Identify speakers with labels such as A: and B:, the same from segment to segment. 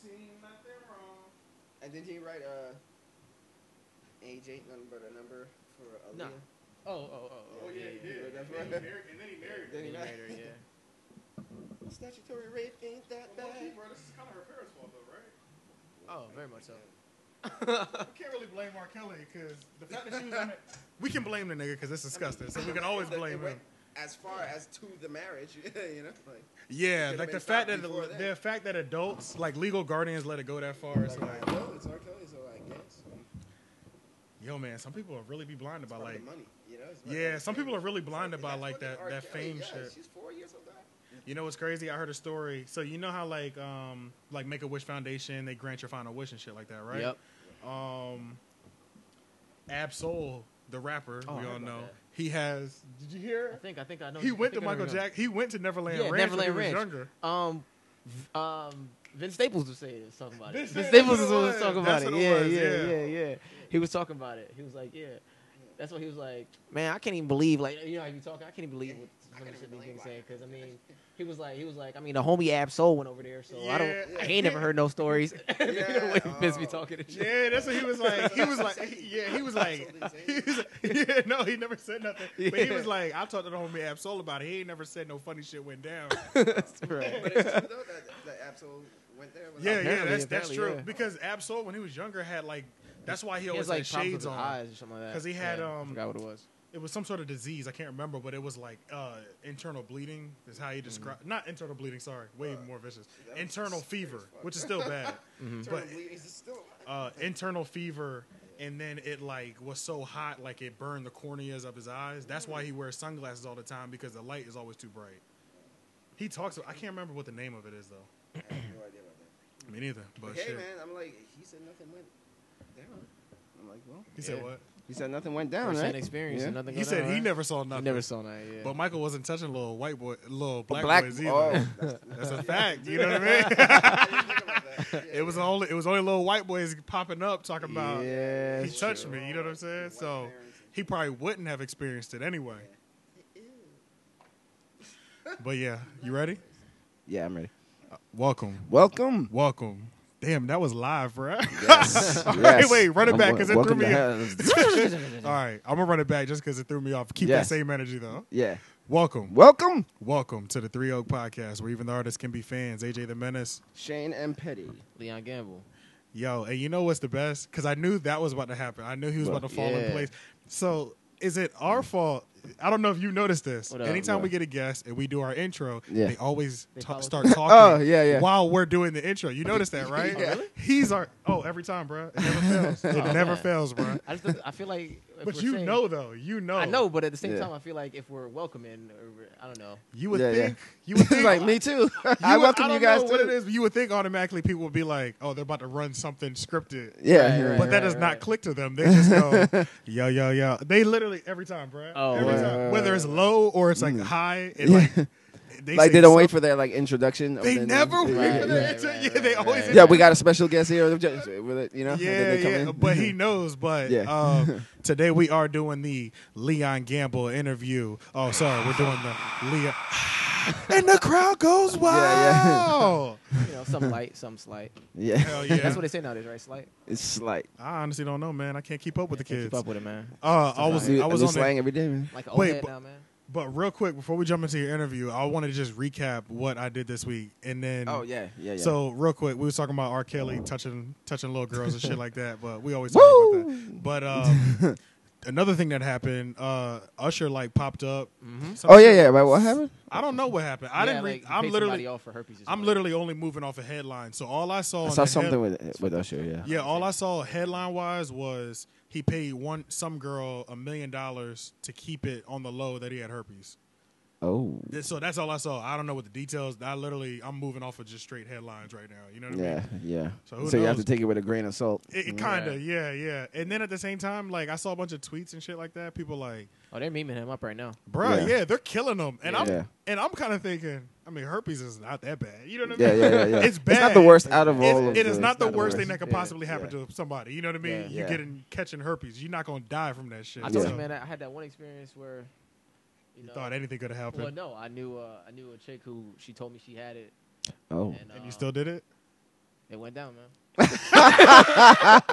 A: seen nothing wrong.
B: And did he write uh, age ain't nothing but a number for Aaliyah?
C: No. Oh, oh, oh,
A: Oh
C: oh.
A: yeah, he did.
B: that's
A: and, then he
B: right.
A: married, and then he married
B: Then
A: her.
B: he
C: Any
B: married-
C: writer, yeah.
B: Statutory rape ain't that
A: Well, low-key,
B: bad.
A: bro, this is kind of her parents' fault though, right?
C: Oh, very much so.
A: We can't really blame R. Kelly because the fact that she was in it,
D: We can blame the nigga because it's disgusting, so we can always
B: The- it
D: blame him.
B: went As far as to the marriage, you know, like
D: Yeah,
B: could've
D: like
B: been
D: the fact that
B: stopped
D: the,
B: before then.
D: the fact that adults, like legal guardians, let it go that far. It's
B: like,
D: like,
B: I know it's R. Kelly, so I guess um,
D: yo, man, some people are really be blinded by
B: part of
D: like,
B: the money, you know. it's like-
D: yeah, some people are really blinded
B: It's
D: by
B: that's
D: like
B: what did
D: that
B: R.
D: that
B: Kelly,
D: fame
B: yeah,
D: shit.
B: She's four years old. guy.
D: You know what's crazy? I heard a story. So you know how like um like Make a Wish Foundation they grant your final wish and shit like that, right?
C: Yep.
D: Um, Absol, the rapper
C: Oh, I
D: we
C: heard
D: all
C: about
D: know,
C: that.
D: he has. Did you
C: I
D: hear?
C: think I think I know.
D: He
C: I
D: went to
C: think I know
D: Michael
C: who you're
D: Jack. He went to Neverland
C: Yeah,
D: Ranch when he
C: Neverland
D: was
C: Ranch.
D: younger.
C: talking about. Um, um, Vince Staples was saying was talking about it.
D: Vince
C: Vince
D: Staples
C: Staples
D: is
C: was,
D: what it
C: was
D: was.
C: talking
D: That's
C: about it.
D: what it
C: Yeah,
D: was,
C: yeah, yeah, yeah. He was talking about it. He was like, yeah. That's what he was like. Man, I can't even believe like you know how you talking. I can't even believe what
B: I
C: some of
B: can't
C: the shit
B: even
C: these
B: believe
C: niggas
B: why.
C: saying because I mean he was like he was like I mean the homie Absol went over there so I don't
D: Yeah.
C: I ain't never heard no stories.
B: Yeah,
C: the way Vince be
B: oh.
C: talking and shit.
D: Yeah, that's what he was like. He was like, he- yeah, he was like, he was like- yeah, no, he never said nothing. But he
C: Yeah.
D: was like, I talked to the homie Absol about it. He ain't never said no funny shit went down.
C: right.
B: But it's true though that that Absol went there. without-
D: yeah, yeah,
C: Apparently,
D: that's that's
C: apparently,
D: true.
C: yeah.
D: Because Absol, when he was younger, had like, that's why he
C: He
D: always
C: has like
D: had
C: problems with
D: shades
C: his
D: on.
C: eyes or something like that.
D: 'Cause he had,
C: Yeah,
D: um,
C: I forgot what it was.
D: It was some sort of disease. I can't remember, but it was like uh, internal bleeding. Is how he described. Not internal bleeding. Sorry, way more vicious.
B: Mm. Uh, that was
D: Internal
B: scary as
D: fever,
B: fuck.
D: which is still bad.
B: Internal
D: But
B: bleeding is still.
D: uh, internal fever, and then it like was so hot like it burned the corneas of his eyes. That's why he
B: Mm.
D: wears sunglasses all the time because the light is always too bright. He talks. I can't remember what the name of it is though.
B: I have no idea about that.
D: Me neither. But
B: hey
D: shit.
B: man, I'm like he said nothing went down. I'm like well
D: He said
C: Yeah.
D: what?
B: he said nothing went down
C: First-hand
B: right.
C: experience
B: Yeah.
C: and nothing.
D: He
C: going
D: said
C: on,
D: he
C: right?
D: never saw
C: He
D: nothing.
C: never saw that. Yeah.
D: But Michael wasn't touching little white boy, little black,
B: Black.
D: boys either.
B: Oh, that's,
D: That's a fact. You know what I mean?
B: I didn't think about that. Yeah,
D: it was
B: yeah.
D: only it was only little white boys popping up talking about
C: yeah,
D: he
C: that's
D: touched
C: true.
D: me. You know what I'm saying?
B: White
D: So
B: parents and-
D: he probably wouldn't have experienced it anyway. But yeah, you ready? Uh,
B: Yeah, I'm ready.
D: Welcome,
B: Welcome.
D: welcome. Damn, that was live, bro.
B: Yes.
D: All right, wait, run it back because it threw me. All right, I'm gonna run it back just because it threw me off. Keep
B: Yes.
D: that same energy though.
B: yeah.
D: Welcome,
B: Welcome.
D: welcome to the Three Oak Podcast, where even the artists can be fans. AJ the Menace.
B: Shane and Petty.
C: Leon Gamble.
D: Yo, and you know what's the best? Because I knew that was about to happen. I knew he was
B: What?
D: about to fall in
C: Yeah.
D: place. So is it our fault? I don't know if you noticed this.
C: What up,
D: Anytime
B: bro?
D: we get a guest and we do our intro,
B: Yeah.
D: they always
C: They
D: ta-
C: follow
D: start talking.
B: Oh, yeah, yeah.
D: While we're doing the intro, you noticed that, right?
B: Yeah. Oh, really?
D: He's our oh every time, bro. It never fails. It
C: Oh,
D: never
C: man.
D: fails, bro.
C: I just I feel like. if
D: But
C: we're
D: you
C: saying-
D: know though, you know,
C: I know, but at the same
B: Yeah.
C: time, I feel like if we're welcoming, or we're- I don't know.
D: You would
B: Yeah, yeah.
D: think you would think
B: like me too.
D: You
B: I
D: would-
B: welcome
D: don't
B: you guys
D: Know
B: to
D: what it is? but You would think automatically people would be like, oh, they're about to run something scripted.
B: Yeah.
C: Right, right,
D: But that does not
C: right.
D: click to them. They just go, yo, yo, yo. They literally every time, bro.
C: Oh,
D: every
C: wow.
D: time. Whether it's low or it's like high, it like they,
B: Mm. like
D: say
B: they don't
D: something.
B: wait for their like introduction. of
D: They
B: their
D: never
B: name.
D: wait
C: Right,
D: for
C: right,
D: their intro.
C: right,
D: yeah, they
C: right,
D: always.
C: right.
B: Yeah, we got a special guest here. With it, you know, and then
D: Yeah,
B: they come
D: yeah.
B: in.
D: But he knows. But
B: Yeah.
D: um, today we are doing the Leon Gamble interview. Oh, sorry, we're doing the Leon. and the crowd goes wild.
B: yeah.
C: You know, some light, some slight.
B: yeah,
D: Hell yeah.
C: That's what they say nowadays, right? Slight.
B: it's slight.
D: I honestly don't know, man. I can't keep up with the kids.
C: Keep up with it, man.
D: Uh, I was,
B: It's new-
D: I was
B: new
D: on
B: slang
D: the,
B: every day. man.
C: Like an
D: Wait,
C: old head
D: but-
C: E now, man.
D: but real quick before we jump into your interview, I wanted to just recap what I did this week, and then
B: Oh yeah, yeah, yeah.
D: So real quick, we was talking about R. Kelly touching touching little girls and shit like that, but we always talk
B: Woo!
D: about that. But um, another thing that happened, uh, Usher like popped up. Some
B: oh yeah,
D: shit-
B: yeah. Right, what happened?
D: I don't know what happened. I
C: Yeah,
D: didn't. Re-
C: like, you pay
D: I'm
C: somebody
D: literally.
C: off for herpes. or
D: I'm
C: something.
D: literally only moving off a headline. So all I saw.
B: I
D: in
B: saw
D: the head-
B: something with with Usher. Yeah.
D: yeah, all I saw headline wise was he paid one some girl a million dollars to keep it on the low that he had herpes.
B: Oh.
D: Th- So that's all I saw. I don't know what the details. I literally I'm moving off of just straight headlines right now. You know what I mean?
B: Yeah, yeah.
D: So
B: So,
D: who
B: you have to
D: knows?
B: take it with a grain of salt. Mm-hmm.
D: It,
C: Mm-hmm.
D: it kind of yeah yeah. And then at the same time, like I saw a bunch of tweets and shit like that. People like,
C: Oh, they're memeing him up right now.
D: bruh,
B: Yeah.
D: yeah. they're killing them. And
B: Yeah.
D: I'm and I'm kind of thinking. I mean, herpes is not that bad. You know what I mean?
B: Yeah, yeah, yeah, yeah.
D: It's
B: It's not
D: bad.
B: the worst out of all.
D: It's,
B: of
D: it is
B: the-
D: not the
C: not the
D: worst
C: worst.
D: thing that could
C: Yeah,
D: possibly happen
B: yeah.
D: to somebody. You know what I mean?
C: Yeah.
D: You're
B: Yeah.
D: getting catching herpes. You're not gonna die from that shit.
C: I told
D: So,
C: you, man, I had that one experience where, you
D: you
C: know,
D: thought anything could have happened,
C: well, no, I knew, uh, I knew a chick who she told me she had it,
B: Oh.
C: and, uh,
D: and you still did it.
C: It went down, man.
D: I'm not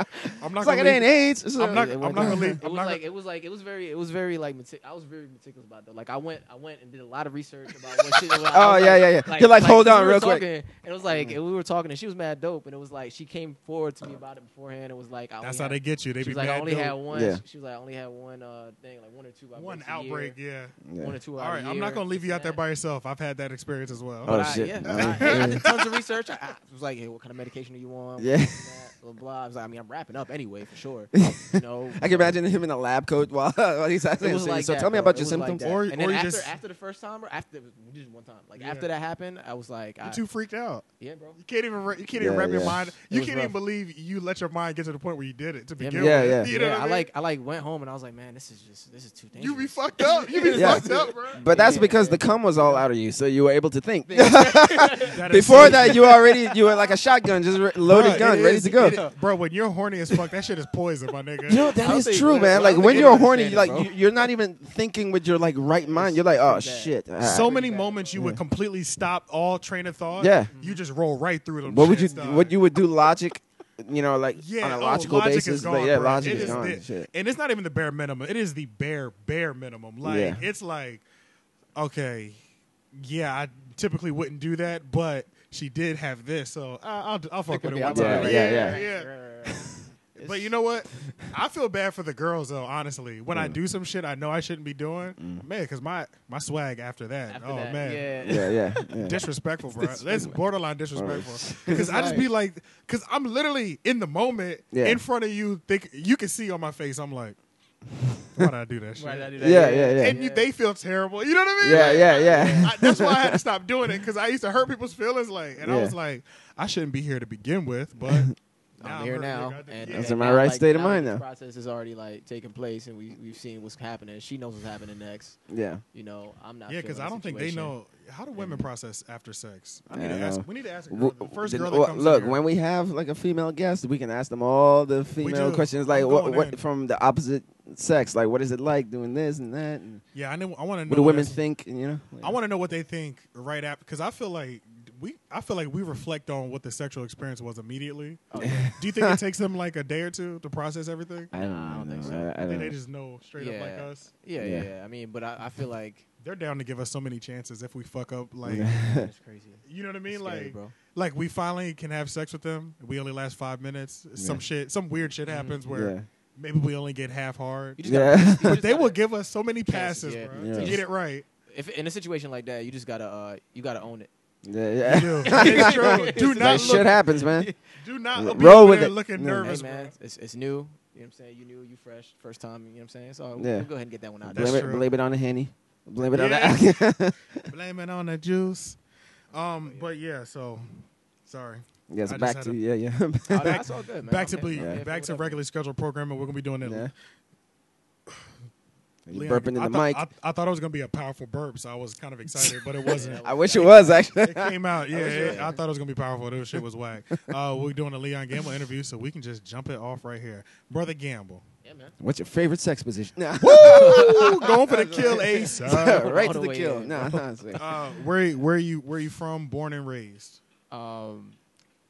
B: It's
D: gonna
B: like it ain't
D: leave-
B: AIDS. It's
D: I'm
B: a-
D: not.
C: It
D: I'm not
C: went
D: gonna
C: down.
D: leave.
C: It
D: I'm
C: was
D: not.
C: like
D: gonna-
C: it was like it was very it was very like metic- I was very meticulous about that. Like I went I went and did a lot of research about what shit.
B: Oh,
C: was- I was
B: yeah,
C: like-
B: yeah, yeah. You're like, hold
C: we
B: on
C: were
B: real quick. Mm.
C: talking, And it was like and we were talking and she was mad dope and it was like she came forward to me about it beforehand. and was like I
D: That's
C: only
D: how they
C: had,
D: get you. They be
C: she was like I
D: mad
C: only had
D: dope.
C: one.
B: Yeah.
C: She was like I only had one uh thing like one or two.
D: One
C: outbreaks a year,
D: outbreak. Yeah.
B: Yeah.
C: One or two.
D: All
C: out a
D: right. I'm not
C: year,
D: gonna leave
C: this
D: you
C: and
D: out there
C: that.
D: by yourself. I've had that experience as well.
B: Oh,
C: But I-
B: shit.
C: yeah,
B: Oh,
C: I, I
B: yeah.
C: did tons of research. I, I was like, hey, what kind of medication do you want?
B: Yeah.
C: This and that, Blah, blah. I was like, I mean, I'm wrapping up anyway, for sure. You know,
B: I can imagine him in a lab coat while, while he's asking.
C: was like
B: so
C: that,
B: tell me
C: bro.
B: about
C: It
B: your
C: was like
B: symptoms.
C: that.
D: Or-
C: and then
D: or you
C: after,
D: just-
C: after the first time, or after the, just one time, like
D: Yeah.
C: after that happened, I was like, I,
D: You're too freaked out.
C: yeah, bro.
D: You can't even. You can't
B: Yeah,
D: even wrap your
B: yeah.
D: mind.
C: It
D: You
C: was
D: can't
C: rough.
D: even believe you let your mind get to the point where you did it to
C: Yeah,
D: begin
B: man.
D: with.
B: Yeah,
D: You know
C: yeah,
D: what
C: I
D: mean?
C: like I like went home and I was like, man, this is just this is too dangerous.
D: You be fucked up. You be
B: Yeah.
D: fucked up, bro.
B: But that's
C: Yeah.
B: because the cum was all out of you, so you were able to think.
D: That is
B: Before
D: so-
B: that, you already you were like a shotgun, just re- loaded
D: Bruh,
B: gun,
D: it
B: ready
D: is-
B: to go.
D: it is- bro, when you're horny as fuck, that shit is poison, my nigga.
B: You know
C: I
B: that
C: don't
B: is
C: think-
B: true,
C: I
B: man.
C: don't
B: Like
C: think
B: when
C: they
B: you're horny, you
C: understand
B: like
C: it,
B: you, you're not even thinking with your like right mind. You're like, oh
C: It's pretty
B: shit. Ah.
D: so many
C: bad.
D: moments you would completely stop all train of thought.
B: Yeah.
D: You just roll right through them.
B: what would you
D: shits, dog.
B: what you would do logic, you know, like
D: yeah,
B: on a
D: oh,
B: logical
D: logic
B: basis?
D: Is gone,
B: but yeah,
D: bruh.
B: logic
D: It
B: is gone.
D: the-
B: shit.
D: And it's not even the bare minimum. It is the bare, bare minimum. Like
B: Yeah.
D: it's like, okay, yeah, I typically wouldn't do that, but she did have this, so I, I'll I'll fuck with it one
B: Yeah,
D: time.
B: yeah, yeah.
D: But you know what? I feel bad for the girls though. Honestly, when I
B: Mm.
D: do some shit I know I shouldn't be doing, man, because my my swag after that,
C: After
D: oh
C: that,
D: man,
C: yeah.
B: Yeah, yeah. yeah.
D: disrespectful, bro. That's borderline disrespectful.
B: Alright.
D: Because I just be like, because I'm literally in the moment
B: Yeah.
D: in front of you. Think you can see on my face. I'm like, why did I do that shit?
C: Why did I do that?
B: Yeah, yeah, yeah.
D: And you, they feel terrible. You know what I mean?
B: yeah,
D: Like,
B: yeah, yeah.
D: I, that's why I had to stop doing it because I used to hurt people's feelings. Like, and I
B: Yeah.
D: was like, I shouldn't be here to begin with, but now
C: I'm here
D: hurt,
C: now,
D: nigga. I did-
C: and
D: yeah.
B: That's in my
C: now,
B: right
C: like,
B: state of
C: now
B: mind
C: this
B: now.
C: Process is already like taking place, and we we've seen what's happening. She knows what's happening next.
B: yeah.
C: You know, I'm not.
D: Yeah, because
C: feeling
D: I
C: the
D: don't think they
C: situation.
D: know how do women process after sex. I
B: I
D: need to
B: don't
D: ask.
B: know.
D: We need to ask a girl,
B: W-
D: the first
B: then-
D: girl that
B: well,
D: comes.
B: look,
D: in here.
B: when we have like a female guest, we can ask them all the female
D: do.
B: questions,
D: I'm
B: like what,
D: going in.
B: what from the opposite sex, like what is it like doing this and that, and
D: yeah, I know. I want to know
B: what do women
D: that's-
B: think, and you know. like-
D: I want to know what they think right after, because I feel like we, I feel like we reflect on what the sexual experience was immediately.
C: Oh,
D: Do you think it takes them like a day or two to process everything?
B: I don't,
C: I don't
B: know.
C: think so.
B: I, I
D: I
B: don't
D: think they
B: know.
D: just know straight up like
C: Yeah.
D: us.
C: Yeah, yeah,
B: Yeah.
C: yeah. I mean, but I, I feel like
D: They're down to give us so many chances if we fuck up. Like,
C: that's crazy.
D: you know what I mean?
C: It's scary,
D: like,
C: bro.
D: like we finally can have sex with them. We only last five minutes. Some shit, some weird shit happens where
B: Yeah.
D: maybe we only get half hard.
C: You just gotta-
B: Yeah.
C: you
D: But
C: just
D: they
C: gotta-
D: will give us so many passes,
C: Chances, yeah.
D: bro,
B: Yeah.
D: to get it right.
C: If in a situation like that, you just gotta uh, you gotta own it.
B: yeah,
D: They
B: yeah.
D: do. It's true. Do not
B: That
D: look.
B: shit happens, man.
D: Do not
B: R-
D: be
B: roll
D: over
B: with
D: there
B: it.
D: looking
B: Yeah.
C: Hey
D: nervous, bro.
C: man, it's, it's new. You know what I'm saying? You new, you fresh, first time. You know what I'm saying? So we'll,
B: Yeah.
C: we'll go ahead and get that one out.
D: That's
B: Blame it,
D: true.
B: blame it on the henny. Blame it
D: Yeah.
B: on the.
D: Blame it on the juice. Um, but yeah, so sorry.
B: yes,
D: I just
B: back
D: had
B: to
D: a-
B: yeah, yeah.
C: there. Oh, no, that's all good, man.
D: Back to
C: I'm here-
D: ble-
C: I'm here for
D: back to
C: whatever.
D: regularly scheduled programming. We're gonna be doing that.
B: yeah. You
D: Leon,
B: burping in
D: I
B: the
D: thought,
B: mic.
D: I, I thought it was gonna be a powerful burp, so I was kind of excited, but it wasn't.
B: I wish it was
D: it
B: actually.
D: came out. Yeah,
C: wish it
D: it-
C: was.
D: I thought it was gonna be powerful. This shit was whack. Uh, we're doing a Leon Gamble interview, so we can just jump it off right here, brother Gamble.
C: Yeah, man.
B: What's your favorite sex position? Nah.
D: Woo! Going for the kill, Ace. Uh,
B: right
C: all
B: to
C: the
B: the
C: way
B: kill.
C: in.
B: Nah, nah, it's-
D: uh, where where you where you from? Born and raised.
C: Um,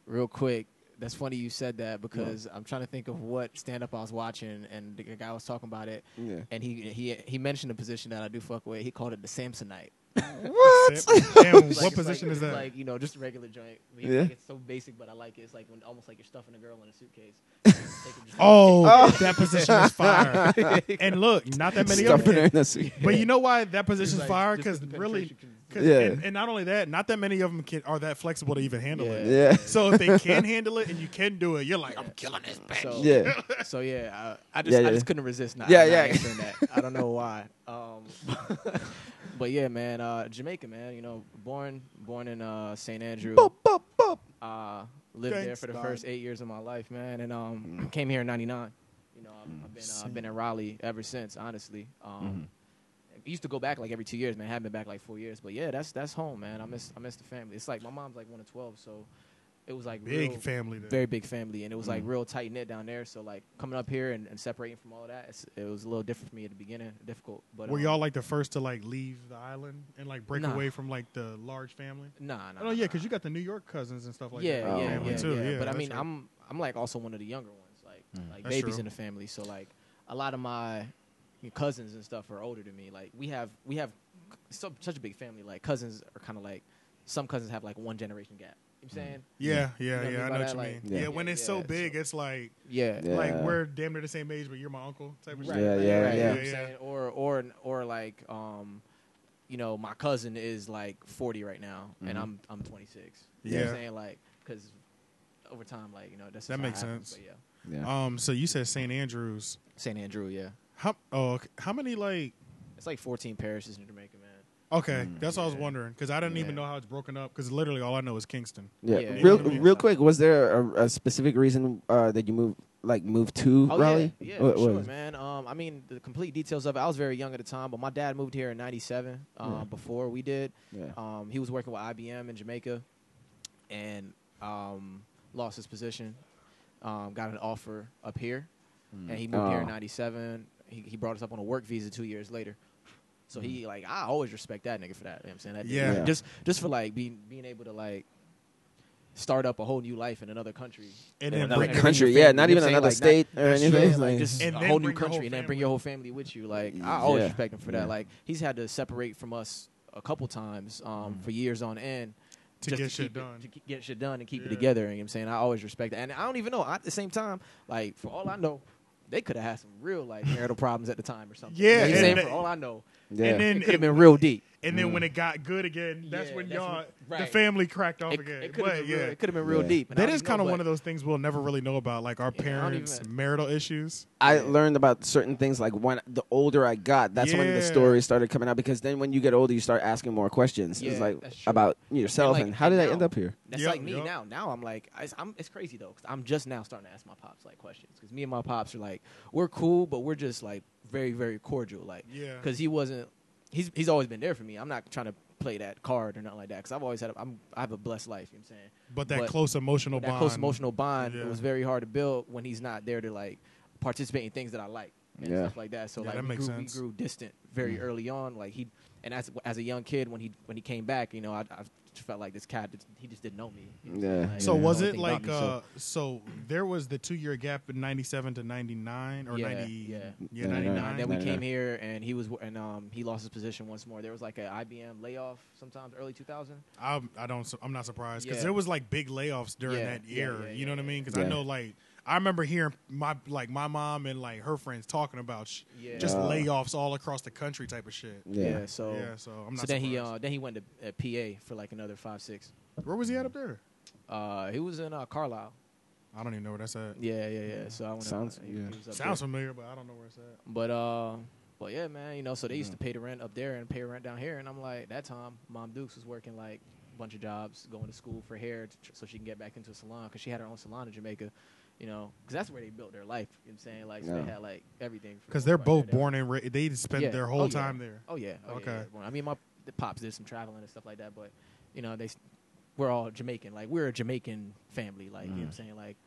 C: real quick, that's funny you said that because I'm trying to think of what stand up I was watching, and the guy was talking about it,
B: Yeah.
C: and he he he mentioned a position that I do fuck with. He called it the Samsonite.
B: What?
D: Damn,
C: It's like-
D: what
C: it's like-
D: position is
C: it's
D: that?
C: Like you know, just a regular joint. I mean,
B: Yeah.
C: like, it's so basic, but I like it. It's like when almost like you're stuffing a girl in a suitcase. They can just-
D: Oh, that position is fire. and look, not that many
B: Stuffing
D: of
B: her
D: them.
B: in the suit.
D: But you know why that position's
C: like,
D: fire? Because
C: just the
D: really,
C: penetration can-
D: 'cause-
B: Yeah.
D: and, and not only that, not that many of them can, are that flexible to even handle it.
B: Yeah.
D: So if they can handle it and you can do it, you're like, I'm killing this bitch.
C: So,
B: Yeah.
C: So yeah, I, I just
B: Yeah,
C: I
B: yeah.
C: just couldn't resist not,
B: Yeah,
C: not
B: yeah.
C: answering that. I don't know why. Um, but yeah, man, uh, Jamaica, man. You know, born born in uh, St. Andrew.
B: Bop, bop, bop.
C: Uh, lived there for the
D: Gangsta.
C: first eight years of my life, man, and um, came here in '99. You know, I've, I've been uh, I've been in Raleigh ever since. Honestly, um, I used to go back like every two years, man. I haven't been back like four years, but yeah, that's that's home, man. I miss I miss the family. It's like my mom's like one of twelve, so it was like
D: Big
C: real,
D: family. There.
C: very big family, and it was like real tight knit down there. So like coming up here and, and separating from all of that, it's, it was a little different for me at the beginning, difficult. But
D: Were
C: um,
D: y'all like the first to like leave the island and like break
C: Nah.
D: away from like the large family?
C: Nah, nah.
D: Oh yeah,
C: nah.
D: because you got the New York cousins and stuff like
C: yeah,
D: that. in the
C: yeah,
D: family
C: yeah,
D: too.
C: yeah, But I
D: that's
C: mean,
D: right.
C: I'm I'm like also one of the younger ones, like
B: Mm.
C: like
D: That's
C: babies
D: true.
C: in the family. So like a lot of my cousins and stuff are older than me. Like we have we have so, such a big family. Like cousins are kind of like some cousins have like one generation gap. You
B: Mm.
C: know what I'm saying?
D: yeah,
C: know
D: yeah, yeah.
C: what I
D: I
C: mean
D: know
C: by
D: what you
C: that,
D: mean.
C: like-
D: Yeah,
B: Yeah.
D: when
C: Yeah,
D: it's so
C: yeah,
D: big, it's like
C: Yeah.
B: Yeah.
D: like we're damn near the same age, but you're my uncle type of
B: Right.
D: shit.
B: Yeah, yeah,
C: right, You know
B: yeah.
C: what I'm saying? Or or or like um, you know, my cousin is like 40 right now, and
B: Mhm.
C: I'm I'm 26. You know what
D: Yeah.
C: I'm saying? Like, cause over time, like you know, that's just
D: That
C: how it
D: makes
C: happens,
D: sense.
C: But yeah,
B: yeah.
D: Um, so you said St. Andrews.
C: St. Andrew, yeah,
D: How? Oh, okay. how many like?
C: it's like 14 parishes in Jamaica, man.
D: Okay,
B: Mm.
D: that's what I was
C: Yeah.
D: wondering because I didn't even
C: Yeah.
D: know how it's broken up because literally all I know is Kingston.
B: yeah.
C: yeah,
B: Real,
D: yeah, yeah.
B: real quick. Was there a, a specific reason uh, that you moved, like, moved to
C: Oh
B: Raleigh?
C: yeah, yeah,
B: What-
C: for
B: what
C: sure,
B: was-
C: man. Um, I mean, the complete details of it. I was very young at the time, but my dad moved here in '97. Um,
B: Yeah.
C: before we did,
B: Yeah.
C: um, he was working with IBM in Jamaica, and um, lost his position. Um, got an offer up here, and he moved here in
B: Oh.
C: '97. He, he brought us up on a work visa two years later. So he
B: Hmm.
C: like I always respect that nigga for that. You know what I'm saying that dude,
D: Yeah.
C: like, just just for like being being able to like start up a whole new life in another country
D: And
C: Yeah,
D: then
C: another
D: break away-
B: Another
C: country.
B: country,
C: your
B: yeah,
C: family,
B: not
C: you
B: even
C: say,
B: another
C: like,
B: state or
D: that's
B: anything.
D: right,
B: like,
C: like just
D: And
C: a
D: then
C: whole
D: bring
C: new
D: your whole
C: country and then bring
D: family.
C: your whole family with you. Like I always
B: Yeah.
C: respect him for
B: Yeah.
C: that. Like he's had to separate from us a couple times um,
D: Mm.
C: for years on end
D: To
C: just
D: get shit
C: keep it-
D: done.
C: to ke- get shit done and keep it
D: Yeah.
C: together. You know what I'm saying I always respect that, and I don't even know. I, at the same time, like for all I know, they could have had some real like marital problems at the time or something. You know
D: Yeah,
C: what I'm
B: and
C: saying?
D: that-
C: for all I know,
B: yeah.
D: and then
C: it could
D: it,
C: have been real deep.
D: and
B: Mm.
D: then when it got good again, that's
C: Yeah,
D: when
C: that's
D: y'all
C: when-
D: the
C: right.
D: family cracked off
C: It,
D: again.
C: it could
D: but
C: have been,
D: yeah,
C: real- it could've been real
B: Yeah.
C: deep.
D: that is kind of one of those things we'll never really know about, like our
C: Yeah, I don't
D: parents'
C: even-
D: marital issues.
B: I learned about certain things like when the older I got, that's when
D: Yeah.
B: the stories started coming out. Because then when you get older, you start asking more questions.
C: Yeah,
B: it's like
C: that's true.
B: about yourself
C: like,
B: and, how did
C: and
B: I end
C: now-
B: up here?
C: That's
D: Yup,
C: like me
D: yup.
C: now. Now I'm like, I, am it's crazy though, because I'm just now starting to ask my pops like questions. Because me and my pops are like, we're cool, but we're just like very, very cordial. Like,
D: Yeah.
C: because he wasn't, he's he's always been there for me. I'm not trying to play that card or nothing like that. Because I've always had, a, I'm I have a blessed life. You know what I'm saying?
D: But that
C: But
D: close emotional
C: that
D: bond,
C: close emotional bond
D: Yeah.
C: was very hard to build when he's not there to like participate in things that I like and
B: Yeah. Mm.
C: stuff like that. So
D: Yeah,
C: like
D: that
C: we,
D: makes
C: grew, we
D: sense.
C: grew distant very early on. Like he and as as a young kid when he when he came back, you know, I, I just felt like this cat just- he just didn't know me. You know what I'm saying?
B: Yeah.
C: Like,
D: So
C: he didn't
D: was
C: know
D: it
C: anything about
D: like
C: me, so-
D: uh, so there was the two year gap in ninety seven to ninety nine or
C: Yeah,
D: ninety
C: yeah.
D: yeah
B: Yeah,
D: ninety
B: yeah.
C: And then we
D: nine.
B: Yeah.
C: came here, and he was, and um, he lost his position once more. There was like an IBM layoff, sometimes early 2000.
D: I I don't su- I'm not surprised because
C: Yeah.
D: there was like big layoffs during
C: Yeah,
D: that
C: yeah,
D: year.
C: yeah,
D: you know
C: yeah,
D: what I mean? Because I
B: yeah.
D: know like I remember hearing my like my mom and like her friends talking about sh-
C: Yeah.
D: just
B: Yeah.
D: layoffs all across the country type of shit.
B: Yeah.
C: so
D: Uh, yeah, so I'm not.
C: so then he
D: surprised.
C: uh, then he went to uh, PA for like another five six.
D: Where was he at up there?
C: Uh, he was in uh, Carlisle.
D: I don't even know where that's at.
C: Yeah, yeah, yeah. So I went up-
B: Sounds-
C: he- he
B: yeah.
C: was up
D: Sounds
C: there.
D: familiar, but I don't know where it's at.
C: But uh, but yeah, man, you know, so they used to pay the rent up there and pay rent down here, and I'm like, that time, Mom Dukes was working like a bunch of jobs, going to school for hair, to tr- so she can get back into a salon because she had her own salon in Jamaica, you know, because that's where they built their life. You know what I'm saying, like, so
B: Yeah.
C: they had like everything. for
D: Because
C: the
D: they're
C: most part
D: both
C: there.
D: born and ra- they spent
C: Yeah.
D: their whole
C: Oh, yeah.
D: time there.
C: Oh yeah. Oh,
D: Okay.
C: okay. I mean, my the pops did some traveling and stuff like that, but you know, they s- we're all Jamaican. Like we're a Jamaican family. Like you
B: Mm.
C: know what I'm saying, like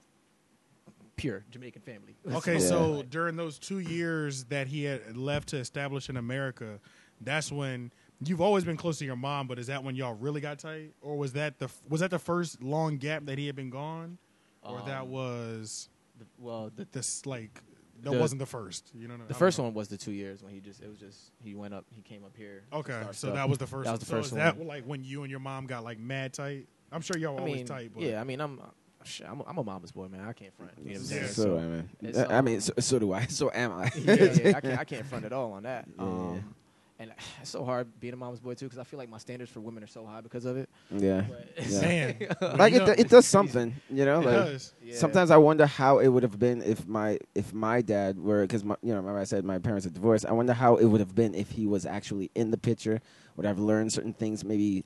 C: pure Jamaican family.
D: Okay,
B: Yeah.
D: so during those two years that he had left to establish in America, that's when you've always been close to your mom. But is that when y'all really got tight, or was that the was that the first long gap that he had been gone, or that
C: Um,
D: was
C: The- well, the
D: this like that
C: the-
D: wasn't the first? You know, what I-
C: the
D: I
C: first
D: don't know.
C: one was the two years when he just it was just he went up he came up here. to
D: Okay,
C: start
D: so
C: stuff.
D: that was the first.
C: That
D: one.
C: was the
D: so
C: first
D: is
C: one.
D: that like when you and your mom got like mad tight? I'm sure y'all were
C: I
D: always
C: mean,
D: tight, but
C: yeah, I mean, I'm shit, I'm, a, I'm a mama's boy, man. I can't front. You know what I'm saying?
D: Yeah,
B: so, do I, man.
C: it's,
B: I- I
C: um,
B: mean, so, so do I. So am I.
C: yeah, yeah, I can't, I can't front at all on that.
B: Yeah.
C: Um, and it's so hard being a mama's boy too because I feel like my standards for women are so high because of it.
B: Yeah.
C: But
D: man,
B: Like
D: you
B: it,
D: know-
B: do- it does something, you know.
D: it
B: like,
D: does.
C: Yeah.
B: Sometimes I wonder how it would have been if my if my dad were because you know remember I said my parents are divorced. I wonder how it would have been if he was actually in the picture. Would I've learned certain things? Maybe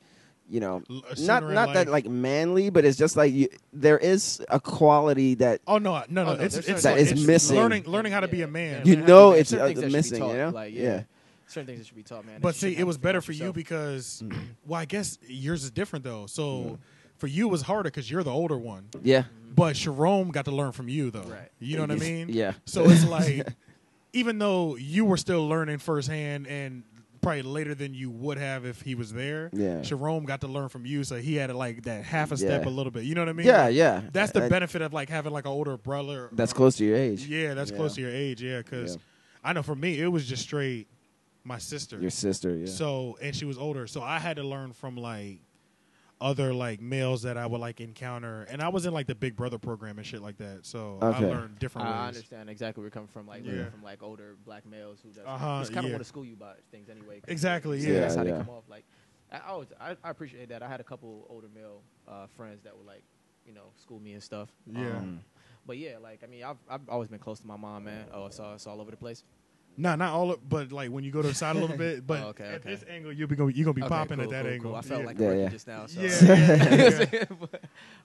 B: you know,
D: L-
B: not
D: sooner in
B: not that
D: life.
B: like manly, but it's just like you, there is a quality that
D: Oh no, no, no!
C: Oh, no,
D: it's
C: there's
D: it's,
B: certain-
D: it's
B: That is missing.
D: Learning learning how to be
C: Yeah,
D: a man.
B: You
C: yeah,
B: know
C: certain
B: it's, uh,
C: things that should be
B: missing,
C: taught,
B: you know?
C: Like, yeah.
B: Yeah.
C: Certain things that should be taught, man. that
D: But
C: you
D: see,
C: shouldn't
D: it
C: have
D: was
C: to figure
D: better
C: out
D: for you
C: yourself.
D: because, well, I guess yours is different though. So For you, it was harder because you're the older one.
B: Yeah.
D: But Jerome got to learn from you, though.
C: Right.
D: You know what I
B: Yes,
D: mean?
B: yeah.
D: So it's like, even though you were still learning firsthand and probably later than you would have if he was there,
B: Yeah.
D: Jerome got to learn from you. So he had like that half a step
B: Yeah.
D: a little bit. You know what I mean?
B: Yeah,
D: Like,
B: yeah.
D: That's the
B: I-
D: benefit of like having like an older brother.
B: That's
D: or-
B: close to your age.
D: Yeah, that's
B: Yeah.
D: close to your age. Yeah, because
B: Yeah.
D: I know for me, it was just straight my sister.
B: Your sister. Yeah.
D: So and she was older, so I had to learn from like other like males that I would like encounter, and I was in like the Big Brother program and shit like that. So
B: Okay.
D: I learned different
C: I
D: ways.
C: understand exactly where you're coming from, like learning
D: Yeah.
C: from like older black males who just
D: Uh-huh,
C: it's kind
D: yeah.
C: of want to school you about things anyway. 'cause
D: Exactly,
C: they-
D: yeah.
C: that's how
B: Yeah,
C: they
B: yeah.
C: come off. Like I I always, I, I appreciate that. I had a couple older male uh, friends that would like, you know, school me and stuff.
D: Yeah.
C: Um, but yeah, like I mean, I've I've always been close to my mom, man. Oh, it's all it's all over the place.
D: No, not all, of, but like when you go to the side a little bit, but
C: Oh, okay,
D: at
C: okay.
D: this angle you'll be going, you're gonna be
C: Okay,
D: popping at
C: cool,
D: that
C: cool,
D: angle.
C: cool. I felt
D: Yeah.
C: like
B: Yeah,
C: Ricky
B: yeah.
C: just now. So.
D: Yeah, yeah,
C: but,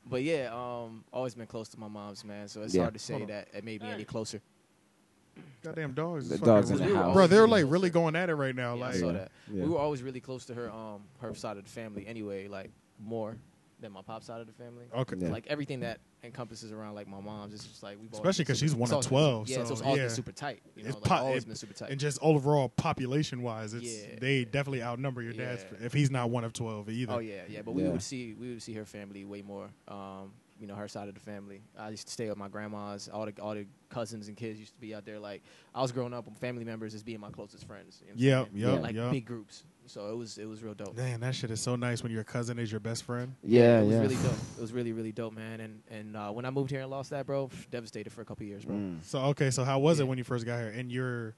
C: but yeah, um, always been close to my mom's man, so it's
B: Yeah.
C: hard to say
D: Hold on.
C: that it made me any closer.
D: goddamn dogs,
B: The
D: is
B: dogs
D: fucking
B: in
D: really-
B: the house.
D: bro. They're like really going at it right now.
C: Yeah, I
D: like
C: saw
B: Yeah.
C: that.
B: Yeah.
C: We were always really close to her um her side of the family anyway, like more than my pop's side of the family.
D: okay,
B: Yeah.
C: Like everything that encompasses around like my mom's, it's just like we've always
D: Especially
C: been
D: 'cause she's
C: super-
D: one
C: it's
D: of
C: always been-
D: 12,
C: Yeah,
D: so,
C: it's always
D: yeah.
C: been super tight. You know,
D: It's
C: like,
D: pop-
C: always
D: it-
C: been super tight.
D: and just overall population wise, it's
C: Yeah.
D: they definitely outnumber your dad's
C: Yeah.
D: if he's not one of twelve either.
C: Oh yeah, yeah. But we
B: Yeah.
C: would see we would see her family way more. Um, you know, her side of the family. I used to stay with my grandma's. All the all the cousins and kids used to be out there. Like I was growing up, with family members as being my closest friends. You know what I'm
D: Yep,
C: saying?
D: yep,
C: In, like
D: yep.
C: big groups. So it was it was real dope.
D: Man, that shit is so nice when your cousin is your best friend.
B: Yeah.
C: it was
B: yeah.
C: really dope. It was really really dope, man. And and uh, when I moved here and lost that, bro, pff, devastated for a couple years, bro.
B: Mm.
D: So okay, so how was
C: Yeah.
D: it when you first got here? And you're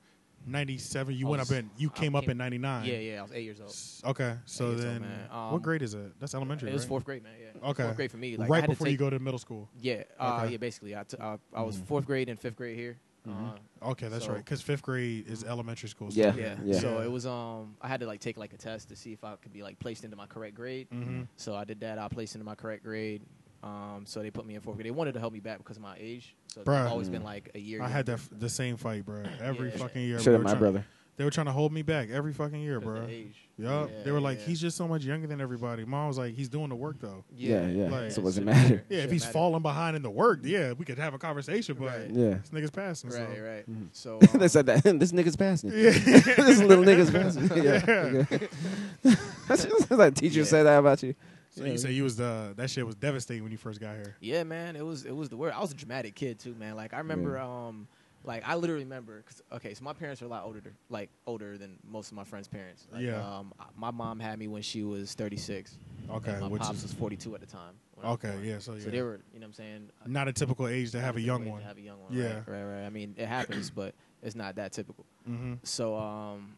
D: 97. You
C: I
D: went
C: was-
D: up in you
C: I
D: came up
C: came-
D: in 99.
C: Yeah, yeah. I was eight years old.
D: S- Okay, so
C: years old,
D: then
C: man. Um,
D: what grade is it? That's elementary.
C: It was
D: right?
C: fourth grade, man. Yeah.
D: Okay.
C: Fourth grade for me. Like I
D: right
C: had to
D: before you
C: take-
D: go to middle school.
C: Yeah. Uh,
D: Okay.
C: Yeah. Basically, I, t- I, I was
B: Mm-hmm.
C: fourth grade and fifth grade here. Uh,
D: Okay, that's
C: So-
D: right. Because fifth grade is elementary school. so-
B: Yeah.
C: yeah.
B: Yeah.
C: So it was um I had to like take like a test to see if I could be like placed into my correct grade.
D: Mhm.
C: So I did that. I placed into my correct grade. Um, so they put me in fourth grade. They wanted to help me back because of my age. So it's
D: Bruh.
C: always
B: Mm.
C: been like a year.
D: I had that f- the same fight, bro. Every
C: Yeah.
D: fucking year.
B: Should
D: bro.
B: have my
D: Tryna-
B: brother.
D: They were trying to hold me back every fucking year, bro.
C: bro.
D: Yup.
C: Age. Yeah,
D: they were like,
C: yeah.
D: he's just so much younger than everybody. Mom was like, he's doing the work though.
B: Yeah, yeah.
D: Like-
B: so it doesn't
C: shouldn't
B: matter.
D: Yeah, if
C: Shouldn't
D: he's
C: matter. Mm.
D: falling behind in the work, yeah, we could have a conversation. But
C: Right.
B: Yeah.
D: this nigga's passing. so.
C: Right, right.
B: Mm.
C: So
B: they
C: um,
B: said that this nigga's passing.
D: Yeah.
B: this little nigga's passing. yeah. That's just like teacher
C: Yeah.
B: said that about you.
D: So you say you was the that shit was devastating when you first got here.
C: Yeah, man, it was it was the word. I was a dramatic kid too, man. Like I remember, um, like I literally remember. 'cause- okay, so my parents are a lot older, like older than most of my friends' parents. Like,
D: Yeah.
C: Um, I- my mom had me when she was 36.
D: Okay,
C: and my
D: which
C: pops
D: is
C: was 42 at the time. when I was
D: okay.
C: born.
D: Yeah, so yeah,
C: So they were, you know, what I'm saying,
D: not a typical age to have a young
C: Wait,
D: one.
C: Uh, To have a young one.
D: Yeah.
C: Right, right, right. I mean, it happens, but it's not that typical.
D: hmm
C: So um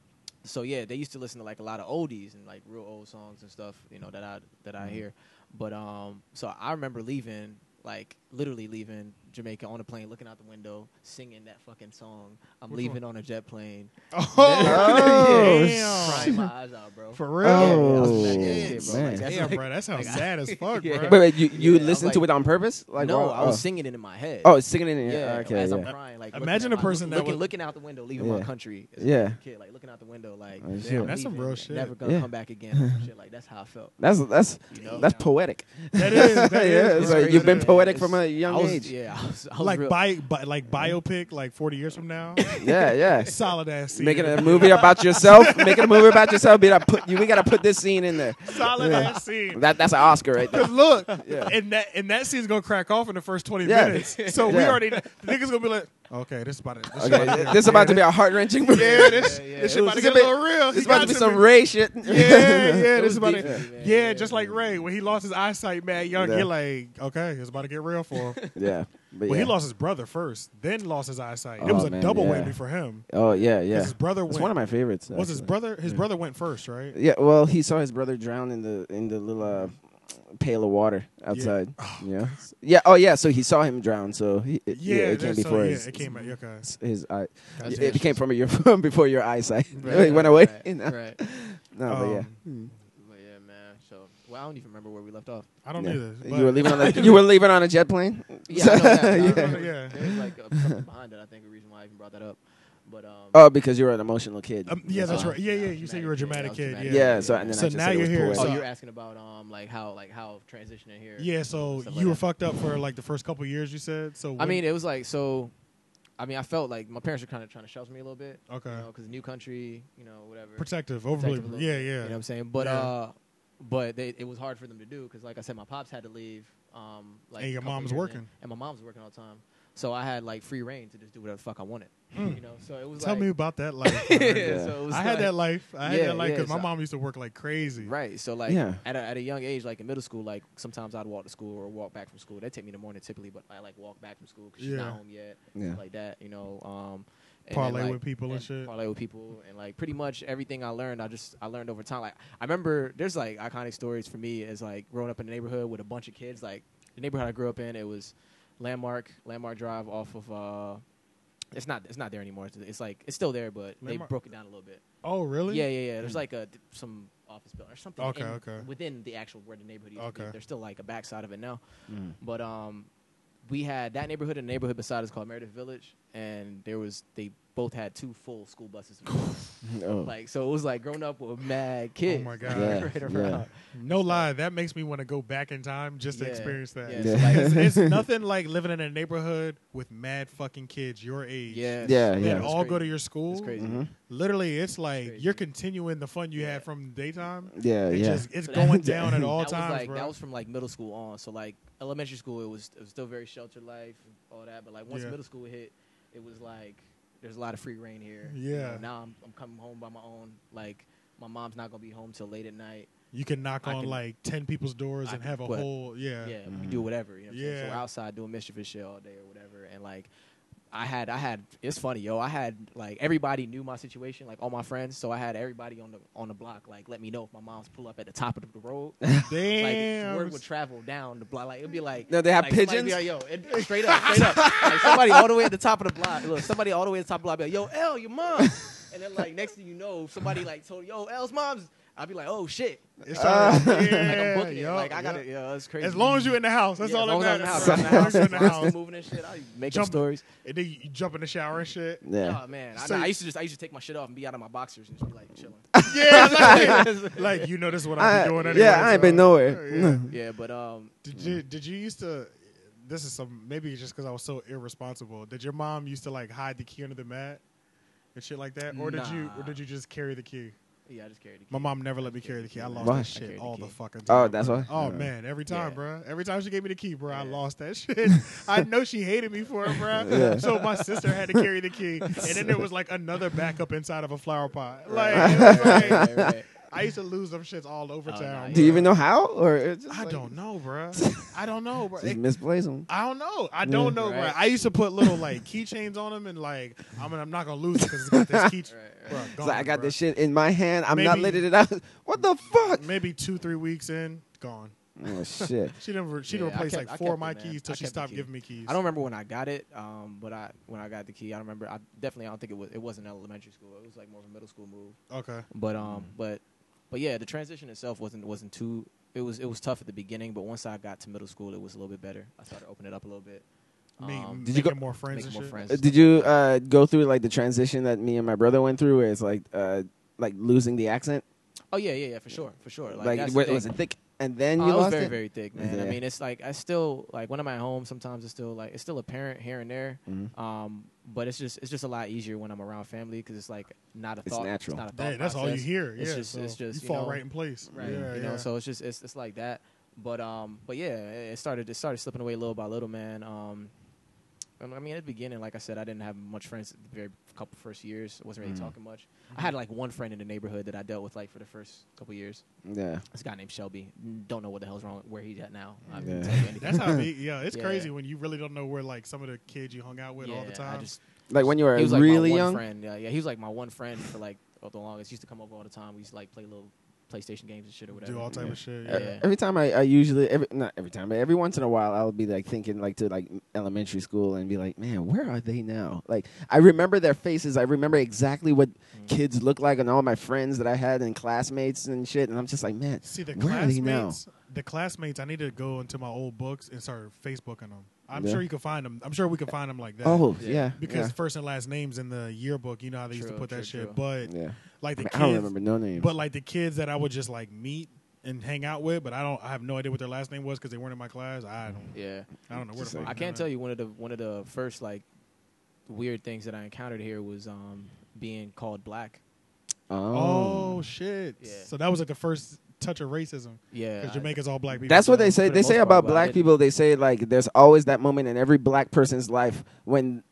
C: so yeah, they used to listen to like a lot of oldies and like real old songs and stuff, you know, that I that
B: Mm-hmm.
C: I hear. But um so I remember leaving like literally leaving Jamaica on a plane, looking out the window, singing that fucking song. I'm
D: Which
C: leaving on a jet plane,
D: Oh,
B: Oh,
C: crying my eyes out, bro.
D: for real?
B: Oh,
C: I was a bad ass kid, bro. Like,
B: man.
C: that's
D: yeah,
C: like-
D: bro. That sounds
C: like, I-
D: sad as fuck,
C: Yeah.
D: bro.
B: Wait, wait. You you
C: Yeah, I was
B: listened to
C: like-
B: it on purpose? Like
C: no,
B: why-
C: I was
B: oh.
C: singing it in my head.
B: Oh, it's singing it in.
C: yeah,
B: okay.
C: as
B: Yeah.
C: I'm crying, like looking
D: Imagine
C: at
D: a
C: my-
D: person that
C: looking,
D: would-
C: looking out the window, leaving
B: Yeah.
C: my country. As
B: Yeah.
C: a kid, like looking out the window, like
B: Oh, shit.
C: damn,
D: That's some
C: leaving,
D: real shit.
C: Never gonna
B: Yeah.
C: come back again. or some shit like that's how I felt.
B: That's that's
C: You know?
B: that's poetic.
D: That is, that
B: yeah,
D: is,
B: it's
D: bro.
B: like
D: That
B: you've been
D: is.
B: poetic
C: It's-
B: from a young
C: I was,
B: age.
C: Yeah, I was, I was
D: like
C: real- Mm-hmm.
D: bi- bi- like biopic, like forty years from now.
B: Yeah, yeah.
D: solid ass. Scene.
B: Making a movie about yourself. making a movie about yourself. Be like, put you. We gotta put this scene in there.
D: solid
B: Yeah.
D: ass scene.
B: That that's an Oscar right there.
D: Cause look,
B: Yeah.
D: and that and that scene's gonna crack off in the first twenty
B: Yeah.
D: minutes. So we
B: Yeah.
D: already the niggas gonna be like, okay, this is about to, this is
B: Okay,
D: about to
B: this is about to be a heart wrenching movie.
D: yeah, this,
C: Yeah, yeah.
D: this shit about to
B: It's
D: get
B: a bit-
D: a little real. He
B: It's about
D: got
B: to be
D: you,
B: some
D: man.
B: Ray shit.
D: Yeah, yeah,
C: It
D: this
C: was
D: about
C: deep for
D: to,
C: me, man.
D: yeah,
C: Yeah,
D: just
C: yeah.
D: like Ray when he lost his eyesight, man. Young,
B: Yeah.
D: you're like, okay, it's about to get real for him.
B: Yeah, But
D: Well,
B: yeah.
D: he lost his brother first, then lost his eyesight. it
B: Oh,
D: was a
B: man,
D: double
B: yeah.
D: whammy for him.
B: Oh yeah, yeah.
D: his brother
B: It's
D: went-
B: one of my favorites.
D: Was his
B: actually.
D: brother? His brother went first, right?
B: Yeah. Well, he saw his brother drown in the in the little uh, pail of water outside. Yeah. Yeah. Oh yeah. So he saw him drown. So he, it- yeah, it came
D: that's-
B: before
D: so, yeah,
B: his,
D: it came. Okay,
B: his, his eye.
D: That's
B: it
D: interesting.
B: came from your from before your eyesight.
D: Right,
B: it went away.
C: Right,
B: No,
C: right.
B: no, but yeah.
D: Um,
C: But yeah, man. So, well, I don't even remember where we left off.
D: I don't
B: Yeah.
D: either. Oh.
B: You were leaving on a, you were leaving on a jet plane.
C: Yeah, I know that. I
D: Yeah.
C: remember
D: Yeah.
C: uh, There was like a, something behind it. I think a reason why I even brought that up. But um,
B: Oh, because you were an emotional kid.
D: Um, yeah, that's
C: Uh,
D: right. Yeah, yeah. You
C: dramatic
D: said you were a
C: kid. I
D: dramatic
C: was
D: kid.
C: dramatic.
D: Yeah.
B: Yeah, so and then
D: So
B: I just
D: now
B: said it
D: you're
B: was
D: here,
B: poetic.
D: so-
C: oh, you're asking about um like how like how transitioning here.
D: Yeah. So
C: Stuff like
D: you were
C: that.
D: fucked up for like the first couple years. You said. So
C: I
D: when-
C: mean, it was like so. I mean, I felt like my parents were kind of trying to shelter me a little bit.
D: Okay.
C: You know, because new country, you know, whatever.
D: protective, overly.
C: protective a little
D: yeah,
C: bit,
D: yeah.
C: You know what I'm saying? But
D: Yeah.
C: uh, but they, it was hard for them to do because, like I said, my pops had to leave. Um, like
D: And
C: a
D: your
C: couple
D: mom's
C: years in,
D: working.
C: and my mom's working all the time. So I had like free reign to just do whatever the fuck I wanted. You know, so it was
D: Hmm. Tell
C: like,
D: me about that life.
B: Yeah.
C: so it was
D: I had
C: like-
D: that life. I had
C: Yeah,
D: that life
C: yeah,
D: because my
C: so-
D: mom used to work like crazy.
C: Right. So like
B: Yeah.
C: at a, at a young age, like in middle school, like sometimes I'd walk to school or walk back from school. They take me in the morning typically, but I like walk back from school because she's
D: Yeah.
C: not home yet,
B: Yeah.
C: stuff like that. You know, um, and then,
D: Parlay
C: like-
D: with people and shit.
C: Parlay with people and like pretty much everything I learned, I just I learned over time. Like I remember there's like iconic stories for me as like growing up in a neighborhood with a bunch of kids. Like the neighborhood I grew up in, it was Landmark Landmark Drive off of. uh it's not. It's not there anymore. It's, it's like it's still there, but
D: Landmark-
C: they broke it down a little bit.
D: Oh, really?
C: Yeah, yeah, yeah. There's like a th- some office building or something.
D: Okay,
C: in-
D: okay.
C: Within the actual where the neighborhood used to
D: Okay.
C: be, there's still like a backside of it now.
B: Mm.
C: But um, we had that neighborhood and the neighborhood beside us called Meredith Village, and there was they both had two full school buses.
B: Oh.
C: like so, it was like growing up with mad kids.
D: Oh my
C: like,
D: God.
B: Yeah,
C: right around.
B: yeah.
D: No lie, that makes me want to go back in time just
C: Yeah,
D: to experience that.
C: Yeah,
B: Yeah.
C: so, like,
D: It's, it's nothing like living in a neighborhood with mad fucking kids your age.
C: yeah,
B: Yeah,
D: That
B: yeah.
C: it's
D: all go
C: crazy.
D: to your school.
C: It's crazy.
B: Mhm.
D: Literally, it's like
C: crazy.
D: you're continuing the fun you had from daytime.
B: Yeah,
D: It
B: yeah.
D: just, it's
C: So that-
D: going down at all
C: that
D: times,
C: was like
D: bro.
C: that was from like middle school on. So like elementary school, it was it was still very sheltered life, all that. But like once
D: Yeah.
C: middle school hit, it was like there's a lot of free reign here.
D: Yeah.
C: now I'm I'm coming home by my own. Like my mom's not gonna be home till late at night.
D: you can knock
C: I
D: on
C: can-
D: like ten people's doors
C: I
D: and
C: can
D: have a
C: put-
D: whole yeah.
C: Yeah, we do whatever. You know. What I'm saying? So
D: Yeah.
C: we're outside doing mischievous shit all day or whatever. And like I had I had it's funny yo. I had like everybody knew my situation, like all my friends. So I had everybody on the on the block like let me know if my mom's pull up at the top of the road.
D: Damn.
C: Like word would travel down the block. Like it'd be like
B: No, they have
C: like, somebody
B: pigeons?
C: be like, yo, it, straight up, straight up. Like somebody all the way at the top of the block. Look, somebody all the way at the top of the block. Be like, yo, L, your mom. And then like next thing you know, somebody like told yo, L's mom's. I'd be like, oh shit.
D: It's already-
C: Like
D: yeah,
C: I'm booking it.
D: yup,
C: Like I
D: yup.
C: gotta. Yeah, it's crazy.
D: As long as you're in the house, that's
C: Yeah,
D: all
C: as long
D: that matters.
C: as I'm in the house,
D: As long as
C: as
D: you're
C: long as
D: in
C: I'm
D: the house.
C: moving and shit. I make
D: Jump-
C: up stories.
D: And then you jump in the shower and shit.
B: yeah.
C: Oh man, I,
D: So-
C: I used to just I used to take my shit off and be out of my boxers and just be like chilling.
D: Yeah, like, like, you know this is what I've
B: I,
D: been doing anyway.
B: yeah, I ain't been
D: so-
B: nowhere.
D: Yeah.
C: yeah, but um,
D: Did you did you used to? This is some maybe it's just because I was so irresponsible. Did your mom used to like hide the key under the mat and shit like that, or did you or
C: Nah.
D: did you just carry the key?
C: yeah, I just carried. the
D: My
C: key.
D: mom never let me carry the key. I lost
B: Why?
D: that
C: I
D: shit
C: carried the
D: all the,
C: key.
D: fucking time.
B: Oh, that's
D: bro.
B: why?
D: Oh
B: Yeah.
D: man, every time,
C: Yeah.
D: bruh. Every time she gave me the key, bruh, I
C: Yeah.
D: lost that shit. I know she hated me for it, bruh. So my sister had to carry the key, and then there was like another backup inside of a flower pot. Like, it was
C: Right,
D: like-
C: right, right.
D: I used to lose them shits all over
C: Oh,
D: town.
C: nah,
B: Do you
D: bruh.
B: even know how? Or it's just
D: I
B: like-
D: don't know, bruh. I don't know, bruh.
B: Just
D: It-
B: misplace them.
D: I don't know. I don't know,
C: Right.
D: bruh. I used to put little like keychains on them, and like I'm I'm not gonna lose it because it's got this key.
C: Right,
D: bruh,
B: It's like, I
D: gone,
B: got
D: bruh.
B: this shit in my hand. I'm not
D: Maybe-
B: letting it out. What the fuck?
D: Maybe two, three weeks in, gone.
B: Oh shit.
D: She didn't. Re- she done
C: Yeah, I
D: replaced
C: kept- I
D: like four of
C: kept
D: my
C: it, man.
D: keys till
C: I
D: she
C: kept the
D: stopped
C: key.
D: giving me keys.
C: I don't remember when I got it, um, but I when I got the key, I remember. I definitely I don't think it was it wasn't elementary school. It was like more of a middle school move.
D: Okay.
C: But
D: Mm-hmm.
C: um, but but yeah, the transition itself wasn't wasn't too. It was it was tough at the beginning, but once I got to middle school, it was a little bit better. I started opening it up a little bit.
D: Make,
C: Um,
B: Did you go-
D: making more friends?
C: making
D: and
C: more
D: shit?
C: friends.
B: Uh, Did you uh, go through like the transition that me and my brother went through, where it's like uh, like losing the accent?
C: oh yeah, yeah, yeah, for sure, for sure. Like,
B: Like,
C: that's the
B: what,
C: thing.
B: was it thick? And then
C: Oh,
B: you
C: it was
B: lost
C: very
B: it.
C: very thick, man. I
B: Yeah.
C: mean, it's like I still like when I'm at home. Sometimes it's still like it's still apparent here and there.
B: Mhm.
C: Um, but it's just it's just a lot easier when I'm around family because it's like not a
B: It's
C: thought.
B: natural.
C: not a thought
D: Yeah, that's all you
C: process.
D: hear.
C: It's
D: yeah,
C: just-
D: so
C: it's just,
D: you
C: you
D: fall
C: know,
D: right in place.
C: right?
D: Yeah,
C: you
D: yeah.
C: know, so it's just it's it's like that. But um, but yeah, it it started it started slipping away little by little, man. Um, I mean, at the beginning, like I said, I didn't have much friends the very couple first years. I wasn't really
B: Mhm.
C: talking much. I had like one friend in the neighborhood that I dealt with like for the first couple years.
B: Yeah.
C: This guy named Shelby. Don't know what the hell's wrong where he's at now. I
B: Yeah.
C: mean, tell you anything.
D: that's how. Big, yeah, it's
C: Yeah.
D: crazy when you really don't know where like some of the kids you hung out with
C: yeah,
D: all the time.
C: I just
B: Like when you were
C: he was like
B: really
C: my one
B: young.
C: friend. Yeah, yeah, he was like my one friend for like the longest. He used to come over all the time. We used to like play little PlayStation games and shit or whatever.
D: do all type
B: Yeah.
D: of shit.
C: Yeah.
D: Yeah.
B: Uh, Every time I, I usually every not every time, but every once in a while I'll be like thinking like to like elementary school and be like, man, where are they now? Like I remember their faces. I remember exactly what
C: Mm.
B: kids look like and all my friends that I had and classmates and shit. And I'm just like, man,
D: See the
B: where are they now?
D: classmates. The classmates. I need to go into my old books and start Facebooking them. I'm
B: Yeah.
D: sure you can find them. I'm sure we can find them like that.
B: Oh
C: Yeah.
B: yeah, yeah.
D: because first and last names in the yearbook, you know how they used to
C: True,
D: put that
C: true,
D: shit.
C: true.
B: yeah,
D: But like
B: I,
D: the
B: mean,
D: kids,
B: I don't remember no names.
D: but like the kids that I would just like meet and hang out with, but I don't. I have no idea what their last name was because they weren't in my class. I don't.
C: Yeah.
D: I don't know where
B: Just
D: the fuck.
B: like-
C: I can't tell you one of the one of the first like weird things that I encountered here was um being called black.
D: Oh shit!
C: Yeah.
D: So that was like the first touch of racism
C: Yeah.
D: because
C: I-
D: Jamaica's all black people.
B: That's what
D: so-
B: they say.
C: for the
B: They say
C: most part,
B: about
C: but I
B: black
C: didn't.
B: people. They say like there's always that moment in every black person's life when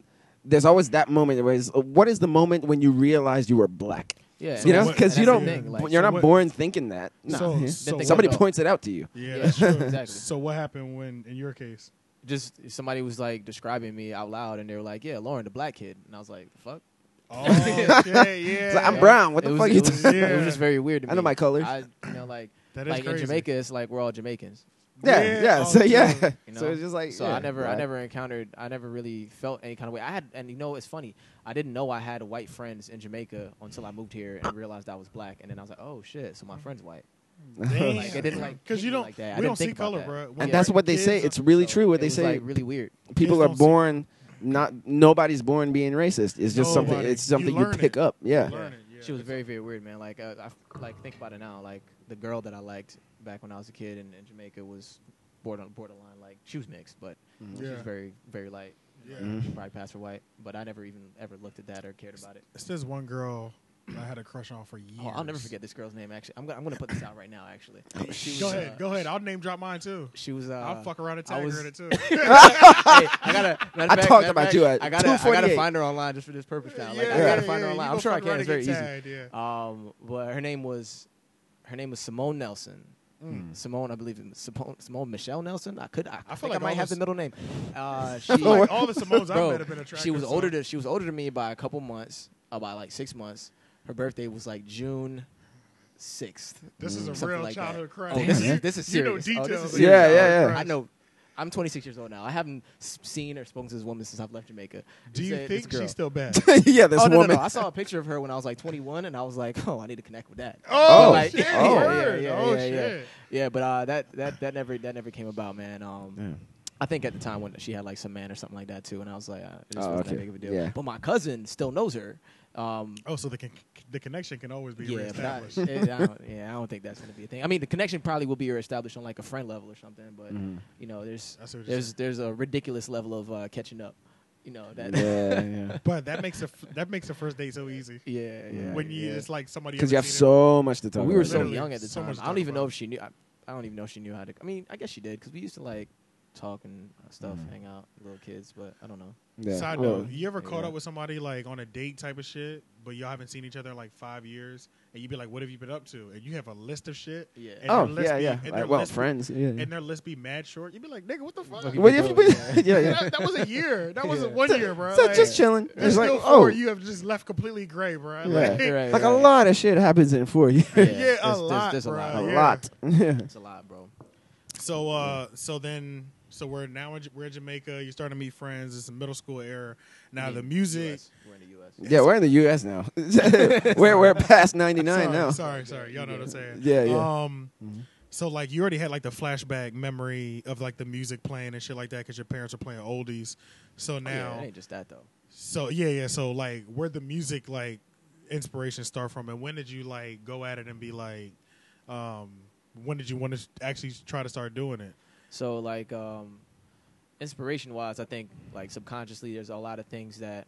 B: there's always that moment. Where it's, what is the moment when you realize you were black?
C: yeah.
B: you
D: So
B: know,
D: what-
B: because
D: and
B: you
D: that's
B: don't.
D: the thing, so
B: you're not
D: what-
B: born thinking that. No.
D: So-
B: Yeah.
D: so
C: Then
B: Somebody
C: what-
B: points it out to you.
D: Yeah,
C: Yeah,
D: that's true.
C: exactly.
D: So what happened when in your case?
C: just somebody was like describing me out loud, and they were like, "Yeah, Lauren, the black kid," and I was like, "Fuck."
D: Oh shit! Yeah,
B: It's like, I'm brown. What
C: It
B: the
C: was-
B: fuck are
C: it
B: you?
C: was-
B: talking-
C: It was just very weird to me.
B: I know my colors.
C: I, you know, like
D: That is
C: like
D: crazy.
C: in Jamaica, it's like we're all Jamaicans.
B: Yeah,
D: Yeah,
B: yeah.
D: oh,
B: so yeah,
D: true.
C: You know?
B: so it's just like
C: So
B: yeah,
C: I never, I
B: black.
C: never encountered, I never really felt any kind of way. I had, and you know, it's funny. I didn't know I had white friends in Jamaica until I moved here and realized I was black, and then I was like, oh shit,
D: Mm-hmm.
C: so my friend's white.
D: Damn.
C: Like it didn't like
D: Cause
C: hit
D: you
C: me
D: don't,
C: like that. I
D: we
C: didn't
D: don't see
C: think about
D: color,
C: that.
D: bro.
B: And that's what they say. It's really true. What
C: It
B: they
C: was,
B: say.
C: like really weird.
B: people
D: Kids
B: are
D: don't see-
B: born not nobody's born being racist. It's just something.
D: Nobody.
B: It's something
D: You
B: you,
D: learn
B: pick
D: it.
B: up. Yeah.
D: learn it, yeah.
C: She was very, very weird, man. Like, I, I like think about it now. Like the girl that I liked back when I was a kid in, in Jamaica was border, borderline. Like she was mixed, but
B: Mm-hmm.
C: she
D: Yeah.
C: was very, very light.
D: Yeah.
B: Mhm.
C: She probably passed for white, but I never even ever looked at that or cared about it.
D: It's this one girl I had a crush on for years.
C: Oh, I'll never forget this girl's name. Actually, I'm gonna, I'm gonna put this out right now. Actually, she was,
D: Go
C: uh,
D: ahead, go ahead. I'll name drop mine too.
C: She was. Uh,
D: I'll fuck around and
C: I
D: tag
C: was-
D: her in it too.
C: hey, I gotta. matter
B: I
C: of fact-
B: talked
C: matter of
B: about
C: fact,
B: you at
C: I gotta, I gotta
B: 2:48.
C: find her online just for this purpose now. Like, I
D: Yeah,
C: gotta
B: yeah,
C: find her
D: yeah,
C: online.
D: you
C: I'm
D: go
C: sure I
D: fuck
C: can.
D: around
C: It's
D: and
C: very
D: get
C: easy.
D: tagged, yeah.
C: Um, but her name was, her name was Simone Nelson.
D: Mm.
B: Hmm.
C: Simone, I believe it was Simone, Simone Michelle Nelson. I could, I, I
D: feel
C: think
D: like
C: I might
D: all
C: have
D: this-
C: the middle name. Uh, she,
D: Like, all the Simones I
C: bro,
D: met have been attractive.
C: she was
D: so-
C: older than she was older than me by a couple months, uh, by like six months. Her birthday was like June sixth.
D: This is a
C: something
D: real
C: like that.
D: childhood crush.
C: Oh, this is
D: You-
C: this is
D: you know
C: serious. Oh, this
D: details
C: is
D: of your
B: serious. Yeah, yeah,
D: childhood
B: yeah.
D: crush.
C: I know. I'm 26 years old now. I haven't s- seen or spoken to this woman since I've left Jamaica.
D: Do
C: This, uh,
D: you
C: this
D: think
C: girl.
D: she's still bad?
B: yeah, this
C: oh, no,
B: woman.
C: No, no. I saw a picture of her when I was like 21, and I was like, oh, I need to connect with that.
D: Oh,
C: Like,
D: shit!
C: yeah, yeah,
D: word.
C: yeah,
D: oh
C: yeah, yeah.
D: shit!
C: Yeah, but uh, that that that never that never came about, man. Um,
B: Yeah.
C: I think at the time when she had like some man or something like that too, and I was like, uh, it just
B: Oh,
C: wasn't
B: okay.
C: that big of a deal.
B: Yeah.
C: But my cousin still knows her. Um,
D: Oh, so the con- the connection can always be
C: yeah, but I,
D: reestablished.
C: it, I don't, yeah, I don't think that's gonna be a thing. I mean, the connection probably will be established on like a friend level or something, but
B: Mhm.
C: you know, there's
D: I see what you're
C: there's there's a ridiculous level of uh, catching up. You know that.
B: yeah, yeah.
D: But that makes a that makes the first date so easy.
C: yeah, yeah.
D: when you
C: yeah.
D: it's like somebody
B: Because
D: haven't
B: you have
D: seen it.
B: so much to talk.
C: we were
B: about.
C: so
D: Literally,
C: young at the
D: so
C: time.
D: much to
C: I don't
D: talk
C: even know
D: about.
C: if she knew. I, I don't even know if she knew how to. I mean, I guess she did because we used to like talk and uh, stuff,
B: Mm-hmm.
C: hang out, little kids. But I don't know.
B: Yeah.
D: Side
B: Well,
D: note: You ever caught
B: yeah.
D: up with somebody like on a date type of shit, but y'all haven't seen each other in like five years, and you be like, "What have you been up to?" And you have a list of shit.
C: Yeah.
D: And
B: Oh
D: their list
B: yeah,
D: be-
B: yeah.
D: and their
B: Like, well,
D: list be-
B: friends. Yeah. yeah.
D: And their list be mad short. You be like, "Nigga, what the fuck?"
B: What if you been- yeah, yeah.
D: that, that was a year. That wasn't one year, bro.
B: So
D: Like,
B: just chilling.
D: there's
B: It's like
D: still
B: oh,
D: four you have just left completely gray, bro.
B: Yeah.
D: Like,
C: Right.
B: like a lot of shit happens in four years.
C: Yeah,
D: Yeah, a lot,
C: There's, there's
D: bro.
C: a lot.
B: a
D: Yeah.
B: lot. Yeah.
C: It's a lot, bro.
D: So, uh, so then, so we're now in, J- we're in Jamaica. You're starting to meet friends. It's a middle school era. Now
B: Mm-hmm.
C: I mean,
D: the music.
C: US. We're in the U.S.
B: Yeah, we're in the U.S. now. we're we're past ninety
D: sorry,
B: nine now.
D: Sorry, sorry. Y'all know what I'm saying.
B: Yeah, yeah. Mm-hmm.
D: Um, so like you already had like the flashback memory of like the music playing and shit like that because your parents were playing oldies. So
C: Oh, yeah,
D: now,
C: it ain't just that though.
D: so yeah, yeah. So like, where the music like inspiration start from, and when did you like go at it and be like, um, when did you want to actually try to start doing it?
C: So like um inspiration wise, I think like subconsciously there's a lot of things that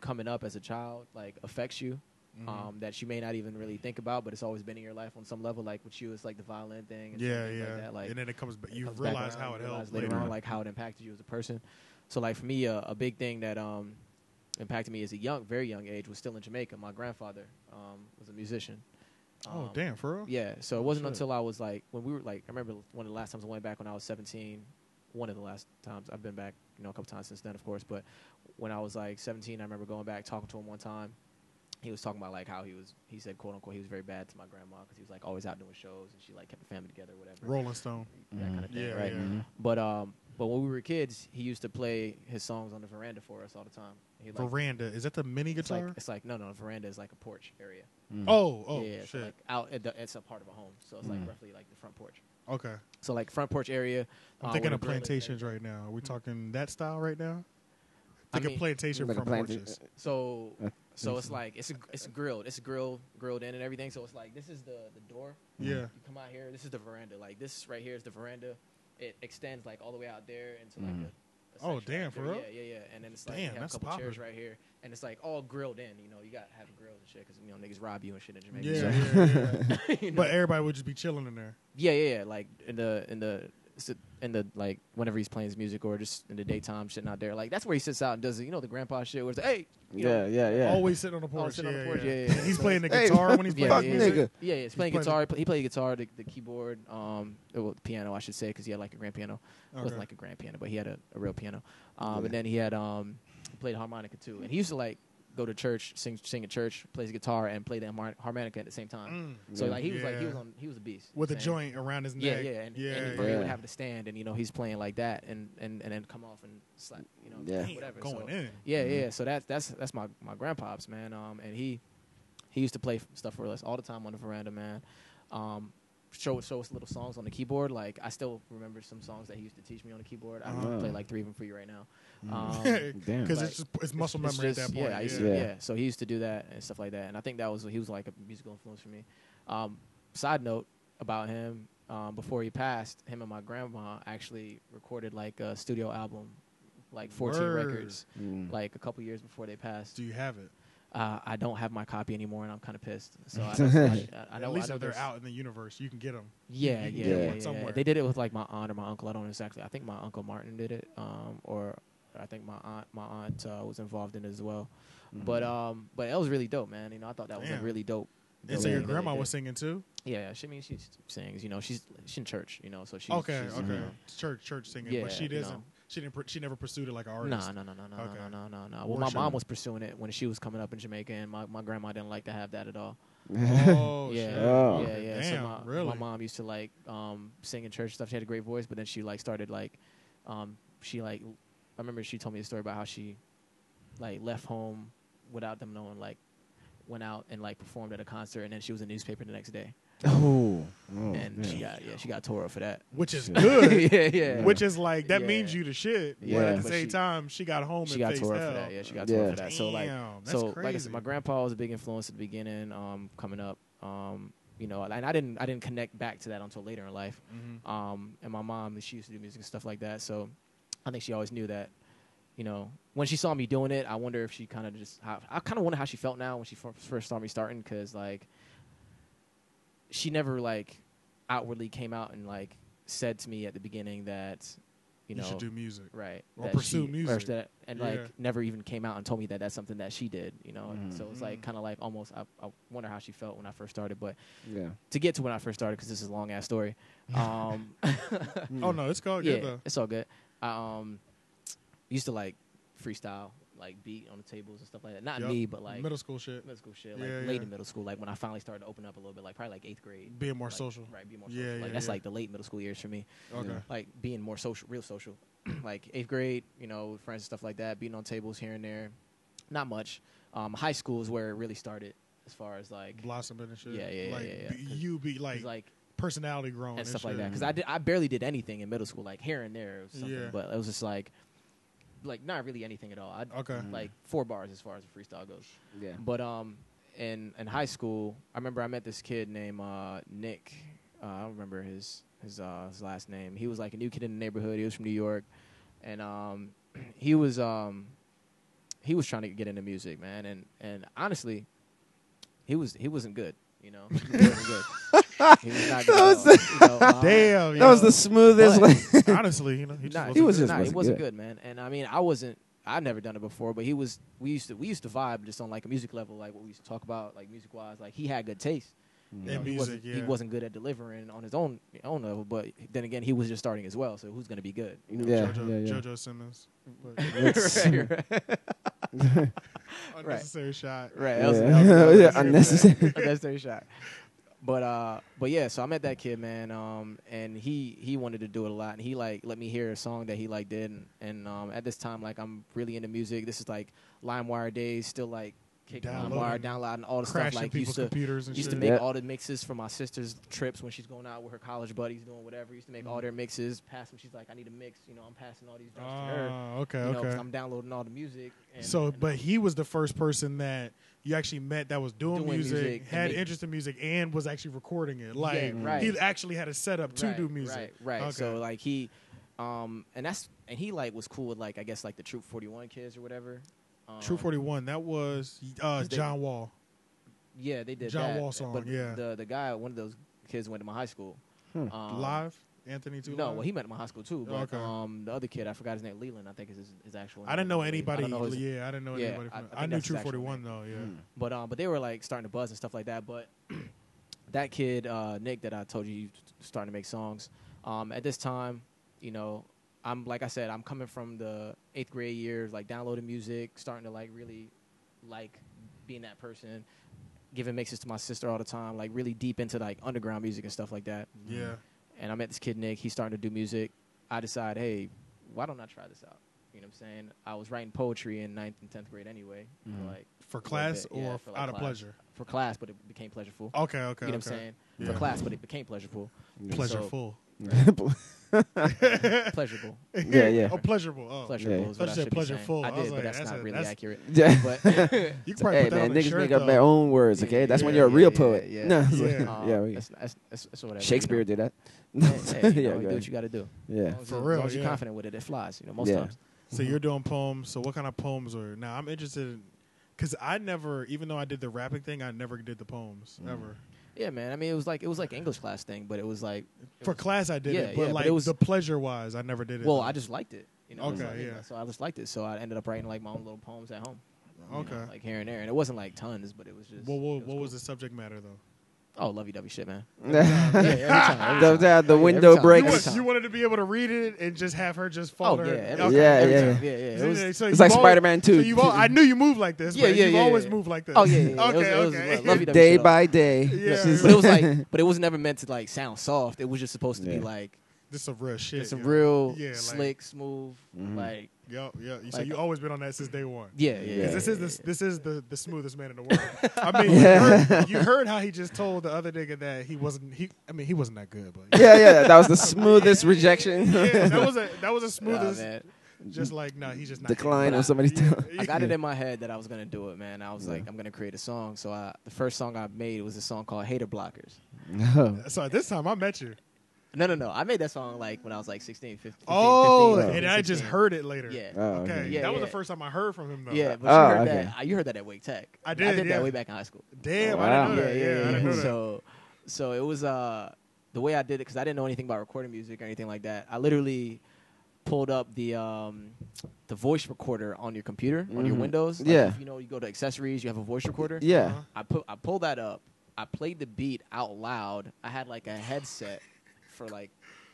C: coming up as a child like affects you.
D: Mm-hmm.
C: Um, that you may not even really think about, but it's always been in your life on some level. Like with you, it's like the violin thing. And
D: yeah,
C: some things
D: yeah.
C: Like that. Like
D: and then it comes. back.
C: it
D: You
C: comes back
D: realize
C: around,
D: how
C: you
D: it
C: realize
D: helped
C: later,
D: later
C: on, like how it impacted you as a person. So like for me, uh, a big thing that um, impacted me as a young, very young age was still in Jamaica. My grandfather um, was a musician.
D: Oh
C: Um,
D: damn, for real?
C: Yeah, so it wasn't
D: Shit.
C: until I was like when we were like I remember one of the last times I went back when I was 17. One of the last times I've been back, you know, a couple times since then, of course. But when I was like 17, I remember going back talking to him one time, he was talking about like how he was. He said, "quote unquote," he was very bad to my grandma because he was like always out doing shows and she like kept the family together, whatever,
D: Rolling Stone.
C: that kind of thing,
D: Yeah,
C: right?
D: yeah.
C: But um, but when we were kids, he used to play his songs on the veranda for us all the time. He like,
D: Veranda. Is that the mini
C: it's like
D: guitar?
C: it's like no, no, veranda is like a porch area.
D: oh, oh,
C: yeah, So
D: shit.
C: like out, at the, it's a part of a home, so it's like
B: Mm.
C: roughly like the front porch.
D: okay.
C: So like front porch area.
D: I'm
C: uh,
D: thinking of
C: with a grill and
D: plantations
C: everything.
D: right now. Are we talking that style right now?
C: Mm. I
D: Think of
C: mean-
D: plantation
B: Like a
D: from
B: planta-
D: porches.
C: So
B: I
C: so
B: think
C: it's
B: so.
C: like it's a, it's grilled, it's grilled grilled in and everything. So it's like this is the the door.
D: Yeah.
C: You come out here. This is the veranda. Like this right here is the veranda. It extends like all the way out there into like
B: Mm.
C: a. a
D: Oh,
C: section right
D: damn, for
C: there.
D: real?
C: Yeah, yeah, yeah. And then it's like
D: Damn,
C: you have
D: that's
C: a couple chairs
D: poppin'.
C: right here, and it's like all grilled in. You know, you got to have grills and shit because you know niggas rob you and shit in Jamaica.
D: Yeah, yeah,
C: so,
D: yeah, yeah.
C: you know?
D: But everybody would just be chilling in there.
C: yeah, yeah, yeah. Like in the in the sit- in the like whenever he's playing his music or just in the daytime sitting out there. Like that's where he sits out and does it. You know the grandpa shit where it's like, hey, you know,
B: Yeah, yeah, yeah.
D: Always sitting on the porch.
C: Always sitting on the porch, yeah, yeah, yeah.
D: He's
C: So-
D: playing the
B: Hey,
D: guitar when he's
B: Yeah,
D: playing
B: Fuck
D: the
C: yeah,
D: music.
B: nigga.
C: Yeah, yeah, he's playing
D: playing the-
C: guitar. he played guitar, the, the keyboard, um, well, the piano, I should say, because he had like a grand piano. It
D: Okay.
C: wasn't like a grand piano, but he had a, a real piano. Um,
B: Yeah.
C: And then he had um, he played harmonica too. And he used to like go to church, sing, sing at church, plays guitar, and play the harmon- harmonica at the same time.
D: Mm.
C: So
B: Yeah.
C: like he was like he
D: Yeah.
C: was on he was a beast
D: With a
C: man.
D: joint around his
C: Yeah,
D: neck.
C: yeah, and,
D: yeah.
C: and
D: yeah.
C: he would
B: Yeah.
C: have the stand, and you know he's playing like that, and and and then come off and slap, you know,
B: Yeah.
D: Damn,
C: whatever.
D: Going
C: so,
D: in.
C: yeah, yeah. So that's that's that's my my grandpops, man. Um, and he he used to play f- stuff for us all the time on the veranda, man. Um, show show us little songs on the keyboard. Like I still remember some songs that he used to teach me on the keyboard. I
B: Uh-huh.
C: can play like three of them for you right now.
D: Mm-hmm.
C: Um,
B: Damn.
D: Because
C: Like,
D: it's, just- it's muscle
C: it's
D: memory at
C: just-
D: that point.
C: Yeah, I used to-
B: yeah.
C: yeah. So he used to do that and stuff like that, and I think that was he was like a musical influence for me. Um, side note about him: um, before he passed, him and my grandma actually recorded like a studio album, like 14
D: Word.
C: records,
B: Mm.
C: like a couple years before they passed.
D: Do you have it?
C: Uh, I don't have my copy anymore, and I'm kind of pissed. So I, don't- I, I, I know
D: At least
C: I know
D: if they're
C: there's-
D: out in the universe, you can get them.
C: Yeah,
D: you can
C: yeah,
B: get
C: yeah,
B: one
C: yeah, yeah.
D: somewhere.
C: They did it with like my aunt or my uncle. I don't know exactly. I think my uncle Martin did it, um, or I think my aunt my aunt uh, was involved in it as well. But um, but that was really dope, man. You know, I thought that was like
D: Mm-hmm. Damn.
C: really dope.
D: And
C: dope
D: so your
C: thing that they
D: grandma
C: did.
D: was singing too?
C: Yeah, yeah, she I mean she sings. You know, she's she's in church. You know, so she's
D: okay,
C: she's,
D: okay.
C: You know,
D: Church, church singing,
C: Yeah,
D: but she
C: you
D: doesn't.
C: know.
D: She didn't. pr- She never pursued it like an
C: No,
D: artist.
C: no, no, no, no,
D: Okay.
C: no, no, no, no. Well, my
D: Worship.
C: mom was pursuing it when she was coming up in Jamaica, and my, my grandma didn't like to have that at all.
D: Oh,
C: yeah,
D: shit.
B: Oh.
C: yeah, yeah.
D: Damn,
C: so my,
D: really?
C: my mom used to like um, sing in church and stuff. She had a great voice, but then she like started like um, she like I remember she told me a story about how she like left home without them knowing. Like went out and like performed at a concert, and then she was in the newspaper the next day,
B: Oh.
C: and she got yeah she got tore up for that.
D: Which is
B: Shit.
D: good.
C: yeah, yeah.
D: Which is like that means
C: Yeah.
D: you the shit.
B: Yeah.
D: But at the
C: But
D: same
C: she-
D: time, she got home
C: she
D: and
C: got
D: faced
C: tore up
D: hell.
C: for that. Yeah, she got
B: Yeah.
C: tore up for that. So like,
D: Damn, that's
C: so like I
D: crazy.
C: said, my grandpa was a big influence at the beginning, um, coming up. Um, you know, and I didn't I didn't connect back to that until later in life.
D: Mhm.
C: Um, and my mom, she used to do music and stuff like that. So I think she always knew that. You know, when she saw me doing it, I wonder if she kind of just how, I kind of wonder how she felt now when she fir- first saw me starting because like she never like outwardly came out and like said to me at the beginning that you
D: You,
C: know
D: should do music.
C: right
D: Or
C: that
D: pursue
C: she- or
D: music.
C: that, and
D: Yeah.
C: like never even came out and told me that that's something that she did you know
B: Mhm.
C: so it's like
D: Mm.
C: kind of like almost I, I wonder how she felt when i first started but
B: Yeah.
C: to get to when i first started because this is a long ass story um
B: Mm.
D: Oh no, it's called
C: yeah
D: good though.
C: it's all good i um used to like freestyle like beat on the tables and stuff like that not
D: Yup.
C: me but like
D: middle school shit.
C: middle school shit like
D: Yeah,
C: late
D: yeah.
C: in middle school like when i finally started to open up a little bit like probably like eighth grade
D: Being more
C: like,
D: social.
C: right be more
D: Yeah,
C: social like
D: yeah,
C: that's
D: yeah.
C: like the late middle school years for me
D: Okay.
C: like being more social, real social, like eighth grade, you know, with friends and stuff like that, being on tables here and there, not much. Um, high school is where it really started, as far as like,
D: Blossoming and shit.
C: Yeah, yeah,
D: like,
C: yeah, yeah,
D: be-
C: 'cause-
D: You be
C: 'cause,
D: like,
C: like
D: personality growing
C: and stuff like that.
D: shit.
C: Because I did, I barely did anything in middle school, like here and there, or something,
D: Yeah.
C: but it was just like, like not really anything at all. I
D: Okay.
C: like four bars as far as the freestyle goes.
B: Yeah.
C: But um, in in high school, I remember I met this kid named uh, Nick. Uh, I don't remember his his uh, his last name. He was like a new kid in the neighborhood. He was from New York, and um, he was um, he was trying to get into music, man. And and honestly, he was he wasn't good. You know, he wasn't good. He was not good. at all, you know, um,
D: Damn,
B: That was the smoothest.
C: But-
B: way.
D: honestly, you know, he just
C: Nah,
D: wasn't
B: he was
D: good.
B: just
C: nah, he
B: wasn't
C: wasn't
B: good.
C: good. man. And I mean, I wasn't. I'd never done it before, but he was. We used to we used to vibe just on like a music level, like what we used to talk about, like music wise. Like he had good taste,
D: And
C: he,
D: music,
C: wasn't, he
D: yeah.
C: wasn't good at delivering on his own own level, but then again, he was just starting as well. So who's going to be good? You know?
B: Yeah,
D: JoJo,
B: yeah, yeah.
D: JoJo Simmons. Look,
B: That's-
C: right, right,
D: unnecessary shot.
C: right.
B: Yeah.
C: That was- that was- that was
B: Yeah, unnecessary.
C: unnecessary shot. But uh, but yeah, so I met that kid, man, um, and he he wanted to do it a lot, and he like let me hear a song that he like did, and, and um, at this time like I'm really into music. This is like LimeWire days, still like kicking LimeWire,
D: Downloading.
C: downloading all the stuff
D: Crashing
C: like
D: people's
C: used to
D: computers and
C: used
D: shit.
C: to make
B: Yeah.
C: all the mixes for my sister's trips when she's going out with her college buddies doing whatever. Used to make
D: Mm.
C: all their mixes, pass them. She's like, I need a mix, you know, I'm passing all these drums to her,
D: Oh, okay,
C: you know, 'cause
D: okay.
C: I'm downloading all the music. And,
D: So,
C: and
D: but he was the first person that you actually met that was doing,
C: Doing
D: music,
C: music, and
D: had
C: they-
D: interest in music, and was actually recording it. Like
C: right.
D: he actually had a setup to
C: right,
D: do music.
C: Right, right.
D: Okay.
C: So like he, um, and that's and he like was cool with like I guess like the Troop Forty One kids or whatever. Um,
D: True Forty One. That was uh,
C: They-
D: John Wall.
C: Yeah, they did
D: John
C: that,
D: Wall
C: uh,
D: song,
C: But
D: yeah.
C: the the guy, one of those kids went to my high school. Um,
D: live. Anthony too.
C: No,
D: live?
C: well, he met at my high school too. But
D: Okay.
C: um, the other kid, I forgot his name. Leland, I think is his, his actual. Name.
D: I didn't know
C: I
D: anybody.
C: don't know his-
D: yeah, I didn't know
C: yeah,
D: anybody.
C: I-
D: From,
C: I
D: I,
C: think
D: knew
C: that's
D: True
C: his actual
D: Forty One though. Yeah.
C: But um, but they were like starting to buzz and stuff like that. But that kid uh, Nick that I told you, you starting to make songs. Um, at this time, you know, I'm like I said, I'm coming from the eighth grade years, like downloading music, starting to like really like being that person, giving mixes to my sister all the time, like really deep into like underground music and stuff like that.
D: Yeah.
C: And I met this kid Nick. He's starting to do music. I decide, hey, why don't I try this out? You know what I'm saying? I was writing poetry in ninth and tenth grade anyway, for,
B: Mhm.
C: like
D: For
C: a little
D: class
C: bit.
D: or
C: Yeah,
D: f-
C: for, like,
D: out of
C: class.
D: pleasure.
C: for class, but it became pleasureful.
D: Okay. Oh, Okay.
C: you know
D: okay.
C: what I'm saying?
D: Yeah.
C: For class, but it became pleasureful.
D: Pleasureful.
C: pleasurable.
B: yeah, yeah.
D: Oh, pleasurable. Oh.
C: Pleasurable
B: Yeah.
C: is what
D: I
C: I
D: said
C: should be saying.
D: pleasureful. I
C: I
D: was
C: did,
D: like,
C: but that's,
D: that's
C: not
D: a-
C: really
D: that's-
C: accurate.
B: Yeah.
C: But
D: You can probably
B: Hey
D: put that on
B: man,
D: a
B: niggas
D: shirt,
B: make up
D: though.
B: their own words. Okay, that's when you're a
C: Yeah,
B: real
C: yeah,
B: poet.
C: yeah,
B: No, it's like-
D: yeah.
B: yeah,
C: um,
B: we-
C: that's, that's, that's, that's whatever. you know.
B: Shakespeare did that.
C: Hey, hey, you know,
B: yeah, go
C: you do
B: ahead.
C: what you got to do. As
B: yeah.
C: long as
D: For
C: you-
D: real,
C: As long as you're
D: yeah.
C: confident with it, it flies. You know, most
B: Yeah.
C: times.
D: So you're doing poems. So what kind of poems are now? I'm interested in because I never, even though I did the rapping thing, I never did the poems
C: Mm.
D: ever.
C: Yeah, man. I mean, it was like it was like English class thing, but it was like,
D: For class, I did
C: Yeah,
D: it,
C: yeah,
D: but
C: but
D: like
C: it was-
D: the pleasure wise, I never did it.
C: well,
D: though.
C: I just liked it. You know,
D: Okay,
C: so, you
D: yeah.
C: know, so I just liked it. So I ended up writing like my own little poems at home. you know,
D: okay.
C: like here and there, and it wasn't like tons, but it was just.
D: well, what,
C: it
D: what was
C: cool.
D: the subject matter though?
C: Oh, lovey-dovey shit, man.
B: the,
C: Yeah, every time, every time.
B: the- the
C: Every
B: window
C: time.
D: You,
C: Every
B: breaks.
D: want,
C: time.
D: you wanted to be able to read it and just have her just
C: Oh
D: fall.
C: yeah, every
B: Okay.
C: time, every
B: Yeah,
C: time.
B: yeah.
C: yeah, yeah. It was,
B: It's like Spider-Man 2.
D: So you've all, I knew you moved like this.
C: Yeah,
D: but
C: yeah,
D: You've
C: yeah,
D: always
C: yeah.
D: moved like this.
C: Oh yeah, yeah, yeah.
D: Okay,
C: it was,
D: okay.
C: It was, lovey-dovey
B: Day
C: shit all-
B: by day.
D: Yeah.
B: This
C: but it was like, but it was never meant to like sound soft. It was just supposed to
B: Yeah.
C: be like
D: This some real shit.
C: it's a
D: yo.
C: real
D: Yeah, like-
C: slick, smooth,
B: Mm-hmm.
C: like
D: Yo, yeah. So
C: Like-
D: you always been on that since day one.
C: yeah, yeah.
B: Yeah.
C: yeah,
D: This
C: yeah,
D: is
C: yeah.
D: the, this is the, the smoothest man in the world. I mean, you, heard, you heard how he just told the other nigga that he wasn't he. I mean, he wasn't that good, but
B: yeah, yeah. That was the smoothest rejection.
D: Yeah, that was a that was a
C: Nah,
D: smoothest.
C: man.
D: just like no, he's just not
B: Decline
C: But
B: on
C: I-
B: somebody's tongue.
C: I got it in my head that I was gonna do it, man. I was like, I'm gonna create a song. So I, the first song I made was a song called "Hater Blockers."
B: No.
D: So this time I met you.
C: No, no, no. I made that song like when I was like 16, 15. 15
D: Oh,
C: 15,
D: and I just
C: 16.
D: heard it later.
C: Yeah.
B: Oh,
D: Okay.
B: okay.
C: Yeah,
D: that was
C: yeah.
D: the first time I heard from him though.
C: Yeah, but
B: Oh,
C: you heard
B: okay.
C: that. uh, You heard that at Wake Tech.
D: I did,
C: did
D: yeah.
C: that way back in high school.
D: Damn, I
B: Wow.
D: didn't know that. Yeah, I didn't know that.
C: So, so it was uh the way I did it because I didn't know anything about recording music or anything like that. I literally pulled up the um the voice recorder on your computer on your
D: Mm-hmm.
B: Mhm.
C: Windows. Like,
B: Yeah.
C: if you know, you go to accessories, you have a voice recorder.
B: Yeah.
D: Uh-huh.
C: I put I pulled that up. I played the beat out loud. I had like a headset for like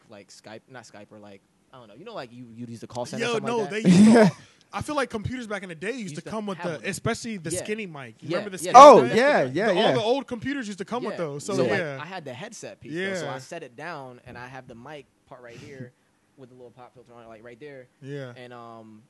C: like Skype, not Skype or like I don't know. You know, like you you use the call center. or
D: Yo,
C: something
D: no,
C: like that?
D: they used to. I feel like computers back in the day used,
C: Used
D: to
C: to
D: come with
C: have
D: the,
C: one.
D: especially the
C: Yeah.
D: skinny mic. You
C: Yeah,
D: remember the
C: yeah,
D: skinny
B: Oh
D: mic?
B: yeah, yeah,
D: The- All the
B: yeah.
D: old computers used to come with
C: Yeah.
D: those. So,
C: like,
D: yeah.
C: I had the headset piece, though, so
D: Yeah.
C: I set it down and I have the mic part right here with the little pop filter on it, like right there,
D: yeah.
C: and um,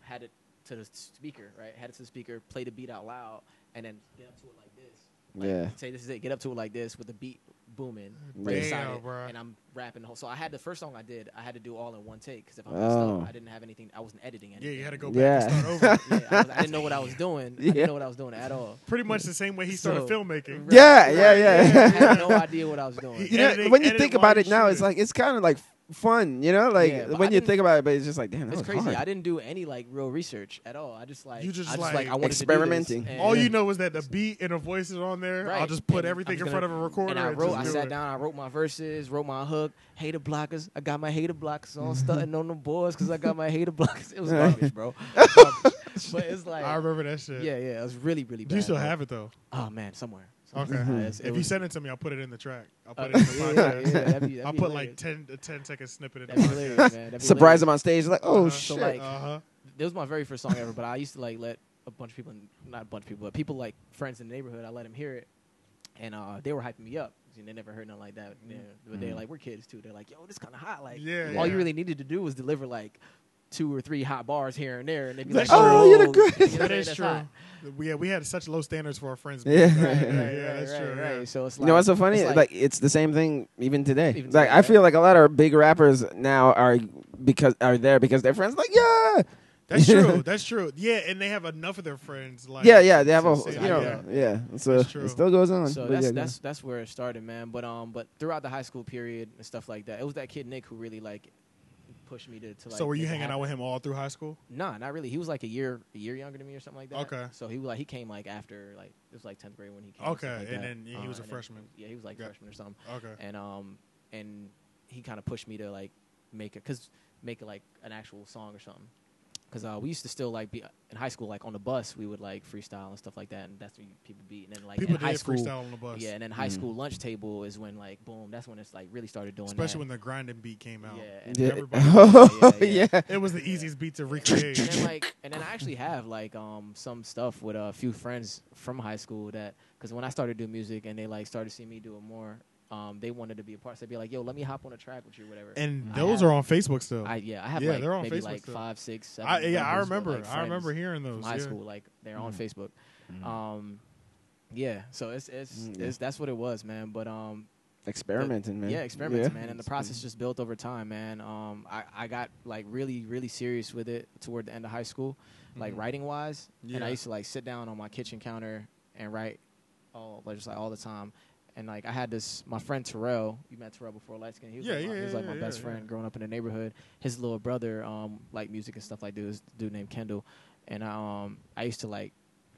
C: had it to the speaker, right? Had it to the speaker, play the beat out loud, and then get up to it like this. Like,
B: Yeah.
C: Say this is it. Get up to it like this with the beat booming right
B: Damn,
C: beside it,
D: bruh.
C: and I'm rapping the whole. So I had the first song I did, I had to do all in one take because if I messed
B: Oh.
C: up, I didn't have anything. I wasn't editing
D: Yeah,
C: anything.
D: you had to go back and
B: Yeah.
D: start over.
C: Yeah, I, was- I didn't know what I was doing. I
B: Yeah.
C: didn't know what I was doing at all.
D: Pretty much the same way he started
C: So-
D: filmmaking.
B: Yeah, yeah,
C: I
B: yeah.
C: had no idea what I was doing.
B: You know,
D: Editing-
B: when you
D: edit
B: think
D: while
B: about
D: you
B: it now,
D: shoot
B: it's
D: it.
B: like it's kind of like fun, you know? Like
C: Yeah, but
B: when
C: I
B: you
C: didn't-
B: think about it, but it's just like damn, that
C: It's
B: was
C: crazy.
B: hard.
C: I didn't do any like real research at all. I just like
D: You just,
C: I just like,
D: like,
C: I wanted to do this,
B: experimenting.
C: and-
D: All you know is that the beat and the voices are on there. I'll
C: Right.
D: just put
C: And
D: everything
C: I'm
D: in
C: just
D: front of
C: gonna-
D: a recorder.
C: And I wrote.
D: just
C: I
D: do
C: sat
D: it.
C: down. I wrote my verses. Wrote my hook. Hater blockers. I got my hater blockers on, stunting on the boards because I got my hater blockers. It was garbage, bro. Garbage. but it's like
D: I remember that shit.
C: Yeah, yeah. It was really, really bad.
D: Do you still
C: bro.
D: have it though?
C: Oh man, somewhere.
D: Okay.
C: Uh, it's-
D: if
C: it
D: you
C: was-
D: send it to me, I'll put it in the track. I'll
C: uh,
D: put it in the
C: yeah,
D: podcast.
C: yeah, that'd be- that'd
D: I'll
C: be
D: put
C: hilarious.
D: like 10, a 10 second snippet in the
C: That'd be
D: podcast.
C: hilarize, man. That'd be
B: Surprise
C: hilarious.
B: them on stage, like, oh
D: Uh-huh.
B: shit.
C: Uh, So like,
D: Uh-huh.
C: that was my very first song ever, but I used to like let a bunch of people, not a bunch of people, but people like friends in the neighborhood, I let them hear it, and uh, they were hyping me up. 'cause, you know, they never heard nothing like that. you know, But
B: Mm.
C: they're like, we're kids too. They're like, yo, this kind of hot. Like,
D: Mm. Yeah,
C: all
D: yeah.
C: you really needed to do was deliver like two or three hot bars here and there, and they'd be
D: That's
C: like,
D: true.
C: oh,
B: Oh, you're the
C: you know
B: greatest.
C: what
D: That
C: I'm
D: is
C: saying? That's
D: true.
C: hot.
D: We we had such low standards for our friends.
B: Yeah.
D: back then.
B: Right,
D: yeah,
C: Right, right,
D: that's
C: right,
D: true.
C: right.
D: yeah.
C: So it's like,
B: You know what's so funny?
C: it's
B: Like, it's the same thing even today.
C: Even
B: like
C: today,
B: I
C: yeah.
B: feel like a lot of big rappers now are because are there because their friends like yeah
D: That's true. That's true. Yeah, and they have enough of their friends. Like
B: yeah yeah they have a
D: to
B: whole-
D: say
B: you
D: that,
B: know
D: yeah.
B: yeah, so
D: That's true.
B: it still goes on.
C: So
B: But
C: that's
B: yeah,
C: that's that's where it started, man. But um, but throughout the high school period and stuff like that, it was that kid Nick who really like pushed me to. to like,
D: so were you
C: make it
D: hanging
C: happen.
D: out with him all through high school?
C: Nah, not really. He was like a year a year younger than me or something like that.
D: Okay.
C: So he was like he came like after like it was like tenth grade when he came.
D: Okay,
C: stuff like
D: and
C: that. Uh,
D: then he was a
C: and
D: freshman.
C: yeah, he was like
D: Yeah.
C: freshman or something.
D: Okay.
C: And um and he kind of pushed me to like make it cause make it like an actual song or something. Cause uh, we used to still like be in high school like on the bus we would like freestyle and stuff like that and that's when people be and then like
D: People
C: in high
D: did
C: school
D: freestyle on the bus.
C: yeah and then high
B: Mhm.
C: school lunch table is when like boom that's when it's like really started doing
D: Especially when
C: that.
D: the grinding beat came out.
C: uh, yeah and-
B: yeah.
D: everybody-
B: oh
C: Yeah,
B: yeah.
C: yeah.
D: It was the easiest beat to
C: and then
D: recreate.
C: like and then I actually have like um some stuff with a few friends from high school that because when I started doing music and they like started seeing me do it more, um they wanted to be a part. So they'd be like, "Yo, let me hop on a track with you, or whatever."
D: and
C: I
D: those
C: have-
D: are on Facebook still.
C: I
D: I,
C: yeah I have
D: Yeah,
C: like
D: they're on
C: maybe
D: Facebook
C: like
D: still.
C: five six seven.
D: yeah, I
C: members with,
D: remember.
C: like,
D: I remember
C: friends
D: hearing those.
C: from high
D: yeah. Mm.
C: school like they're on Facebook. Um, yeah, so it's it's,
B: Mm, yeah.
C: it's that's what it was, man. But um
B: experimenting man
C: yeah, experiments, man. And the process just built over time, man. Um, I, I got like really, really serious with it toward the end of high school, like
D: Mhm.
C: writing wise. And
D: Yeah.
C: I used to like sit down on my kitchen counter and write all like, just like all the time. And like I had this my friend Terrell, you met Terrell before light skin. He was
D: Yeah,
C: like, my,
D: yeah,
C: he was
D: yeah,
C: like my
D: yeah,
C: best
D: yeah.
C: friend growing up in the neighborhood. His little brother, um, like music and stuff like that, this dude named Kendall. And I um I used to like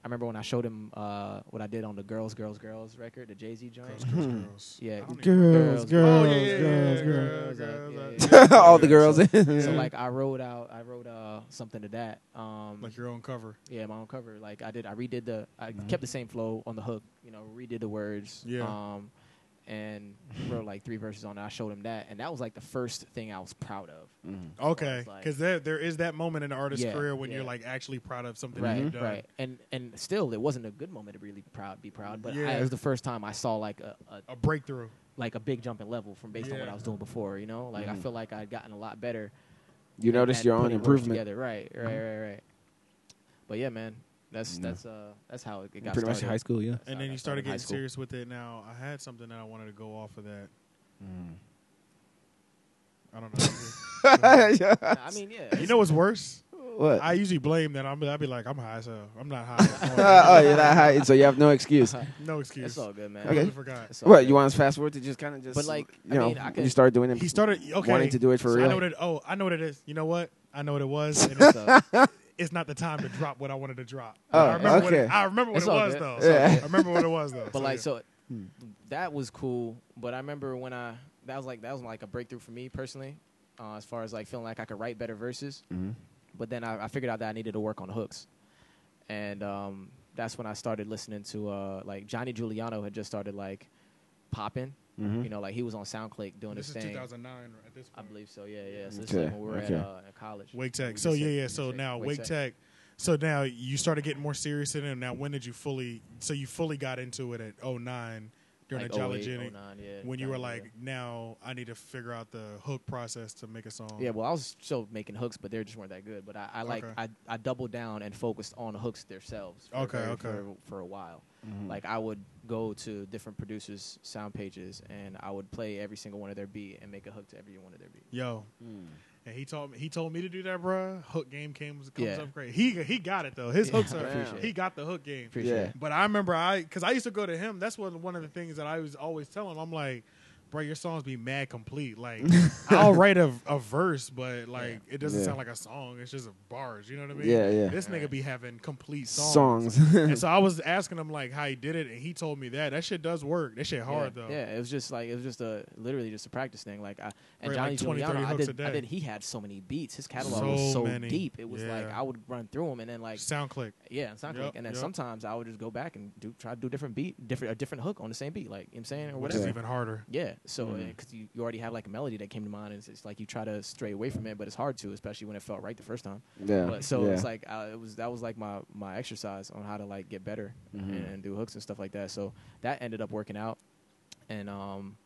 C: I remember when I showed him uh, what I did on the Girls, Girls, Girls record, the Jay Z joint.
D: Girls, girls, girls.
C: Yeah.
D: I don't even-
B: girls
C: Girls,
B: girls
D: oh, yeah, yeah,
B: girls
D: yeah,
B: girls
D: girls,
C: girls,
D: girls,
C: yeah,
D: girls.
C: yeah, yeah.
B: all the girls
C: So
D: Yeah.
C: like I wrote out, I wrote uh something to that. Um,
D: Like your own cover.
C: yeah, my own cover. Like I did, I redid the, I kept the same flow on the hook. You know, redid the words.
D: Yeah.
C: Um, and wrote like three verses on it. I showed him that, and that was like the first thing I was proud of.
D: Okay,
C: it's like-
D: because there there is that moment in an artist's
C: Yeah,
D: career when you're
C: yeah.
D: like actually proud of something that
C: Right,
D: you've done.
C: right. And and still, it wasn't a good moment to really proud, be proud. But I,
D: Yeah.
C: it was the first time I saw like a, a
D: A breakthrough.
C: like a big jump in level from based on what
D: Yeah. Mm-hmm.
C: I was doing before. You know, like I
B: Mhm.
C: feel like I'd gotten a lot better.
B: you
C: at-
B: notice
C: at
B: your own
C: putting words
B: improvement Mm-hmm.
C: Together. Right, right, right, right. But yeah, man, that's
B: Yeah.
C: that's uh that's how it, it got
B: pretty much
C: started.
B: high school yeah
C: That's
D: And
C: how
D: then
C: it
D: you
C: got
D: started
C: in high
D: getting
C: school.
D: serious with it. Now I had something that I wanted to go off of that. I don't know.
C: Nah, I mean, yeah.
D: you know what's worse?
B: what
D: I usually blame that. I'm. I'd be like, I'm high as hell. I'm not high. as hell.
B: Uh, oh, you're that high, so you have no excuse.
C: Uh-huh.
D: no excuse.
C: it's all good, man.
D: I really
B: Okay.
D: forgot.
C: It's all
B: What
C: good.
B: you want us fast forward to just kind of just,
C: But, like,
B: you
C: I
B: know,
C: mean, I
B: you
C: could-
B: start doing it.
D: He started okay.
B: wanting to do it for
D: So I know
B: real.
D: what it, oh, I know what it is. You know what? I know what it was. And
C: It's uh,
D: it's,
C: all-
D: it's not the time to drop what I wanted to drop.
B: Oh,
D: I remember what it,
B: okay.
D: I remember what
C: It's
D: it
C: all
D: was
C: good.
D: though.
C: It's all
B: Yeah.
C: good.
D: I remember what it was though.
C: But like,
D: yeah.
C: so
B: Hmm.
C: that was cool. But I remember when I that was like that was like a breakthrough for me personally, uh, as far as like feeling like I could write better verses.
B: Mhm.
C: But then I, I figured out that I needed to work on hooks, and um, that's when I started listening to uh, like Johnny Giuliano had just started like popping.
B: Mhm.
C: You know, like he was on SoundClick doing
D: this
C: his
D: is
C: thing.
D: 2009 at this point.
C: I believe so. Yeah, yeah. So this is
B: Okay,
C: like when we were
B: okay.
C: at uh, in college.
D: Wake
C: We
D: Tech.
C: just
D: So
C: said-
D: yeah,
C: we
D: yeah.
C: just
D: So
C: said
D: now Wake Tech. So now you started getting more serious in it. Now when did you fully? So you fully got into it at 09 during
C: Like
D: the Jolly
C: 08,
D: Jenny,
C: 09, yeah,
D: when you
C: Jolly
D: were
C: Jenny.
D: like, now I need to figure out the hook process to make a song.
C: Yeah, well, I was still making hooks, but they just weren't that good. But I, I like
D: um, Okay.
C: I, I doubled down and focused on hooks themselves. For a
D: Okay,
C: very-
D: okay.
C: For, for a while,
B: Mm-hmm.
C: like I would go to different producers' sound pages and I would play every single one of their beat and make a hook to every one of their beat.
D: Yo,
C: Mm.
D: and he told me he told me to do that, bruh. Hook game came comes
C: Yeah.
D: up great. He he got it though. His
C: Yeah,
D: hooks
C: I
D: are
C: appreciate
D: he
C: it.
D: got the hook game.
C: Appreciate
B: Yeah.
C: it.
D: But I remember I because I used to go to him. That's what one of the things that I was always telling him. I'm like, bro, your songs be mad complete. Like, I'll write a, a verse, but like, it doesn't
B: Yeah.
D: sound like a song. It's just bars. You know what I mean?
B: Yeah, yeah.
D: This nigga be having complete songs.
B: songs.
D: and so I was asking him like how he did it, and he told me that that shit does work. That shit hard
C: yeah,
D: though.
C: Yeah, it was just like it was just a literally just a practice thing. Like I and
D: Right,
C: Johnny
D: like 20, 30
C: Giuliano, I
D: hooks
C: did,
D: a
C: I
D: day.
C: did. He had so many beats. His catalog was
D: So
C: so
D: many.
C: deep. It was like
D: Yeah.
C: I would run through them, and then like
D: Sound click.
C: yeah, and sound click.
D: Yup,
C: and then
D: yup.
C: sometimes I would just go back and do try to do a different beat, different a different hook on the same beat. Like you know what I'm saying or
D: Which
C: whatever.
D: is
B: Yeah.
D: even harder.
C: Yeah, so
B: Mhm.
C: because you, you already have like a melody that came to mind, and it's, it's like you try to stray away from it, but it's hard to, especially when it felt right the first time.
B: yeah.
C: But so
B: yeah.
C: it's like uh, it was that was like my my exercise on how to like get better and,
B: Mm-hmm.
C: and do hooks and stuff like that. So that ended up working out, and um,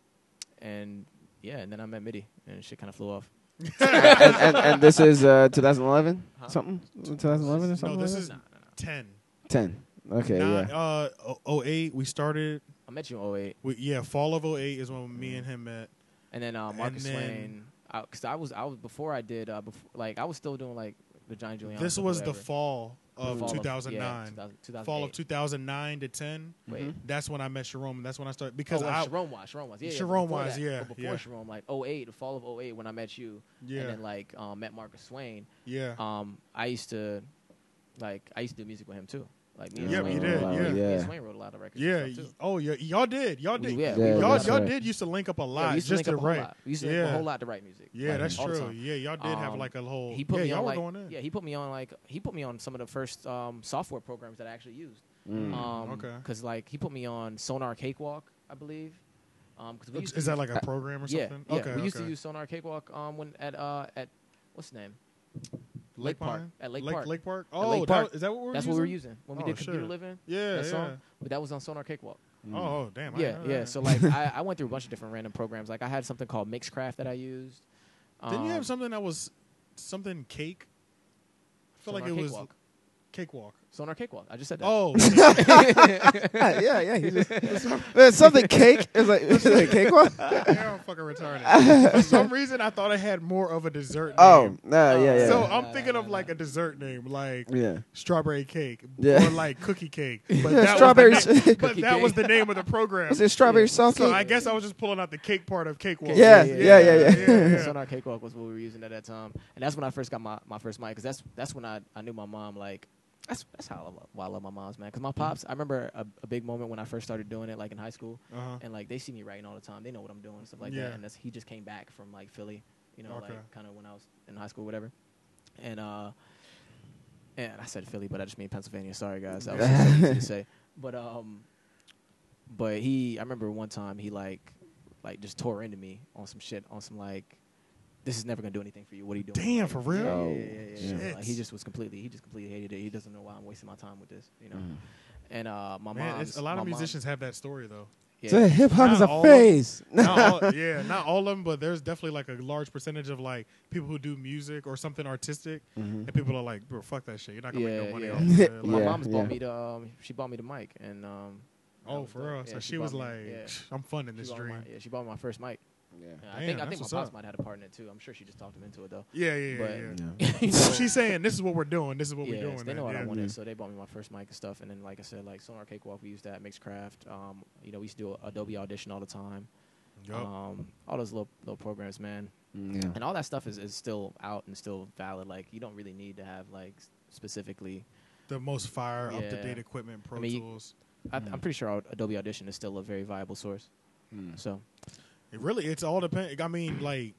C: and yeah, and then I met Midi, and shit kind of flew off.
B: and, and, and this is uh, 2011 something, 2011 or
D: No,
B: something.
D: this
B: like
D: is
C: No, no, no.
D: ten.
B: that? ten. Okay,
D: Nine,
B: yeah.
D: uh, o- 08, We started.
C: I met you in 08.
D: We, yeah, fall of 08 is when me and him met.
C: and then uh, Marcus
D: then-
C: Swain, because I, was I was before I did uh, before, like I was still doing like the Johnny Giuliano.
D: This
C: stuff,
D: was the
C: whatever.
D: fall of
C: Fall yeah,
D: 2009.
C: 2000
D: fall of
C: 2008.
D: 2009 to 10.
C: Wait.
D: That's when I met Sharon. That's when I started because
C: oh, well,
D: I
C: Sharon was Sharon was yeah, yeah
D: Sharon
C: before
D: was,
C: that,
D: yeah,
C: but before
D: yeah.
C: Sharon like 08, the fall of 08 when I met you
D: Yeah.
C: and then like um, met Marcus Swain
D: yeah.
C: um, I used to like I used to do music with him too like me and
D: Yeah,
C: Swain
D: you
C: wrote a
D: did,
C: lot of-
D: yeah.
C: me and
B: Yeah.
C: Swain wrote a lot of records
D: yeah.
C: and stuff,
D: y-
C: too.
D: Oh yeah. Y'all did. Y'all
C: We-
D: did.
C: yeah,
B: we-
D: y'all
B: that's
D: y'all
B: right.
D: did used to link up a
C: yeah,
D: lot
C: we used to
D: just
C: link up a whole
D: write.
C: lot. We used to link
D: yeah.
C: up a whole lot to write music.
D: Yeah,
C: like,
D: that's
C: all the
D: true.
C: time.
D: Yeah, y'all did have
C: Um,
D: like a whole.
C: He put
D: yeah,
C: me
D: y'all
C: on
D: were
C: like
D: going in.
C: yeah, he put me on like he put me on some of the first um, software programs that I actually used.
B: Mm.
C: Um,
D: Hmm, okay.
C: Because like he put me on Sonar Cakewalk, I believe. Um, cause we used to
D: Is that like a program or
C: yeah,
D: something?
C: yeah.
D: Okay.
C: we used
D: okay.
C: to use Sonar Cakewalk um when at uh at what's the name? Lake Park.
D: Pine?
C: At Lake
D: Lake,
C: Park.
D: Lake Park.
C: At
D: Oh,
C: Lake
D: that-
C: Park.
D: is that what we were
C: That's
D: using?
C: what we were using when we
D: Oh,
C: did computer
D: shit.
C: living.
D: Yeah,
C: that
D: yeah.
C: song, but that was on Sonar Cakewalk.
D: Oh, oh, damn. I
C: Yeah,
D: didn't know
C: yeah.
D: that.
C: So like I, I went through a bunch of different random programs. Like I had something called Mixcraft that I used.
D: Didn't you
C: Um,
D: have something that was something cake? I feel like
C: Sonar
D: it was
C: Cakewalk.
D: cakewalk.
C: Sonar Cakewalk. I just said that.
D: Oh,
B: yeah, yeah, yeah. he just- There's something cake. It's like, it's like cake one.
D: yeah, I'm Ah, fucking retarded. For some reason, I thought it had more of a dessert.
B: Oh,
D: name.
B: no, yeah, yeah.
D: so
C: Nah, nah,
D: I'm thinking of
C: nah,
D: like a dessert name, like
B: yeah.
D: strawberry cake
B: Yeah.
D: or like cookie cake. But that,
B: Strawberry
D: was, the name,
B: cake.
D: but that was the name of the program.
B: uh, Is it strawberry soft
D: So
B: cake?
D: I guess I was just pulling out the cake part of cake. Walk.
B: Yeah, yeah, yeah, yeah.
D: yeah.
C: Sonar Cakewalk was what we were using at that time, and that's when I first got my, my first mic. Cause that's that's when I, I knew my mom. Like that's that's how I love, why I love my mom's man. Cause
D: Mm-hmm.
C: my pops, I remember a, a big moment when I first started doing it, like in high school,
D: Uh-huh.
C: and like they see me writing all the time. They know what I'm doing and stuff like
D: Yeah.
C: that. And that's, he just came back from like Philly, you know,
D: Okay.
C: like kind of when I was in high school, whatever. And uh, and I said Philly, but I just mean Pennsylvania. Sorry guys, that was so easy to say. But um, but he, I remember one time he like like just tore into me on some shit, on some like. This is never gonna do anything for you. What are you doing?
D: Damn,
C: Like,
D: for real?
C: yeah,
B: Oh,
C: yeah, yeah, yeah, yeah.
D: shit.
C: Like, he just was completely. He just completely hated it. He doesn't know why I'm wasting my time with this. You know.
B: Mm. Mm-hmm.
C: And uh, my
D: Man,
C: mom's-
D: it's, a lot
C: my
D: of
C: mom-
D: musicians have that story though.
B: So
C: Yeah,
B: hip hop is
D: Not
B: a
D: all-
B: phase.
D: not all, yeah, not all of them, but there's definitely like a large percentage of like people who do music or something artistic,
B: Mm-hmm.
D: and people are like, "Bro, fuck that shit. You're not gonna make
C: Yeah,
D: no money
C: yeah.
D: off of it."
C: my
D: Like,
B: Yeah,
C: mom's
B: yeah.
C: bought me the. Um, she bought me the mic, and um, that
D: Oh,
C: was
D: for
C: dope.
D: real?
C: Yeah,
D: so she, was
C: bought
D: like,
C: me- yeah, she
D: "I'm funding this
C: bought
D: dream."
C: My, yeah, she bought me my first mic. Yeah, I
D: Damn,
C: think I
D: that's
C: think my
D: what's
C: pops
D: up.
C: might have had a part in it too. I'm sure she just talked him into it though.
D: Yeah, yeah, yeah.
C: But-
D: yeah.
B: Yeah.
C: You
D: So
C: know?
D: she's saying, "This is what we're doing. This is what
C: yeah,
D: we're doing."
C: they know
D: now."
C: what
D: yeah.
C: I wanted,
B: Mhm.
C: so they bought me my first mic and stuff. And then, like I said, like Sonar Cakewalk, we used that Mixcraft. Um, you know, we used to do Adobe Audition all the time.
D: Yup.
C: Um, all those little little programs, man,
B: Yeah.
C: and all that stuff is, is still out and still valid. Like you don't really need to have like s- specifically.
D: the most fire, up to date
C: Yeah.
D: equipment, Pro
C: I mean, you-
D: Tools.
C: I,
B: Mm.
C: I'm pretty sure Adobe Audition is still a very viable source. So
D: It really, it's all depend. I mean, like,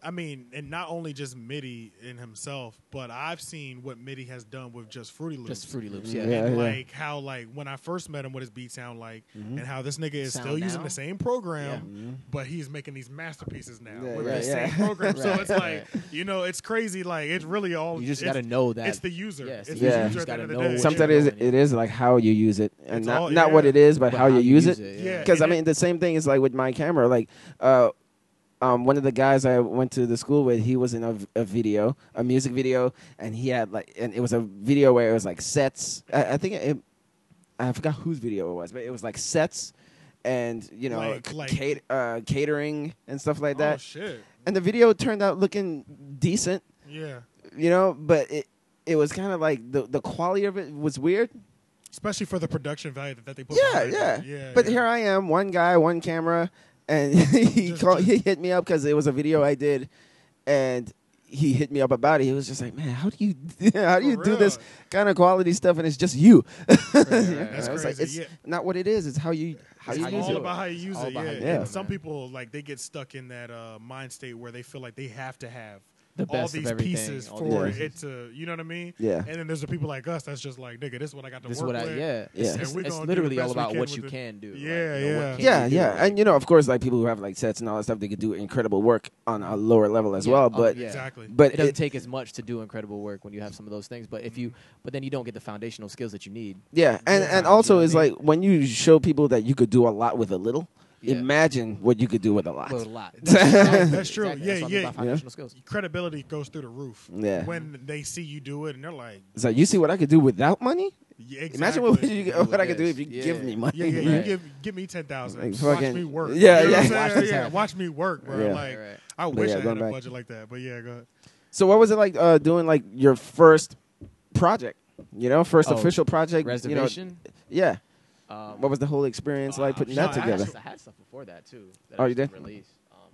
D: I mean, and not only just MIDI in himself, but I've seen what MIDI has done with just Fruity Loops.
C: just Fruity Loops,
B: Yeah.
C: yeah.
D: and
B: yeah.
D: like how like when I first met him, what his beat sound like,
B: Mm-hmm.
D: and how this nigga is
C: Sound
D: still using
C: now? Mm-hmm.
D: the same program,
B: Mhm.
D: but he's making these masterpieces now
B: Yeah,
D: with
B: yeah,
D: the
B: yeah.
D: same program. So
C: Right,
D: it's like you know, it's crazy. Like it's really all
C: You just
D: Oh, it's-
C: got to know that.
D: It's the user.
C: Yeah,
D: it's
C: it's
D: the
C: the
B: user. You
D: user.
C: just
D: at the end
C: gotta
D: of the
C: know
D: day.
C: what
B: Sometimes it
C: you're
B: is,
C: doing.
B: it is like how you use it, and
D: It's
B: not
D: all-
B: not what
D: yeah.
B: it is, but,
C: but
B: how, you use it.
D: Yeah.
B: Because I
D: and
B: mean, the same thing is like with my camera. Like, uh, um, one of the guys I went to the school with, he was in a, a video, a music video, and he had like, and it was a video where it was like sets. I, I think it, I forgot whose video it was, but it was like sets, and you know,
D: Like-
B: c-
D: like-
B: cat- uh, catering and stuff
D: Oh
B: like that.
D: shit!
B: and the video turned out looking decent,
D: Yeah,
B: you know, but it. It was kind of like the the quality of it was weird,
D: especially for the production value that, that they put.
B: yeah,
D: behind it.
B: yeah.
D: yeah.
B: But
D: yeah.
B: here I am, one guy, one camera, and he
D: Just-
B: called,
D: just-
B: he hit me up because it was a video I did, and he hit me up about it. He was just like, "Man, how do you how do you
D: For
B: do this
D: real.
B: kind of quality stuff?" And it's just you.
D: That's
B: I was like, "It's
D: crazy, yeah.
B: not what it is. It's how you how
D: it's
B: you use
D: all
B: it."
D: about how you use
C: all
D: it. Yeah.
C: about how you
B: do it,
D: And some
C: man.
D: people like they get stuck in that uh, mind state where they feel like they have to have
C: The
D: all
C: best of
D: these
C: everything,
D: pieces
C: all
B: these
D: for
B: pieces.
D: it to, you know what I mean?
B: Yeah.
D: And then there's the people like us that's just like, nigga, this is what I got to
C: This is
D: work
C: what I
D: with.
C: yeah. It's,
B: And
C: it's,
D: we're
C: it's
D: gonna do
C: literally
D: the
C: all
D: best we
C: about
D: can
C: what
D: with
C: you
D: it.
C: can do. like,
D: Yeah,
C: you know,
D: yeah.
C: what can
B: yeah,
C: you do,
B: yeah,
C: like-
B: and you know, of course, like people who have like sets and all that stuff, they could do incredible work on a lower level as
C: Yeah,
B: well.
C: oh,
B: But
C: yeah.
D: Exactly.
B: but
C: it doesn't
B: it-
C: take as much to do incredible work when you have some of those things. But if
D: Mm.
C: you, but then you don't get the foundational skills that you need.
B: Yeah, and
D: Yeah.
B: and also
C: Yeah,
B: it's
C: I
B: like when you show people that you could do a lot with a little,
C: Yeah.
B: imagine what you could do with a lot.
C: Well, a lot.
D: That's true.
C: Exactly.
D: Yeah,
C: That's what I mean
D: yeah.
C: by Foundational skills.
D: Credibility goes through the roof.
B: Yeah.
D: When they see you do it and they're like,
B: It's like you see what I could do without money.
D: yeah, exactly.
B: Imagine what you,
C: You
B: what
C: would
B: I could do if
C: this.
B: you
C: Yeah.
B: give me money.
D: Yeah, yeah, you
C: Right.
D: give give me ten thousand.
B: Like
D: watch
B: fucking-
D: me work.
B: Yeah,
D: You know what I'm
B: yeah.
D: saying?
B: Watch
C: this
D: yeah.
C: happen.
D: Watch me work, bro.
B: Yeah.
D: Like
C: Right, right.
D: I
B: But
D: wish
B: yeah,
D: I had
B: going
D: a
B: back-
D: budget like that. But yeah, go ahead.
B: So what was it like uh, doing like your first project? You know, first
C: Oh,
B: official project.
C: Reservation.
B: You know, yeah.
C: Um,
B: What was the whole experience like putting
D: no,
C: Oh,
B: that
D: I
B: together?
D: actually-
C: I had stuff before that too. That
B: Oh,
C: I
B: you
C: just
B: did?
C: Released.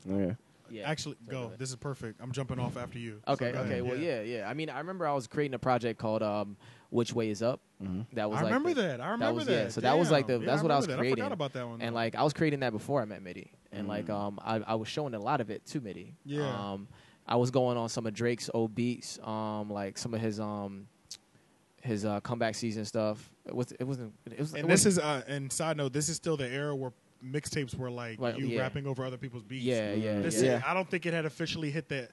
C: Um,
B: Okay.
C: yeah.
D: Actually,
C: So
D: go.
C: ahead.
D: This is perfect. I'm jumping off after you. So
C: Okay.
D: go
C: okay.
D: ahead.
C: Well, yeah. yeah, I mean, I remember I was creating a project called um, "Which Way Is Up." That was
D: I
C: like
D: remember
C: the-
D: Mm-hmm. that. I remember
C: was-
D: that.
C: yeah, so that was like the-
D: Damn. Yeah,
C: that's what I was
D: remember that.
C: creating.
D: I forgot about that one.
C: and
D: though. Mm-hmm.
C: like I was creating that before I met Mitty, and like um, I, I was showing a lot of it to Mitty.
D: Yeah.
C: Um, I was going on some of Drake's old beats, um, like some of his um, his uh, comeback season stuff. It was it wasn't it was.
D: and
C: it
D: this
C: wasn't-
D: is uh, and side note, this is still the era where mixtapes were like
C: Like,
D: you
C: yeah.
D: rapping over other people's beats.
C: yeah, yeah,
D: This
C: yeah.
B: Yeah.
D: I don't think it had officially hit that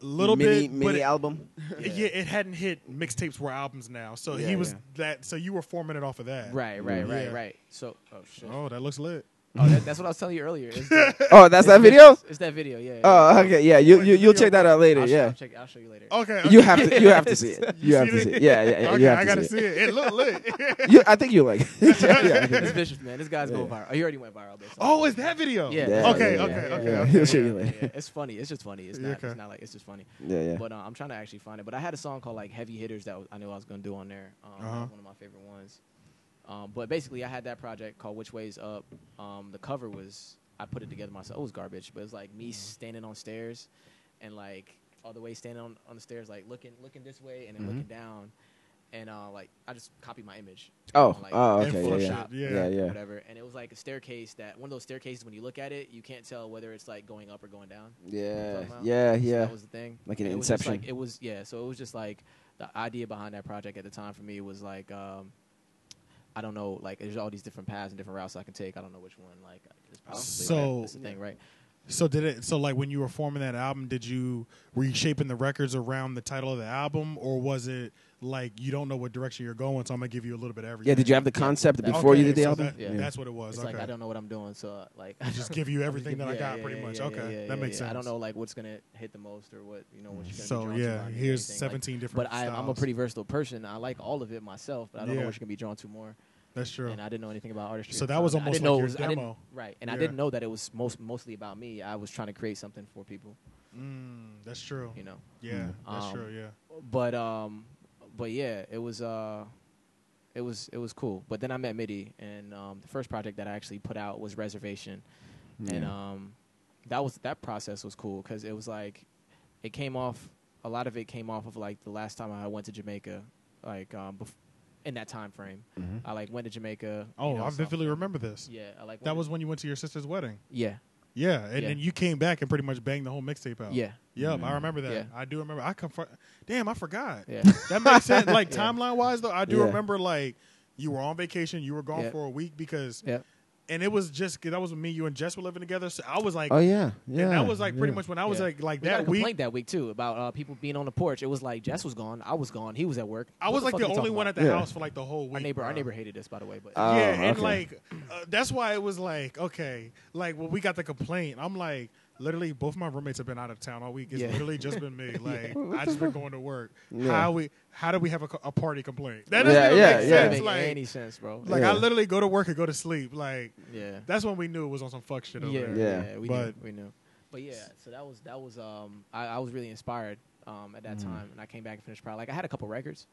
D: little
B: mini,
D: bit,
B: mini
D: but it,
B: album.
D: yeah. it hadn't hit mixtapes were albums now. So
B: Yeah,
D: he was
B: yeah.
D: that. So you were forming it off of that,
C: Right, right, right,
D: Yeah.
C: right. So, oh shit.
D: Oh, that looks lit.
C: Oh, that, that's what I was telling you earlier. It's that,
B: Oh, that's that video.
C: It's that video. Yeah. yeah.
D: Uh.
B: Oh, okay. Yeah, you, you you'll check that out later.
C: I'll, sh-
B: yeah.
C: I'll, check, I'll show you later.
D: Okay,
B: You
D: okay.
B: have to you have to see it. You have
D: see
B: to see
D: it?
B: it. Yeah, yeah, yeah.
D: Okay,
B: You have
D: I
B: to
D: gotta
B: see
D: see
B: it.
D: it. It looked lit.
B: You, I think you like. it. yeah, yeah, I think
C: It's vicious, man. This guy's going viral. Oh, he already went viral. based on
D: oh, is that video?
C: Yeah.
B: Yeah,
D: okay,
B: yeah,
D: okay,
B: yeah,
D: okay,
B: yeah.
D: okay.
B: He'll show you
C: Yeah,
B: later.
C: yeah, it's funny. It's just funny. It's
D: Yeah,
C: not.
D: okay.
C: It's not like it's just funny.
B: Yeah, yeah.
C: But uh, I'm trying to actually find it. But I had a song called like Heavy Hitters that was, I knew I was gonna do on there. Um, that
D: Uh-huh.
C: was One of my favorite ones. Um, but basically, I had that project called Which Way's Up. Um, the cover was I put it together myself. It was garbage, but it was like
D: Mm-hmm.
C: me standing on stairs, and like all the way standing on, on the stairs, like looking looking this way and then
D: Mm-hmm.
C: looking down, and uh, like I just copied my image.
B: Oh,
C: on, like,
B: oh,
D: and
B: okay, yeah,
D: Photoshop,
B: yeah, yeah,
D: yeah.
B: yeah.
C: whatever. And it was like a staircase that one of those staircases when you look at it, you can't tell whether it's like going up or going down.
B: Yeah,
C: talking about?
B: yeah,
C: So
B: yeah.
C: that was the thing.
B: Like an
C: And it was just,
B: Inception.
C: like, it was yeah. So it was just like the idea behind that project at the time for me was like, um, I don't know, like there's all these different paths and different routes I can take. I don't know which one. Like it's probably
D: So-
C: that's the thing, right?
D: So did it? So like when you were forming that album, did you were you shaping the records around the title of the album, or was it like you don't know what direction you're going, so I'm gonna give you a little bit of everything?
B: Yeah, did you have the concept before you
D: Okay,
B: did the
D: so
B: album?
D: that-
C: Yeah.
D: That's what it was.
C: It's
D: okay.
C: like I don't know what I'm doing, so uh, like I
D: just give you everything that I
C: Yeah,
D: got,
C: yeah,
D: pretty
C: yeah,
D: much.
C: yeah,
D: okay,
C: yeah, yeah,
D: that makes
C: yeah.
D: sense.
C: I don't know like what's gonna hit the most or what you know what you're gonna
D: So,
C: be drawn to
D: yeah,
C: by and
D: here's
C: everything.
D: 17 different
C: But I, I'm a
D: styles.
C: pretty versatile person. I like all of it myself, but I don't know
D: Yeah.
C: what you're gonna be drawn to more.
D: That's true.
C: And I didn't know anything about artistry.
D: So
C: at the
D: that was
C: time. I
D: almost like
C: didn't know it
D: your
C: was- I didn't-
D: demo.
C: right? And I
D: Yeah.
C: didn't know that it was most mostly about me. I was trying to create something for people,
D: Mm, that's true.
C: you know.
D: Yeah,
B: Mm.
D: that's
C: Um,
D: true. Yeah.
C: But um, but yeah, it was uh, it was it was cool. But then I met Midi, and um, the first project that I actually put out was Reservation, and um, that was that process was cool because it was like, it came off a lot of it came off of like the last time I went to Jamaica, like um, bef- in that time frame, I like went to Jamaica. you
D: Mm-hmm. Oh,
C: know,
D: I
C: so-
D: vividly remember this.
C: Yeah, I like
D: That
C: went
D: was
C: to-
D: when you went to your sister's wedding.
C: yeah.
D: Yeah, and
C: Yeah.
D: then you came back and pretty much banged the whole mixtape out.
C: Yeah.
D: Yep,
B: Mm.
D: I remember that.
C: Yeah.
D: I do remember. I confront. Damn, I forgot.
C: Yeah.
D: That makes sense. Like
C: Yeah.
D: timeline wise, though, I do
B: Yeah.
D: remember like you were on vacation, you were gone
C: Yep.
D: for a week because,
C: yeah.
D: and it was just 'cause that was when me, you, and Jess were living together. So I was like,
B: Oh yeah, yeah.
D: and that was like pretty much when I was
C: Yeah.
D: like, like
C: We got a
D: that week.
C: complaint that week too about uh, people being on the porch. It was like Jess was gone, I was gone, he was at work.
D: I was like
C: What
D: the
C: fuck are you
D: only
C: talking
D: one
C: about?
D: at the
B: Yeah.
D: house for like the whole week.
C: Our neighbor, our
D: bro.
C: neighbor hated this, by the way. But
B: Uh, Oh,
D: yeah, and
B: okay.
D: like uh, that's why it was like okay, like when we got the complaint, I'm like literally both my roommates have been out of town all week. It's
C: Yeah.
D: literally just been me. Like
B: What
D: I
B: the
D: just been going to work.
B: Yeah.
D: How we how do we have a, co- a party complaint? That
B: Yeah,
D: doesn't even
B: yeah,
D: make
B: yeah.
C: doesn't
D: sense.
C: make any
D: Like,
C: sense, bro.
D: like
B: Yeah.
D: I literally go to work and go to sleep. Like
C: yeah,
D: that's when we knew it was on some fuck shit over
C: yeah,
D: there.
B: Yeah.
C: yeah, We
D: But-
C: knew, we knew. But yeah, so that was that was um, I, I was really inspired um, at that
B: Mm-hmm.
C: time, and I came back and finished project. Like I had a couple records,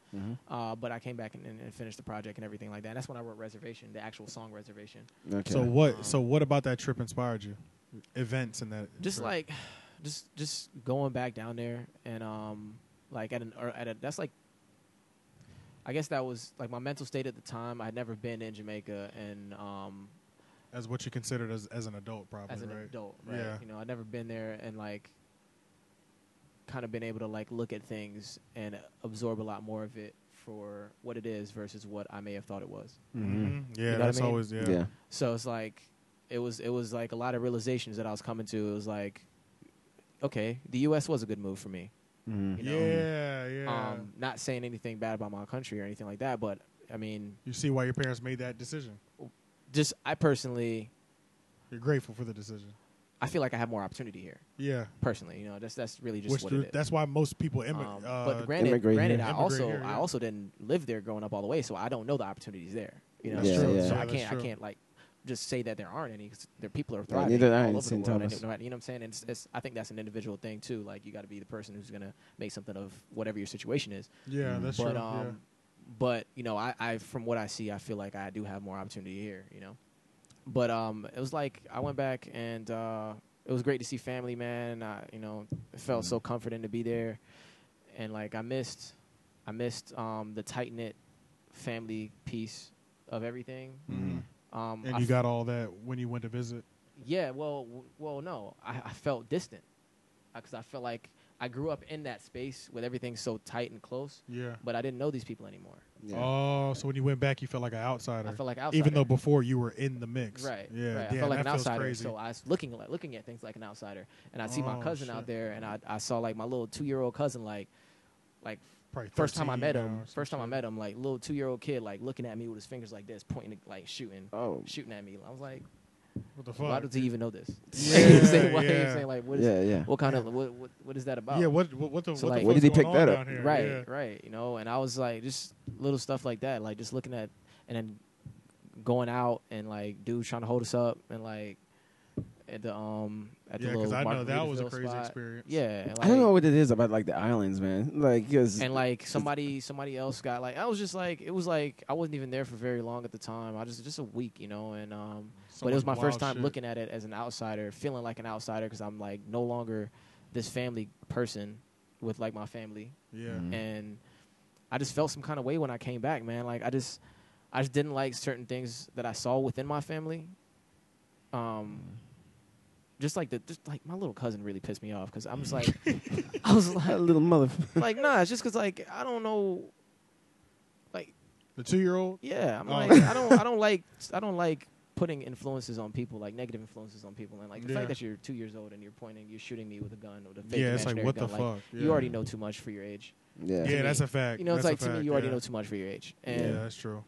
C: uh, but I came back and, and, and finished the project and everything like that. that's when I wrote Reservation, the actual song Reservation.
B: Okay.
D: So what? So what about that trip inspired you? Events and that.
C: just
D: trip.
C: like just just going back down there and um like at an or at a that's like I guess that was like my mental state at the time. I had never been in Jamaica and um
D: as what you considered as, as an adult, probably.
C: as an
D: right?
C: adult, right?
D: Yeah.
C: You know, I'd never been there and like kind of been able to like look at things and absorb a lot more of it for what it is versus what I may have thought it was.
B: Mhm.
D: Mhm. Yeah,
C: Mm-hmm. what I
D: that's
C: mean?
D: always yeah.
B: Yeah.
C: So it's like it was it was like a lot of realizations that I was coming to. It was like okay, the US was a good move for me.
B: Mhm.
C: You know?
D: yeah, yeah.
C: Um, not saying anything bad about my country or anything like that, but I mean,
D: you see why your parents made that decision.
C: just I personally,
D: You're grateful for the decision.
C: I feel like I have more opportunity here.
D: Yeah,
C: Personally, you know, that's that's really just
D: which
C: what
D: the-
C: it is.
D: that's why most people immigrate.
C: Um,
D: uh,
C: but granted,
B: Immigrate
C: granted,
B: here.
C: I
D: Immigrate
C: also
D: here,
C: I
D: yeah.
C: also didn't live there growing up all the way, so I don't know the opportunities there. You know,
B: That's Yeah, true. yeah.
C: so
B: Yeah,
C: I
D: that's
C: can't I
D: true.
C: can't like just say that there aren't any because there people are thriving
B: neither are in
C: all over the
B: St.
C: world. and
B: Thomas.
C: it- you know what I'm saying? And it's, it's, I think that's an individual thing too. Like you got to be the person who's gonna make something of whatever your situation is.
D: yeah, that's
C: but
D: true.
C: um, but you know, I, I from what I see, I feel like I do have more opportunity here. You know, but um, it was like I went back and uh, it was great to see family, man. I you know it felt so comforting to be there, and like I missed, I missed um the tight knit family piece of everything.
D: yeah. Mhm.
C: Um,
D: And
C: I
D: you
C: f-
D: got all that when you went to visit.
C: yeah. Well, w- well, no, I, I felt distant because I felt like I grew up in that space with everything so tight and close,
D: Yeah.
C: but I didn't know these people anymore.
B: Yeah.
D: Oh, so when you went back, you felt like an outsider.
C: I felt like outside.
D: even though before you were in the mix.
C: Right.
D: Yeah.
C: Right. I
D: damn,
C: felt like
D: that
C: an
D: feels
C: outsider,
D: Crazy.
C: so I was looking like looking at things like an outsider, and I see my
D: Oh,
C: cousin
D: shit.
C: out there, and I I saw like my little two year old cousin like, like
D: Probably
C: first time I
D: 13
C: met
D: now
C: him,
D: or some
C: first time I
D: shit.
C: met him, like little two year old kid like looking at me with his fingers like this, pointing like shooting,
B: Oh.
C: shooting at me. I was like,
D: What the fuck?
C: why does he even know this?
D: Yeah,
C: You know what I'm saying? Why- you know what I'm
D: yeah.
C: saying? like what is
B: Yeah. Yeah.
C: what kind of what, what what is that about?
D: Yeah. What? What, what the?
C: So
D: what
C: like-
D: the
B: Where did he
D: fuck's
B: pick
D: going on
B: that up?
D: down here?
C: right
D: Yeah.
C: right you know and i was like just little stuff like that like just looking at and then going out and like dudes trying to hold us up and like at the um at
D: Yeah,
C: the
D: 'cause
C: little
D: I know that was a
C: Margaritaville
D: crazy
C: spot.
D: experience.
C: yeah and, like,
B: I don't know what it is about like the islands, man. Like, cause
C: and like somebody somebody else got like i was just like it was like i wasn't even there for very long at the time i just just a week you know and um
D: So
C: but it was my
D: much
C: first
D: wild
C: time
D: shit.
C: looking at it as an outsider, feeling like an outsider because I'm like no longer this family person with like my family,
D: Yeah.
B: Mhm.
C: and I just felt some kind of way when I came back, man. Like I just, I just didn't like certain things that I saw within my family. Um,
D: Mm-hmm.
C: just like the, just like my little cousin really pissed me off because I'm just like, I was
B: a
C: like,
B: little mother.
C: like nah, it's just because like I don't know, like
D: The two-year-old.
C: yeah, I'm
D: Oh.
C: like I don't I don't like I don't like putting influences on people like negative influences on people and like the
D: Yeah.
C: fact that you're two years old and you're pointing you're shooting me with a gun with a fake
D: Yeah. It's like
C: imaginary
D: what the
C: gun, like,
D: fuck. Yeah.
C: you already know too much for your age
B: Yeah.
D: Yeah,
C: me.
D: that's a fact.
C: you know it's
D: That's a
C: like to
D: fact,
C: me you already
D: yeah.
C: know too much for your age and
D: Yeah, that's true.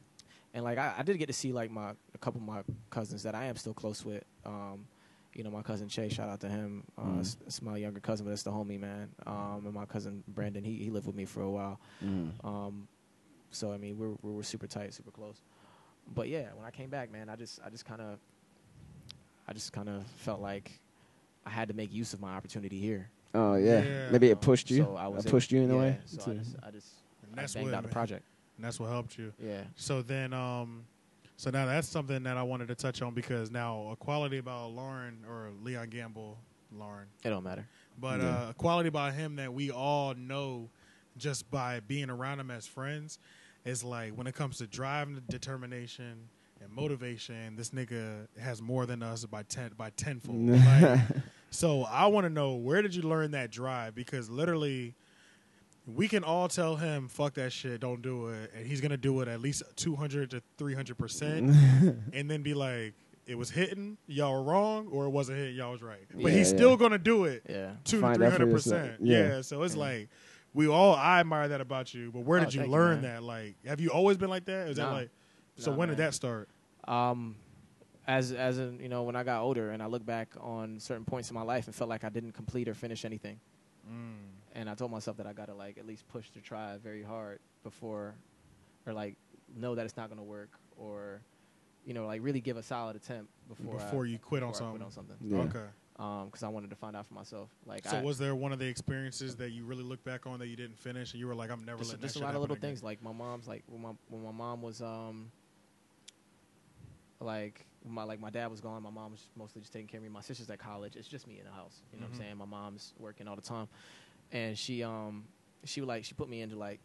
C: and like I, I did get to see like my a couple of my cousins that I am still close with. Um, you know, my cousin Chase, shout out to him. Uh,
B: Mhm.
C: it's, it's my younger cousin, but it's the homie man. Um, and my cousin Brandon, he he lived with me for a while.
B: Mhm.
C: Um, so I mean, we're, we're we're super tight, super close. But yeah, when I came back, man, I just I just kind of I just kind of felt like I had to make use of my opportunity here.
B: Oh yeah.
D: Yeah.
B: Maybe
C: Um,
B: it pushed you.
C: So I was
B: It pushed you in a
C: yeah,
B: way.
C: So I
B: to-
C: just I just
D: And
C: I
D: that's
C: banged
D: what
C: out the
D: man,
C: project.
D: and that's what helped you.
C: Yeah.
D: So then, um, so now that's something that I wanted to touch on because now a quality about Lauren or Leon Gamble, Lauren,
C: It don't matter.
D: but
B: Yeah.
D: uh, a quality about him that we all know just by being around him as friends is like when it comes to driving determination and motivation, this nigga has more than us by ten by tenfold. like, so I want to know where did you learn that drive? Because literally, we can all tell him fuck that shit, don't do it, and he's gonna do it at least two hundred to three hundred percent, and then be like, it was hitting, y'all were wrong, or it wasn't hitting, y'all was right. But
B: Yeah,
D: he's
B: yeah.
D: still gonna do it
C: Yeah.
D: two to
B: Find
D: three
B: out for
D: hundred
B: yourself.
D: percent.
B: Yeah.
D: Yeah. So it's like we all I admire that about you. But where
C: Oh,
D: did you
C: thank you,
D: learn
C: man.
D: that? Like, have you always been like that? Is that
C: Nah.
D: like? So
C: Nah,
D: when did
C: man.
D: that start?
C: um, as as in you know when I got older and I look back on certain points in my life and felt like I didn't complete or finish anything, Mm. and I told myself that I gotta like at least push to try very hard before, or like know that it's not gonna work or, you know like really give a solid attempt before I-
D: Before you quit on
C: before I
D: something.
C: something.
B: Yeah.
D: Okay.
C: because I wanted to find out for myself. Like,
D: So
C: I,
D: was there one of the experiences that you really look back on that you didn't finish and you were like, I'm never
C: just,
D: letting
C: just
D: that
C: a
D: shit
C: lot of
D: happen
C: little
D: again?
C: things. Like my mom's like when my when my mom was um like my like my dad was gone. My mom was mostly just taking care of me. My sister's at college. It's just me in the house. You
D: Mm-hmm.
C: know what I'm saying? My mom's working all the time, and she um she would, like she put me into like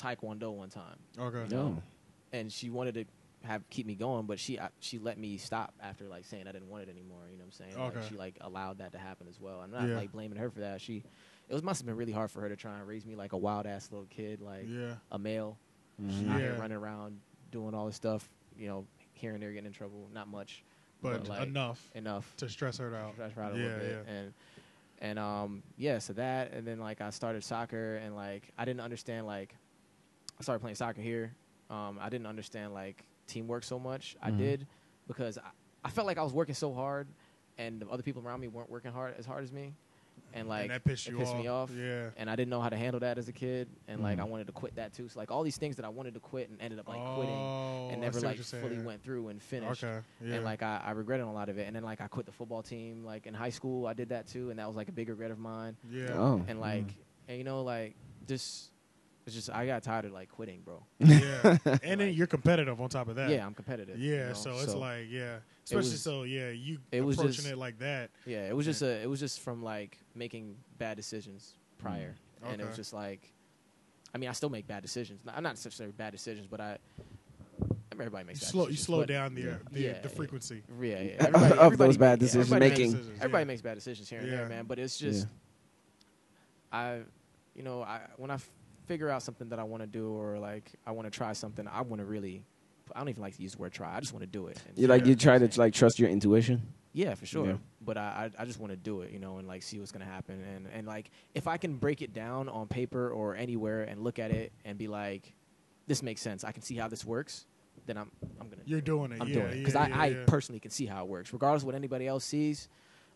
C: taekwondo one time,
D: Okay.
B: No.
C: and she wanted to have keep me going, but she I, she let me stop after like saying I didn't want it anymore. You know what I'm saying? Like,
D: Okay.
C: she like allowed that to happen as well. I'm not
D: Yeah.
C: like blaming her for that. She it was must have been really hard for her to try and raise me like a wild ass little kid, like
D: Yeah. Mm-hmm.
C: a male
B: Mhm.
C: out here
D: Yeah.
C: running around doing all this stuff. You know, here and there getting in trouble. Not much,
D: But
C: like,
D: enough
C: enough
D: to stress her out.
C: stress her out a
D: yeah,
C: little bit. And and um yeah, so that and then like I started soccer and like I didn't understand like I started playing soccer here. Um I didn't understand like teamwork so much. I
B: Mhm.
C: did because I, I felt like I was working so hard and the other people around me weren't working hard as hard as me. And like
D: that pissed
C: it
D: you
C: pissed me
D: off.
C: off.
D: Yeah.
C: And I didn't know how to handle that as a kid and like
B: Mhm.
C: I wanted to quit that too. So like all these things that I wanted to quit and ended up like quitting
D: oh,
C: and
D: I
C: never
D: see what
C: like
D: you're saying.
C: fully went through and finished
D: Okay. Yeah.
C: and like I, I regretted a lot of it. And then like I quit the football team. Like in high school, I did that too, and that was like a big regret of mine.
D: yeah.
B: Oh.
C: And like, and you know, like just it's just I got tired of like quitting, bro.
D: yeah. And then
C: Like-
D: you're competitive on top of that.
C: Yeah, I'm competitive. you
D: Yeah,
C: know?
D: so it's like yeah, especially
C: was-
D: so yeah, you
C: it was
D: approaching
C: just-
D: it like that.
C: yeah, it was just a it was just from like making bad decisions prior, and
D: Mm.
C: it
D: Okay.
C: was just like, I mean, I still make bad decisions. Not, not necessarily bad decisions, but I. I mean, everybody
D: You
C: makes bad
D: slow you
C: decisions,
D: slow
C: but-
D: down the uh, the,
C: Yeah,
D: the
C: yeah.
D: frequency.
C: Yeah, yeah.
B: Of
C: Everybody-
B: those
C: everybody
B: bad
C: make- yeah,
B: decisions
C: everybody
B: making.
C: makes-
D: Decisions, yeah.
C: Everybody makes bad decisions here and
D: Yeah.
C: there, man. But it's
B: Yeah.
C: just, I, you know, I when I f- figure out something that I want to do or like I want to try something, I want to really. I don't even like to use the word try. I just want to do it. and
B: You
C: try
B: like
C: it,
B: you
C: know
B: try
C: what I'm
B: to
C: saying?
B: like trust your intuition.
C: Yeah, for sure.
B: Yeah.
C: But I, I I just want to do it, you know, and like see what's gonna happen, and and like if I can break it down on paper or anywhere and look at it and be like, this makes sense. I can see how this works. Then I'm I'm gonna.
D: You're doing it.
C: I'm
D: yeah,
C: doing it because
D: yeah,
C: I,
D: yeah,
C: I
D: yeah.
C: personally can see how it works, regardless of what anybody else sees.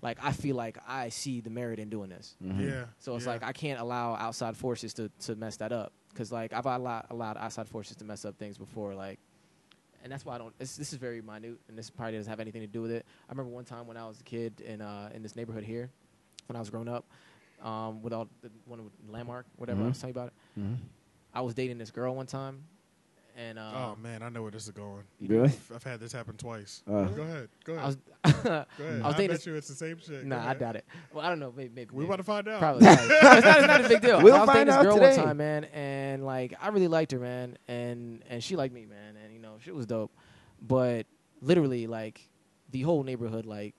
C: Like I feel like I see the merit in doing this,
D: yeah.
C: mm-hmm. so it's
D: yeah.
C: like I can't allow outside forces to, to mess that up because like I've allowed, allowed outside forces to mess up things before, like, and that's why I don't. It's, this is very minute, and this probably doesn't have anything to do with it. I remember one time when I was a kid in uh, in this neighborhood here, when I was growing up, um, with all the one with landmark, whatever I
B: Mhm.
D: Mm-hmm.
C: was telling you about. It. I was dating this girl one time, and um,
D: oh man, I know where this is going.
B: Really?
D: I've- I've had this happen twice.
B: Uh.
D: go ahead. Go ahead.
C: I was.
D: go ahead.
C: I was
D: I
C: dating
D: bet
C: this-
D: you it's the same shit.
C: Nah,
D: go
C: I
D: ahead.
C: doubt it. Well, I don't know. Maybe, maybe
D: We're
C: maybe.
D: about to find out.
C: Probably. probably. it's, not, it's not a big deal.
B: We'll
C: I was
B: find
C: dating this
B: out
C: girl
B: today.
C: one time, man, and like I really liked her, man, and and she liked me, man, and you know she was dope, but literally like the whole neighborhood like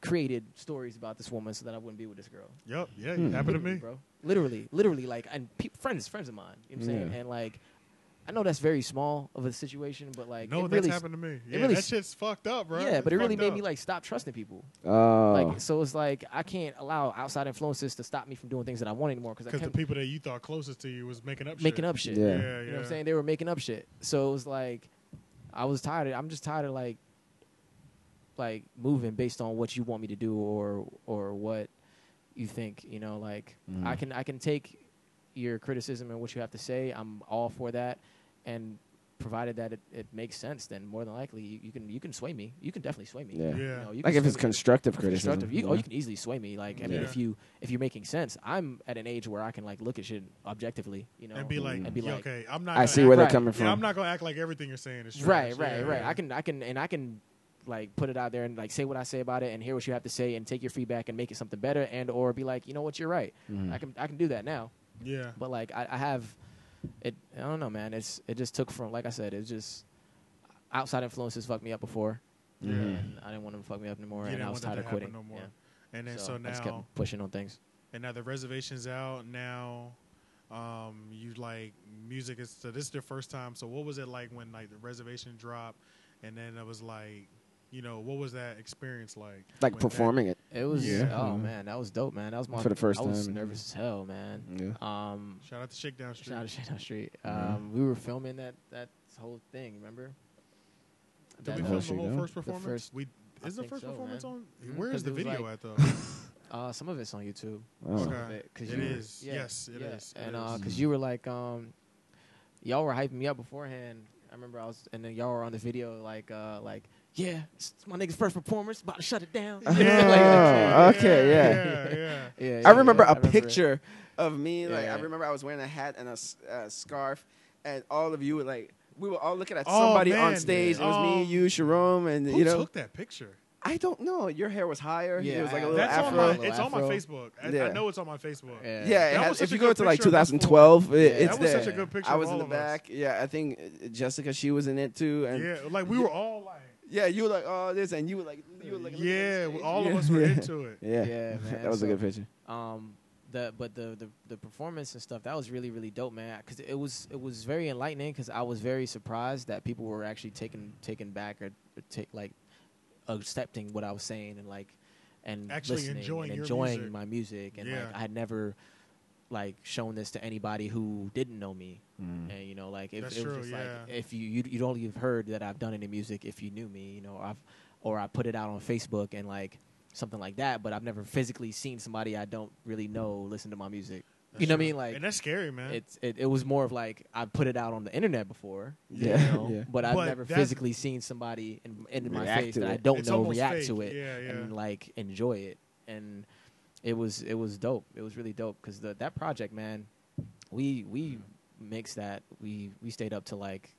C: created stories about this woman so that I wouldn't be with this girl.
D: Yep. Yeah. it Happened to
C: Literally,
D: me.
C: Hmm. bro. Literally, literally, like and pe- friends, friends of mine. You know what I'm saying?
B: Yeah.
C: And like, I know that's very small of a situation, but like,
D: No,
C: it
D: that's
C: really,
D: happened to me. Yeah,
C: really
D: that
C: s-
D: shit's fucked up, bro.
C: yeah,
D: It's
C: but it really
D: fucked
C: made
D: up.
C: me like stop trusting people.
B: Oh.
C: Like, so it's like I can't allow outside influences to stop me from doing things that I want anymore because I
D: because the
C: kept
D: people that you thought closest to you was making up.
C: making
D: shit.
C: up shit.
B: Yeah.
D: Yeah.
B: You
D: yeah.
C: You know what I'm saying? They were making up shit. So it was like I was tired. Of, I'm just tired of like like moving based on what you want me to do or or what you think, you know, like
B: Mhm.
C: I can I can take your criticism and what you have to say. I'm all for that and provided that it, it makes sense then more than likely you, you can you can sway me. You can definitely sway me.
B: Yeah.
D: Yeah.
C: You know, you
B: Like
C: can
B: if it's
C: sway me.
B: constructive
C: If it's
B: criticism.
C: constructive, you, oh,
B: yeah.
C: you can easily sway me. Like, I mean,
D: Yeah.
C: if you if you're making sense, I'm at an age where I can like look at shit objectively, you know,
D: And be like,
C: Mm. and be
D: yeah,
C: like,
D: okay, I'm not.
B: I
D: gonna
B: see
D: act
B: where they're
C: Right.
B: coming from.
D: Yeah, I'm not gonna act like everything you're saying is true.
C: right, right,
D: yeah,
C: right.
D: Yeah.
C: I can, I can, and I can like put it out there and like say what I say about it and hear what you have to say and take your feedback and make it something better and or be like, you know what, you're right.
B: Mhm.
C: I can, I can do that now.
D: Yeah.
C: But like, I, I have it. I don't know, man. It's it just took from like I said, it's just outside influences fucked me up before.
D: Yeah.
C: And I didn't want them to fuck me up anymore,
D: You
C: and
D: didn't
C: I was
D: want that
C: tired
D: to
C: of
D: happen
C: quitting.
D: no more.
C: Yeah.
D: And then so,
C: I just
D: now,
C: kept pushing on things.
D: and now the reservations out. Now, um, you like music is so this is your first time. So what was it like when like the reservation dropped, and then it was like, you know, what was that experience like? when
B: like
D: that-
B: performing it.
C: It was
D: Yeah.
C: oh
B: Mhm.
C: man, that was dope, man. That was my
B: For the first
C: I was
B: time. Mm.
C: nervous as hell, man. Um,
D: Shout out to Shakedown Street.
C: Shout out to Shakedown Street. Um, we were filming that that whole thing. Remember?
D: Did we
B: Oh,
D: film
B: shit,
D: the whole
B: yeah.
D: first
C: The
D: performance?
C: first-
D: we
C: I
D: is the
C: think
D: first
C: so,
D: performance
C: man.
D: on?
C: Mhm.
D: Where is
C: 'Cause
D: the
C: it was
D: video
C: like-
D: at though?
C: uh, some of it's on YouTube.
B: Oh.
C: Some
D: Okay.
C: of it, 'cause
D: It
C: you
D: is. Yes, it
C: yeah.
D: is. It
C: And
D: is.
C: because you were like, um, y'all were hyping me up beforehand. I remember I was, and then y'all were on the video like, uh, like yeah, it's it's my nigga's first performance, about to shut it down.
B: Oh, okay, yeah.
D: yeah, yeah.
C: Yeah,
B: I
C: yeah,
B: remember
C: yeah,
B: a picture of me. Like
C: Yeah.
B: I remember I was wearing a hat and a s- uh, scarf, and all of you were like, we were all looking at
D: Oh,
B: somebody
D: man.
B: on stage. It was me,
D: Um,
B: you, Sharom, and
D: Who
B: you know,
D: took that picture?
B: I don't know. Your hair was higher.
C: Yeah,
B: it was like a
C: I-
B: little
D: That's
B: afro.
D: on my. It's on my
C: Afro.
D: Facebook. I, I
B: Yeah.
D: know it's on my Facebook.
B: Yeah,
C: Yeah.
B: it
D: That
B: has-
D: was
B: if
D: such
B: you
D: a
B: go
D: good
B: to like
D: picture of us
B: 2012, it,
C: Yeah,
B: it's
D: that was
B: there.
D: such a good picture.
B: I was
D: of
B: in
D: all
B: the
D: of us.
B: back. Yeah, I think uh, Jessica she was in it too, and yeah,
D: Yeah, like we were all like,
B: you were like, oh this, and you were like, you were like, looking
D: yeah,
B: at the stage.
D: all of
B: Yeah.
D: us were
B: Yeah.
D: into it.
B: Yeah,
C: Yeah, man,
B: that was
C: so-
B: a good picture.
C: um the but the, the the performance and stuff that was really really dope man because it was it was very enlightening because i was very surprised that people were actually taken taken back or, or take like accepting what i was saying and like and
D: Actually
C: listening
D: enjoying
C: and
D: your
C: enjoying
D: music.
C: my music and
D: Yeah.
C: like i had never like shown this to anybody who didn't know me
B: Mm.
C: and you know like if
D: That's
C: it was
D: true,
C: just like
D: yeah.
C: if you, you you'd only have heard that i've done any music if you knew me you know i've or i put it out on facebook and like something like that but i've never physically seen somebody i don't really know listen to my music you know what i mean like
D: and that's scary, man.
C: it's it, it was more of like i put it out on the internet before you
B: Yeah.
C: know,
B: Yeah.
C: but i've
D: But
C: never
D: that's-
C: physically seen somebody in, in my
B: React
C: face
B: to
C: that i
B: it.
C: don't
D: It's
C: know
D: almost
C: react
D: fake.
C: to it
D: Yeah, yeah.
C: and like enjoy it and it was it was dope it was really dope because that project man we we mixed that we we stayed up to like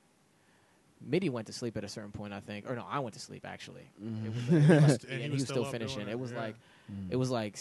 C: Mitty went to sleep at a certain point, I think, or no, I went to sleep actually. It was, it was-
D: Mm-hmm. And he
C: and he
D: was
C: was
D: still
C: still
D: up doing
C: finishing.
D: it,
C: It was
D: yeah.
C: like, it was like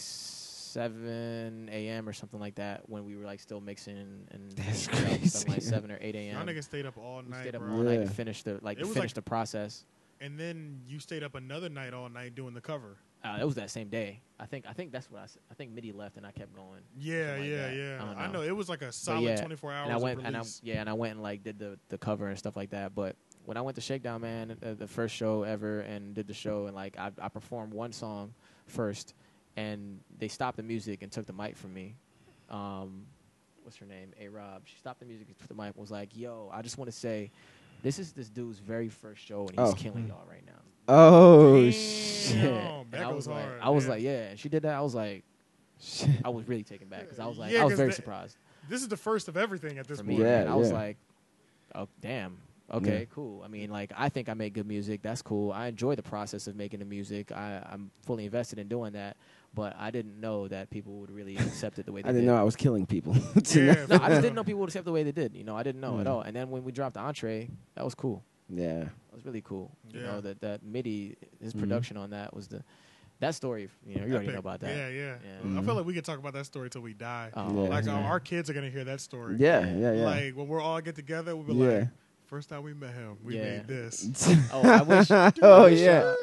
C: seven a.m. or something like that when we were like still mixing and
B: That's
C: you know, something like
B: crazy.
C: seven or eight
D: Y'all
C: a.m.
D: niggas stayed up all
C: We
D: night,
C: stayed up
D: bro.
C: all night
B: Yeah.
C: to finish the like
D: It
C: to
D: was
C: finish
D: like-
C: the process.
D: and then you stayed up another night all night doing the cover.
C: Uh, it was that same day. I think I think that's what I s- I think Mitty left and I kept going.
D: Yeah,
C: Something like
D: yeah,
C: that.
D: yeah.
C: I don't
D: I
C: know.
D: know. it was like a solid
C: yeah,
D: 24 hours
C: and I went
D: of
C: and I
D: release.
C: yeah, and I went and like did the the cover and stuff like that. But when I went to Shakedown, man, uh, the first show ever, and did the show, and like I, I performed one song first, and they stopped the music and took the mic from me. Um, what's her name? A Rob. She stopped the music and took the mic. and Was like, yo, I just want to say, this is this dude's very first show, and he's
B: Oh.
C: killing
D: Mm.
C: y'all right now.
B: Oh
D: Damn,
B: shit!
D: that
C: and I
D: goes
C: was like,
D: hard,
C: I was
D: yeah.
C: like, yeah. And she did that. I was like,
B: Shit.
C: I was really taken back because I was like,
D: Yeah,
C: I was
D: 'cause
C: very
D: that-
C: surprised.
D: this is the first of everything at this
C: for
D: point.
C: me.
B: Yeah,
C: and I was
B: yeah.
C: like, oh damn. Okay, cool. I mean, like, I think I make good music. That's cool. I enjoy the process of making the music. I, I'm fully invested in doing that. But I didn't know that people would really accept it the way
B: I
C: they
B: didn't
C: did.
B: know I was killing people.
D: Yeah,
C: No, I just didn't know people would accept the way they did. You know, I didn't know at
B: Mm.
C: all. And then when we dropped the entree, that was cool.
B: yeah.
C: That was really cool. You
D: Yeah.
C: know that that MIDI, his
B: Mhm.
C: production on that was the that story. You know, you already know about that.
D: Yeah, yeah.
C: Yeah.
D: I
B: Mhm.
D: feel like we could talk about that story till we die.
C: Oh,
B: Yeah.
D: like uh,
C: man.
D: our, our kids are gonna hear that story.
B: Yeah, yeah, yeah.
D: Like when we're all get together, we'll be
B: Yeah.
D: like, first time we met him, we
C: Yeah.
D: made this.
C: Oh, I wish. uh,
B: oh yeah.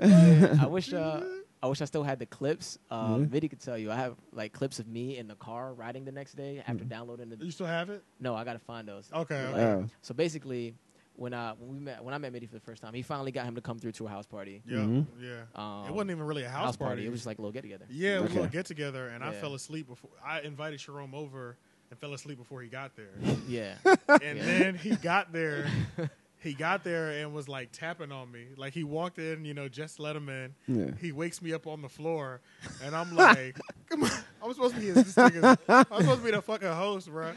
C: I wish uh, I wish I still had the clips. Uh,
B: Yeah.
C: Mitty could tell you. I have like clips of me in the car riding the next day after downloading
D: You
C: the.
D: still have it?
C: No, I gotta find those.
D: Okay,
C: Like,
B: okay. Oh.
C: So basically, when I when we met when I met Mitty for the first time, he finally got him to come through to a house party.
D: Yeah,
B: Mhm.
D: yeah.
C: Um,
D: it wasn't even really a house, party.
C: It was just like a little get together.
D: yeah, it was a little
B: Okay.
D: get together, and I
C: Yeah.
D: fell asleep before I invited Sharon over and fell asleep before he got there,
C: Yeah.
D: and
C: Yeah.
D: then he got there. He got there and was like tapping on me. Like he walked in, you know, just let him in.
B: Yeah.
D: He wakes me up on the floor, and I'm like, "Come on, I'm supposed to be his, this nigga's, I'm supposed to be the fucking host, bro."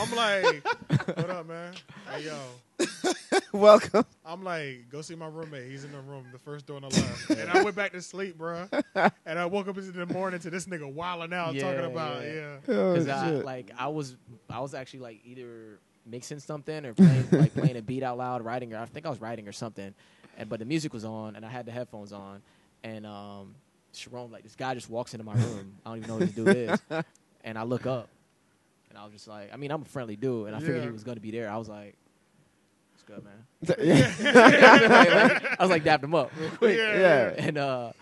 D: I'm like, "What up, man? Hey, yo."
B: Welcome.
D: I'm like, "Go see my roommate. He's in the room, the first door on the left." and I went back to sleep, bro. And I woke up in the morning to this nigga wilding out,
C: Yeah,
D: talking about,
C: yeah.
D: yeah.
B: Oh,
C: Because I like I was I was actually like either mixing something or playing like playing a beat out loud, writing or I think I was writing or something, and but the music was on and I had the headphones on, and um, Sharon like this guy just walks into my room. I don't even know who this dude is, and I look up, and I was just like, I mean I'm a friendly dude, and I figured
D: Yeah.
C: he was gonna be there. I was like, what's good, man?
B: yeah.
C: I was like dapped him up real quick
D: Yeah,
B: yeah.
C: and uh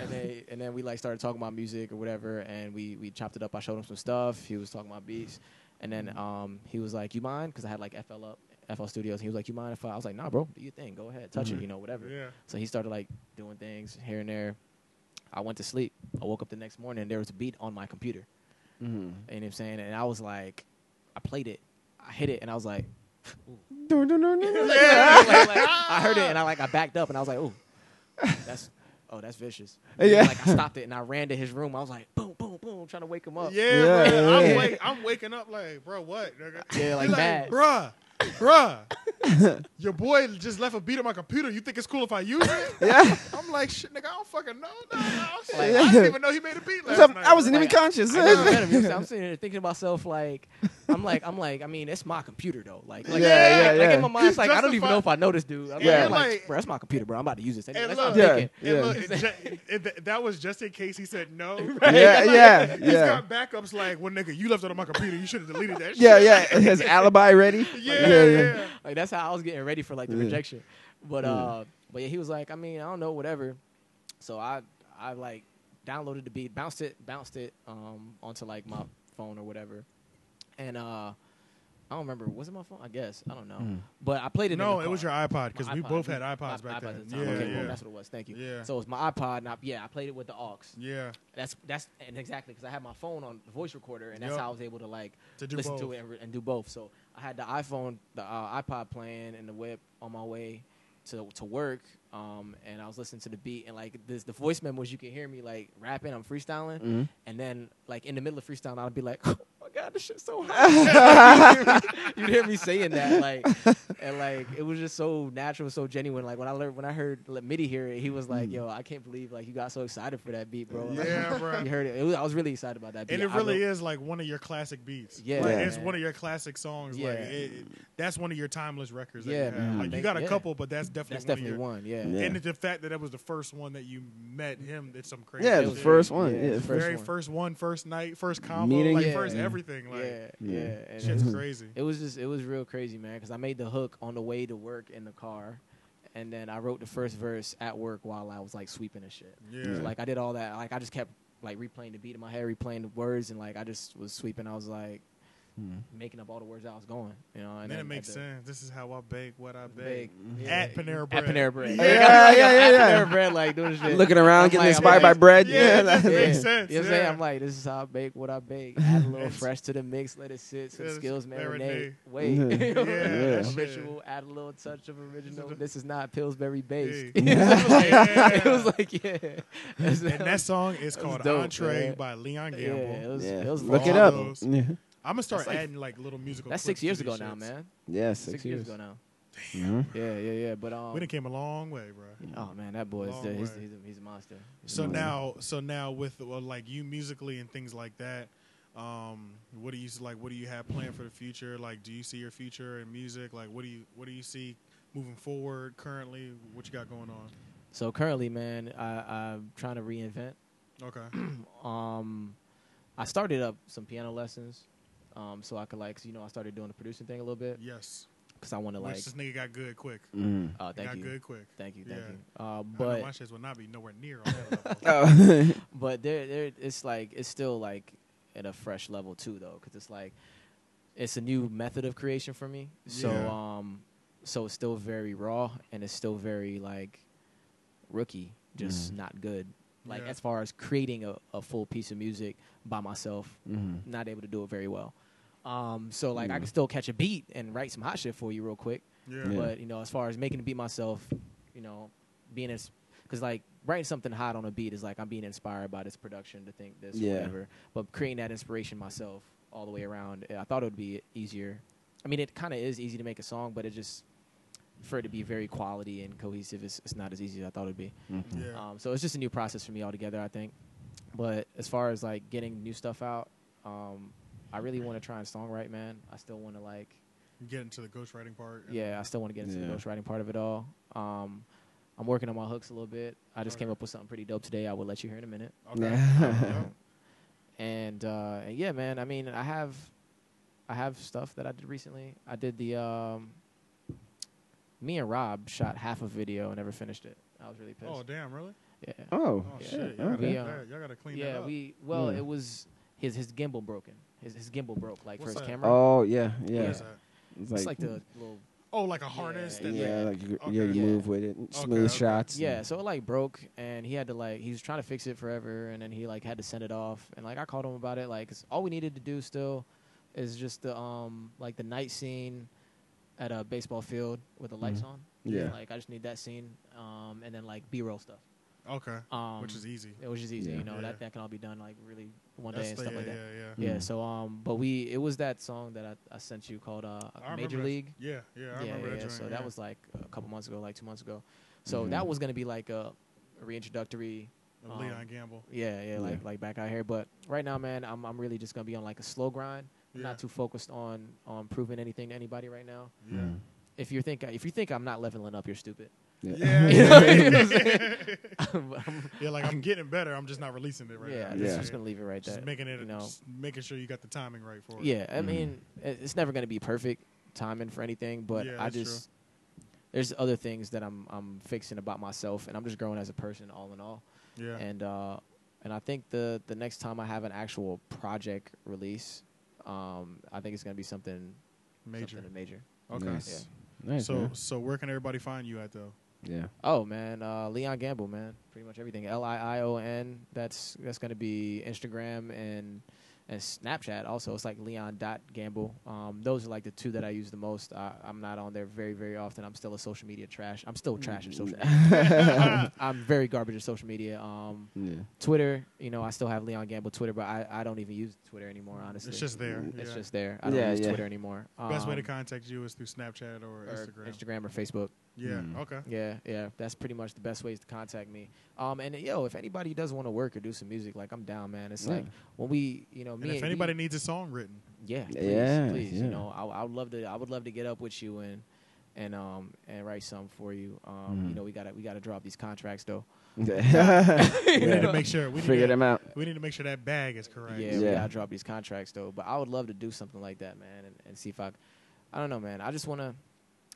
C: and they and then we like started talking about music or whatever and we we chopped it up i showed him some stuff he was talking about beats and then um he was like you mind because i had like fl up fl studios he was like you mind if i, I was like nah bro do your thing go ahead touch it you know whatever
D: Yeah.
C: so he started like doing things here and there i went to sleep i woke up the next morning and there was a beat on my computer
B: Mhm.
C: you know what i'm saying and i was like i played it i hit it and i was like
B: Dun, dun, dun, dun, dun.
C: like, like, like, I heard it and I like I backed up and I was like, oh, that's oh that's vicious. And then,
B: Yeah.
C: Like I stopped it and I ran to his room. I was like, boom, boom, boom, trying to wake him up.
D: Yeah,
B: Yeah,
D: bro.
B: yeah,
D: I'm,
B: yeah.
D: Wake, I'm waking up like, bro, what? nigga?"
C: Yeah, like
D: He
C: bad.
D: bruh, Bruh, your boy just left a beat on my computer. You think it's cool if I use it?
B: Yeah.
D: I'm like, shit, nigga, I don't fucking know. No, no, shit.
B: Yeah.
D: I didn't even know he made a beat last
B: What's up?
D: night.
B: I wasn't
C: Like,
B: even conscious.
C: I never met him. You know what I'm saying? I'm sitting there thinking to myself like, I'm like, I'm like, I mean, it's my computer though. Like,
B: Yeah,
C: like, like,
B: yeah,
C: like,
B: yeah.
C: in my mind, it's
D: He's
C: like I don't even
D: justified-
C: know if I know this dude. I'm
B: Yeah.
C: like, I'm like,
D: Like-
C: bro, that's my computer, bro. I'm about to use this. Anyway.
D: And
C: That's what I'm
D: look-
B: Yeah.
C: thinking.
D: And
B: Yeah.
D: look, it ju- it- th- that was just in case he said no.
B: Yeah, yeah,
D: He's
B: yeah.
D: got backups like, well, nigga, you left it on my computer. You should have deleted that
B: Yeah,
D: shit.
B: yeah. It has alibi ready.
D: Yeah, yeah.
C: Like that's how I was getting ready for like the
B: Yeah.
C: rejection. But
B: Yeah.
C: uh, but yeah, he was like, I mean, I don't know, whatever. So I I like downloaded the beat, bounced it, bounced it um onto like my phone or whatever, and uh. I don't remember. Was it my phone? I guess I don't know.
B: Hmm.
C: But I played it. in
D: No,
C: the
D: it was
C: car.
D: your iPod because
C: My
D: we
C: iPod.
D: both had
C: My-
D: iPods back
C: iPods
D: then.
C: at the
D: Yeah,
C: time. okay,
D: yeah.
C: cool. That's what it was. Thank you.
D: Yeah.
C: So it was my iPod. And I, yeah, I played it with the aux.
D: yeah.
C: That's that's and exactly because I had my phone on the voice recorder, and that's
D: Yup.
C: how I was able to like
D: To do
C: listen
D: both.
C: to it and, re- and do both. So I had the iPhone, the uh, iPod playing, and the web on my way to to work. Um, and I was listening to the beat, and like this, the voice memos, you can hear me like rapping, I'm freestyling,
B: Mhm.
C: and then like in the middle of freestyling, I'll be like, "Oh my god, this shit's so hot." You'd hear me saying that, like, and like it was just so natural, so genuine. Like when I learned, when I heard let Mitty hear it, he was like, "Yo, I can't believe like you got so excited for that beat, bro." Like,
D: Yeah, bro.
C: You heard it. It was- I was really excited about that beat.
D: And it really is like one of your classic beats.
C: Yeah,
D: Like, it's
C: man.
D: one of your classic songs. Like
C: Yeah.
D: it, it- that's one of your timeless records. That
C: Yeah,
D: you, have.
C: man. I
D: Like, you
C: think-
D: got a
C: yeah.
D: couple, but that's definitely
C: That's
D: one
C: definitely
D: of your,
C: one. Yeah.
B: Yeah.
D: And the fact that that was the first one that you met him, it's some crazy.
B: Yeah,
C: it
B: the
C: was
D: shit.
B: first one.
C: yeah,
B: Yeah, the
C: it's
B: first
D: very
C: one.
D: first one, first night, first combo,
B: Meeting,
D: like
C: yeah.
D: first everything. Like
C: yeah,
B: Yeah.
C: yeah. And it
D: shit's
C: was,
D: crazy.
C: it was just it was real crazy, man. Because I made the hook on the way to work in the car, and then I wrote the first verse at work while I was like sweeping and shit.
D: Yeah.
C: So, like I did all that. Like I just kept like replaying the beat in my head, replaying the words, and like I just was sweeping. I was like
B: Mm-hmm.
C: making up all the words I was going, you know. And
D: and then it makes sense. This is how I bake what I bake.
B: Mm-hmm.
D: At
C: Panera
D: Panera Bread.
C: Bread. At Panera Bread.
B: Yeah,
C: Like,
B: yeah,
C: I'm
B: yeah,
C: at
B: yeah.
C: Panera Bread, like doing shit.
B: Looking around,
C: I'm
B: getting
C: like-
B: inspired
C: I'm
B: by
C: like-
B: bread.
D: Yeah,
B: Yeah,
D: that's-
B: that's-
D: It makes sense,
C: You know what I'm
D: yeah.
C: saying? I'm like, this is how I bake what I bake. Add a little
D: It's-
C: fresh to the mix, let it sit, some
D: It's
C: skills marinate.
D: marinade.
C: Wait.
B: Yeah.
D: Yeah,
B: that
C: Habitual, add a little touch of original. This is not Pillsbury based.
D: Yeah.
C: it was like, yeah.
D: And that song is
C: That was
D: called
C: dope,
D: Entree
C: man.
D: by Leon
C: yeah,
D: Gamble.
C: it was,
B: yeah.
C: it was
B: Look
C: long
B: it up.
C: ago.
D: those.
B: Yeah.
D: I'm gonna start
C: That's like-
D: adding like little musical.
C: That's
D: clips
C: six
D: to
C: years
D: these
C: ago now,
D: shits.
C: man.
B: Yeah, six,
C: Six, years ago now.
B: Mhm.
C: Yeah, yeah, yeah. But um,
D: We done came a long way, bro.
C: oh man, that boy is
D: Long
C: the- he's,
D: way.
C: he's, a, he's a monster. He's a
D: So
B: Mhm.
C: monster.
D: now, so now with well, like you musically and things like that, um, what do you like? What do you have planned for the future? Like, do you see your future in music? Like, what do you what do you see moving forward currently? What you got going on?
C: So currently, man, I, I'm trying to reinvent.
D: Okay,
C: Um, I started up some piano lessons, um, so I could like, 'cause, you know, I started doing the producing thing a little bit
D: yes.
C: because I want to
D: Which
C: like.
D: this nigga got good quick.
B: Mhm.
C: Oh,
D: got
C: thank you,
D: good quick.
C: thank you, thank
D: Yeah.
C: you. Uh,
D: I know
C: but
D: my shits will not be nowhere near. On that level.
B: Oh.
C: but there, there, it's like it's still like at a fresh level too, though, because it's like it's a new method of creation for me. So,
D: Yeah.
C: um, so it's still very raw and it's still very like rookie, just not good. Like
D: Yeah.
C: as far as creating a, a full piece of music by myself,
B: Mhm.
C: not able to do it very well. Um, so like
B: Yeah.
C: I can still catch a beat and write some hot shit for you real quick.
D: yeah.
B: Yeah.
C: But you know, as far as making the beat myself, you know, being as because like writing something hot on a beat is like I'm being inspired by this production to think this
B: Yeah.
C: or whatever. But creating that inspiration myself all the way around, eh, I thought it would be easier. I mean, it kind of is easy to make a song, but it just for it to be very quality and cohesive, it's, it's not as easy as I thought it would be.
B: Mhm.
D: Yeah.
C: Um, so it's just a new process for me altogether, I think. But as far as like getting new stuff out, um, I really want to try and songwrite, man. I still want to like
D: Get into the ghostwriting part. and-
C: yeah, I still want to get into
B: Yeah.
C: the ghostwriting part of it all. Um, I'm working on my hooks a little bit. I just came
D: Okay.
C: up with something pretty dope today. I will let you hear in a minute.
D: Okay.
B: Yeah.
C: And, uh, and yeah, man. I mean, I have, I have stuff that I did recently. I did the, um, me and Rob shot half a video and never finished it. I was really pissed.
D: Oh damn! Really?
C: yeah.
B: Oh,
D: Oh
C: Yeah.
D: shit! Y'all,
B: Okay.
D: gotta,
C: We,
D: y'all
C: uh,
D: gotta- y'all gotta clean
C: yeah,
D: that up.
C: we well,
B: Yeah.
C: it was his his gimbal broken. His his gimbal broke like
D: What's
C: for his
D: that?
C: camera.
B: oh mm. yeah,
D: What
B: yeah.
D: is that?
B: It's
C: it's like the little
D: Oh, like a harness.
C: Yeah,
D: that
B: yeah,
C: yeah.
B: like you, yeah,
D: Okay.
B: you
C: Yeah.
B: move with it, smooth
D: okay.
B: shots.
C: Yeah, so it like broke, and he had to like he was trying to fix it forever, and then he like had to send it off, and like I called him about it. Like 'cause all we needed to do still is just the um like the night scene at a baseball field with the lights on.
B: Mm-hmm. Yeah.
C: like I just need that scene, um, and then like B roll stuff.
D: Okay.
C: Um,
D: Which is easy.
C: It was just easy,
B: Yeah.
C: you know.
D: Yeah.
C: That that can all be done like really one
D: That's
C: day and
D: the-
C: stuff like
D: yeah,
C: that.
D: Yeah, yeah.
C: Yeah. So um, but we it was that song that I, I sent you called uh
D: I remember
C: Major
D: that-
C: League.
D: Yeah, yeah. I
C: yeah,
D: remember
C: yeah.
D: that joint,
C: so
D: yeah.
C: that was like a couple months ago, like two months ago. So
B: Mhm.
C: that was gonna be like a reintroductory.
D: Of
C: um,
D: Leon Gamble.
C: Yeah, yeah, like
B: Yeah.
C: like back out here. But right now, man, I'm I'm really just gonna be on like a slow grind. I'm
D: Yeah.
C: not too focused on on proving anything to anybody right now.
D: Yeah.
B: Mm.
C: If you think if you think I'm not leveling up, you're stupid.
B: Yeah.
D: Yeah,
C: You know what
D: yeah,
C: I'm
D: yeah.
C: I'm-
D: Yeah, like I'm getting better. I'm just not releasing it right
C: yeah,
D: now.
C: I'm just,
B: Yeah.
C: just gonna leave it right
D: Just
C: there.
D: making it,
C: you know.
D: just making sure you got the timing right for it.
C: Yeah, I
B: Mhm.
C: mean, it- it's never going to be perfect timing for anything, but
D: Yeah,
C: I
D: that's true.
C: just there's other things that I'm I'm fixing about myself, and I'm just growing as a person, all in all.
D: yeah,
C: And uh, and I think the the next time I have an actual project release, um, I think it's going to be something
D: major.
C: something major.
D: Okay,
B: Nice. Nice.
D: so
B: man.
D: so where can everybody find you at though?
B: yeah.
C: Oh man, uh, Leon Gamble, man, pretty much everything. L I I O N. That's that's gonna be Instagram and and Snapchat. Also, it's like Leon dot Gamble. Um, those are like the two that I use the most. I, I'm not on there very very often. I'm still a social media trash. I'm still trash at social. media.
D: Mm-hmm.
C: I'm, I'm very garbage at social media. Um,
B: Yeah.
C: Twitter, you know, I still have Leon Gamble Twitter, but I, I don't even use Twitter anymore. Honestly,
D: It's just there.
C: it's
D: yeah.
C: just there. I don't
B: Yeah,
C: use
B: yeah.
C: Twitter anymore.
D: best way to
C: Um,
D: contact you is through Snapchat or,
C: or
D: Instagram.
C: Instagram or Facebook.
D: Yeah.
B: Mm.
D: Okay.
C: Yeah, yeah. That's pretty much the best ways to contact me. Um, and yo, if anybody does want to work or do some music, like I'm down, man. It's
B: Yeah.
C: like when we, you know, me.
D: And if
C: and
D: anybody
C: you,
D: needs a song written,
C: yeah, please,
B: Yeah,
C: please.
B: yeah.
C: You know, I, I would love to. I would love to get up with you and and um and write some for you. Um,
B: Mhm.
C: you know, we gotta we gotta drop these contracts though.
D: we need to
B: yeah.
D: make sure we need
B: Figure
D: to,
B: them out.
D: we need to make sure that bag is correct.
C: Yeah, we
B: Yeah.
C: gotta drop these contracts though. But I would love to do something like that, man, and, and see if I, I don't know, man. I just wanna,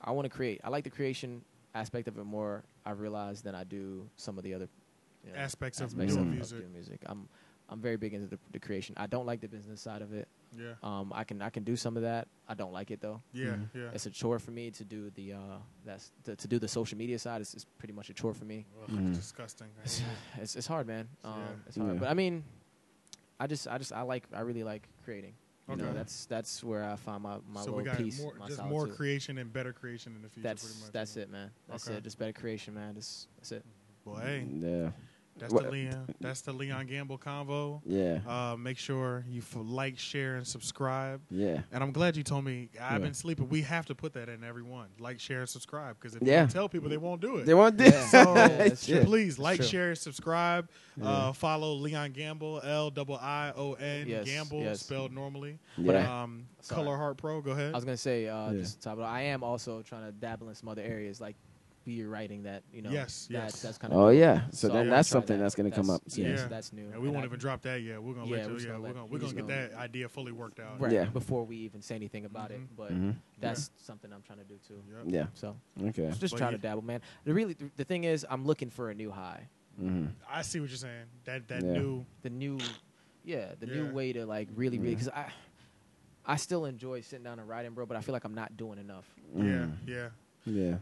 C: I wanna create. I like the creation aspect of it more. I realize than I do some of the other you know,
D: Aspects of
B: Aspects
D: doing
B: of-
D: music.
C: doing music. I'm I'm very big into the, the creation. I don't like the business side of it.
D: Yeah.
C: Um, I can I can do some of that. I don't like it though.
D: Yeah.
B: Mhm.
D: Yeah.
C: It's a chore for me to do the uh, that's to, to do the social media side. Is, is pretty much a chore for me.
D: Ugh,
B: Mhm.
D: Disgusting. I
C: It's
D: hate
C: it's, it's hard, man.
D: Yeah.
C: Um, It's hard,
B: Yeah.
C: but I mean, I just I just I like I really like creating.
D: it.
C: You know,
D: Okay.
C: that's that's where I find my my
D: so we
C: little
D: got
C: piece.
D: more,
C: my
D: just
C: solitude.
D: more creation and better creation in the future. pretty
C: That's
D: much.
C: that's it, man. That's
D: Okay.
C: it. Just better creation, man. That's that's it.
D: Well, hey,
B: Yeah.
D: that's
B: Mm-hmm. What-
D: the Leon. That's the Leon Gamble convo.
B: Yeah.
D: Uh, make sure you f- like, share, and subscribe.
B: Yeah.
D: And I'm glad you told me I've
B: Yeah.
D: been sleeping. We have to put that in everyone. Like, share, and subscribe. Because if you
B: Yeah.
D: don't tell people, they won't do it.
B: They want
C: Yeah.
B: this.
D: So
C: that's
B: Yeah.
C: true.
D: please like,
C: true.
D: share, subscribe.
B: Yeah.
D: Uh, follow Leon Gamble, L I I O N
C: Yes,
D: Gamble,
C: yes.
D: spelled normally.
B: Yeah.
C: But I-
D: Um,
C: Sorry.
D: Color Heart Pro, go ahead.
C: I was gonna say, uh,
B: Yeah.
C: just to top it off, I am also trying to dabble in some other areas, like beer writing. That you know,
D: Yes,
C: that,
D: yes.
C: that's kind of.
B: Oh yeah. So
C: I
B: then
C: wanna
B: that's
C: try
B: something
C: that.
B: that's gonna come up. soon.
C: Yes,
D: Yeah.
C: that's new.
D: and we won't
C: I-
D: even drop that yet. We're gonna
C: Yeah,
D: let
C: we're
D: you.
C: just
D: Yeah,
C: gonna
D: we're
C: let-
D: gonna
C: we're
D: we're gonna get
C: just gonna-
D: that idea fully worked out.
C: right
B: Yeah.
C: before we even say anything about
D: Mhm.
C: it. But
B: Mhm.
C: that's something I'm trying to do too.
D: Yep.
B: Yeah.
C: So
B: Okay.
C: just
D: But
C: trying
D: you-
C: to dabble, man. The really, the, the thing is, I'm looking for a new high,
B: Mm-hmm.
D: I see what you're saying. That that
B: Yeah.
D: new.
C: the new, yeah, the new
D: Yeah.
C: way to like really, really,
B: Yeah.
C: because I, I still enjoy sitting down and writing, bro. But I feel like I'm not doing enough.
D: Yeah, yeah,
B: Yeah.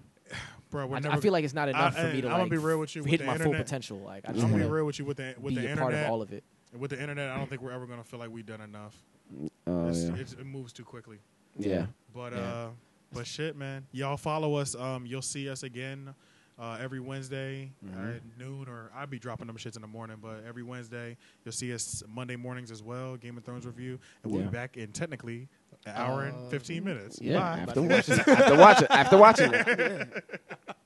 D: bro. We're
C: Mm. I,
D: never.
C: I feel like it's not enough for
D: and
C: me to
D: I'm gonna
C: like
D: be real with you,
C: f-
D: with
C: hit
D: the
C: my full
D: internet-
C: potential. Like I
D: I'm
C: just
D: gonna be
C: want
D: real with you with the
C: to
D: with
C: be
D: the
C: a part of
D: internet.
C: all of it.
D: With the internet, I don't think we're ever gonna feel like we've done enough.
B: Oh
D: it's,
B: yeah.
D: it's, it moves too quickly.
B: Yeah.
D: But
C: Yeah.
D: uh, but shit, man. Y'all follow us. Um, you'll see us again uh, every Wednesday
B: Mhm.
D: at noon, or I'll be dropping them shits in the morning. But every Wednesday, you'll see us Monday mornings as well. Game of Thrones review, and we'll
B: Yeah.
D: be back in technically an hour and
C: Uh,
D: fifteen minutes.
B: Yeah.
D: Bye.
B: After watching. After watching. After watching it.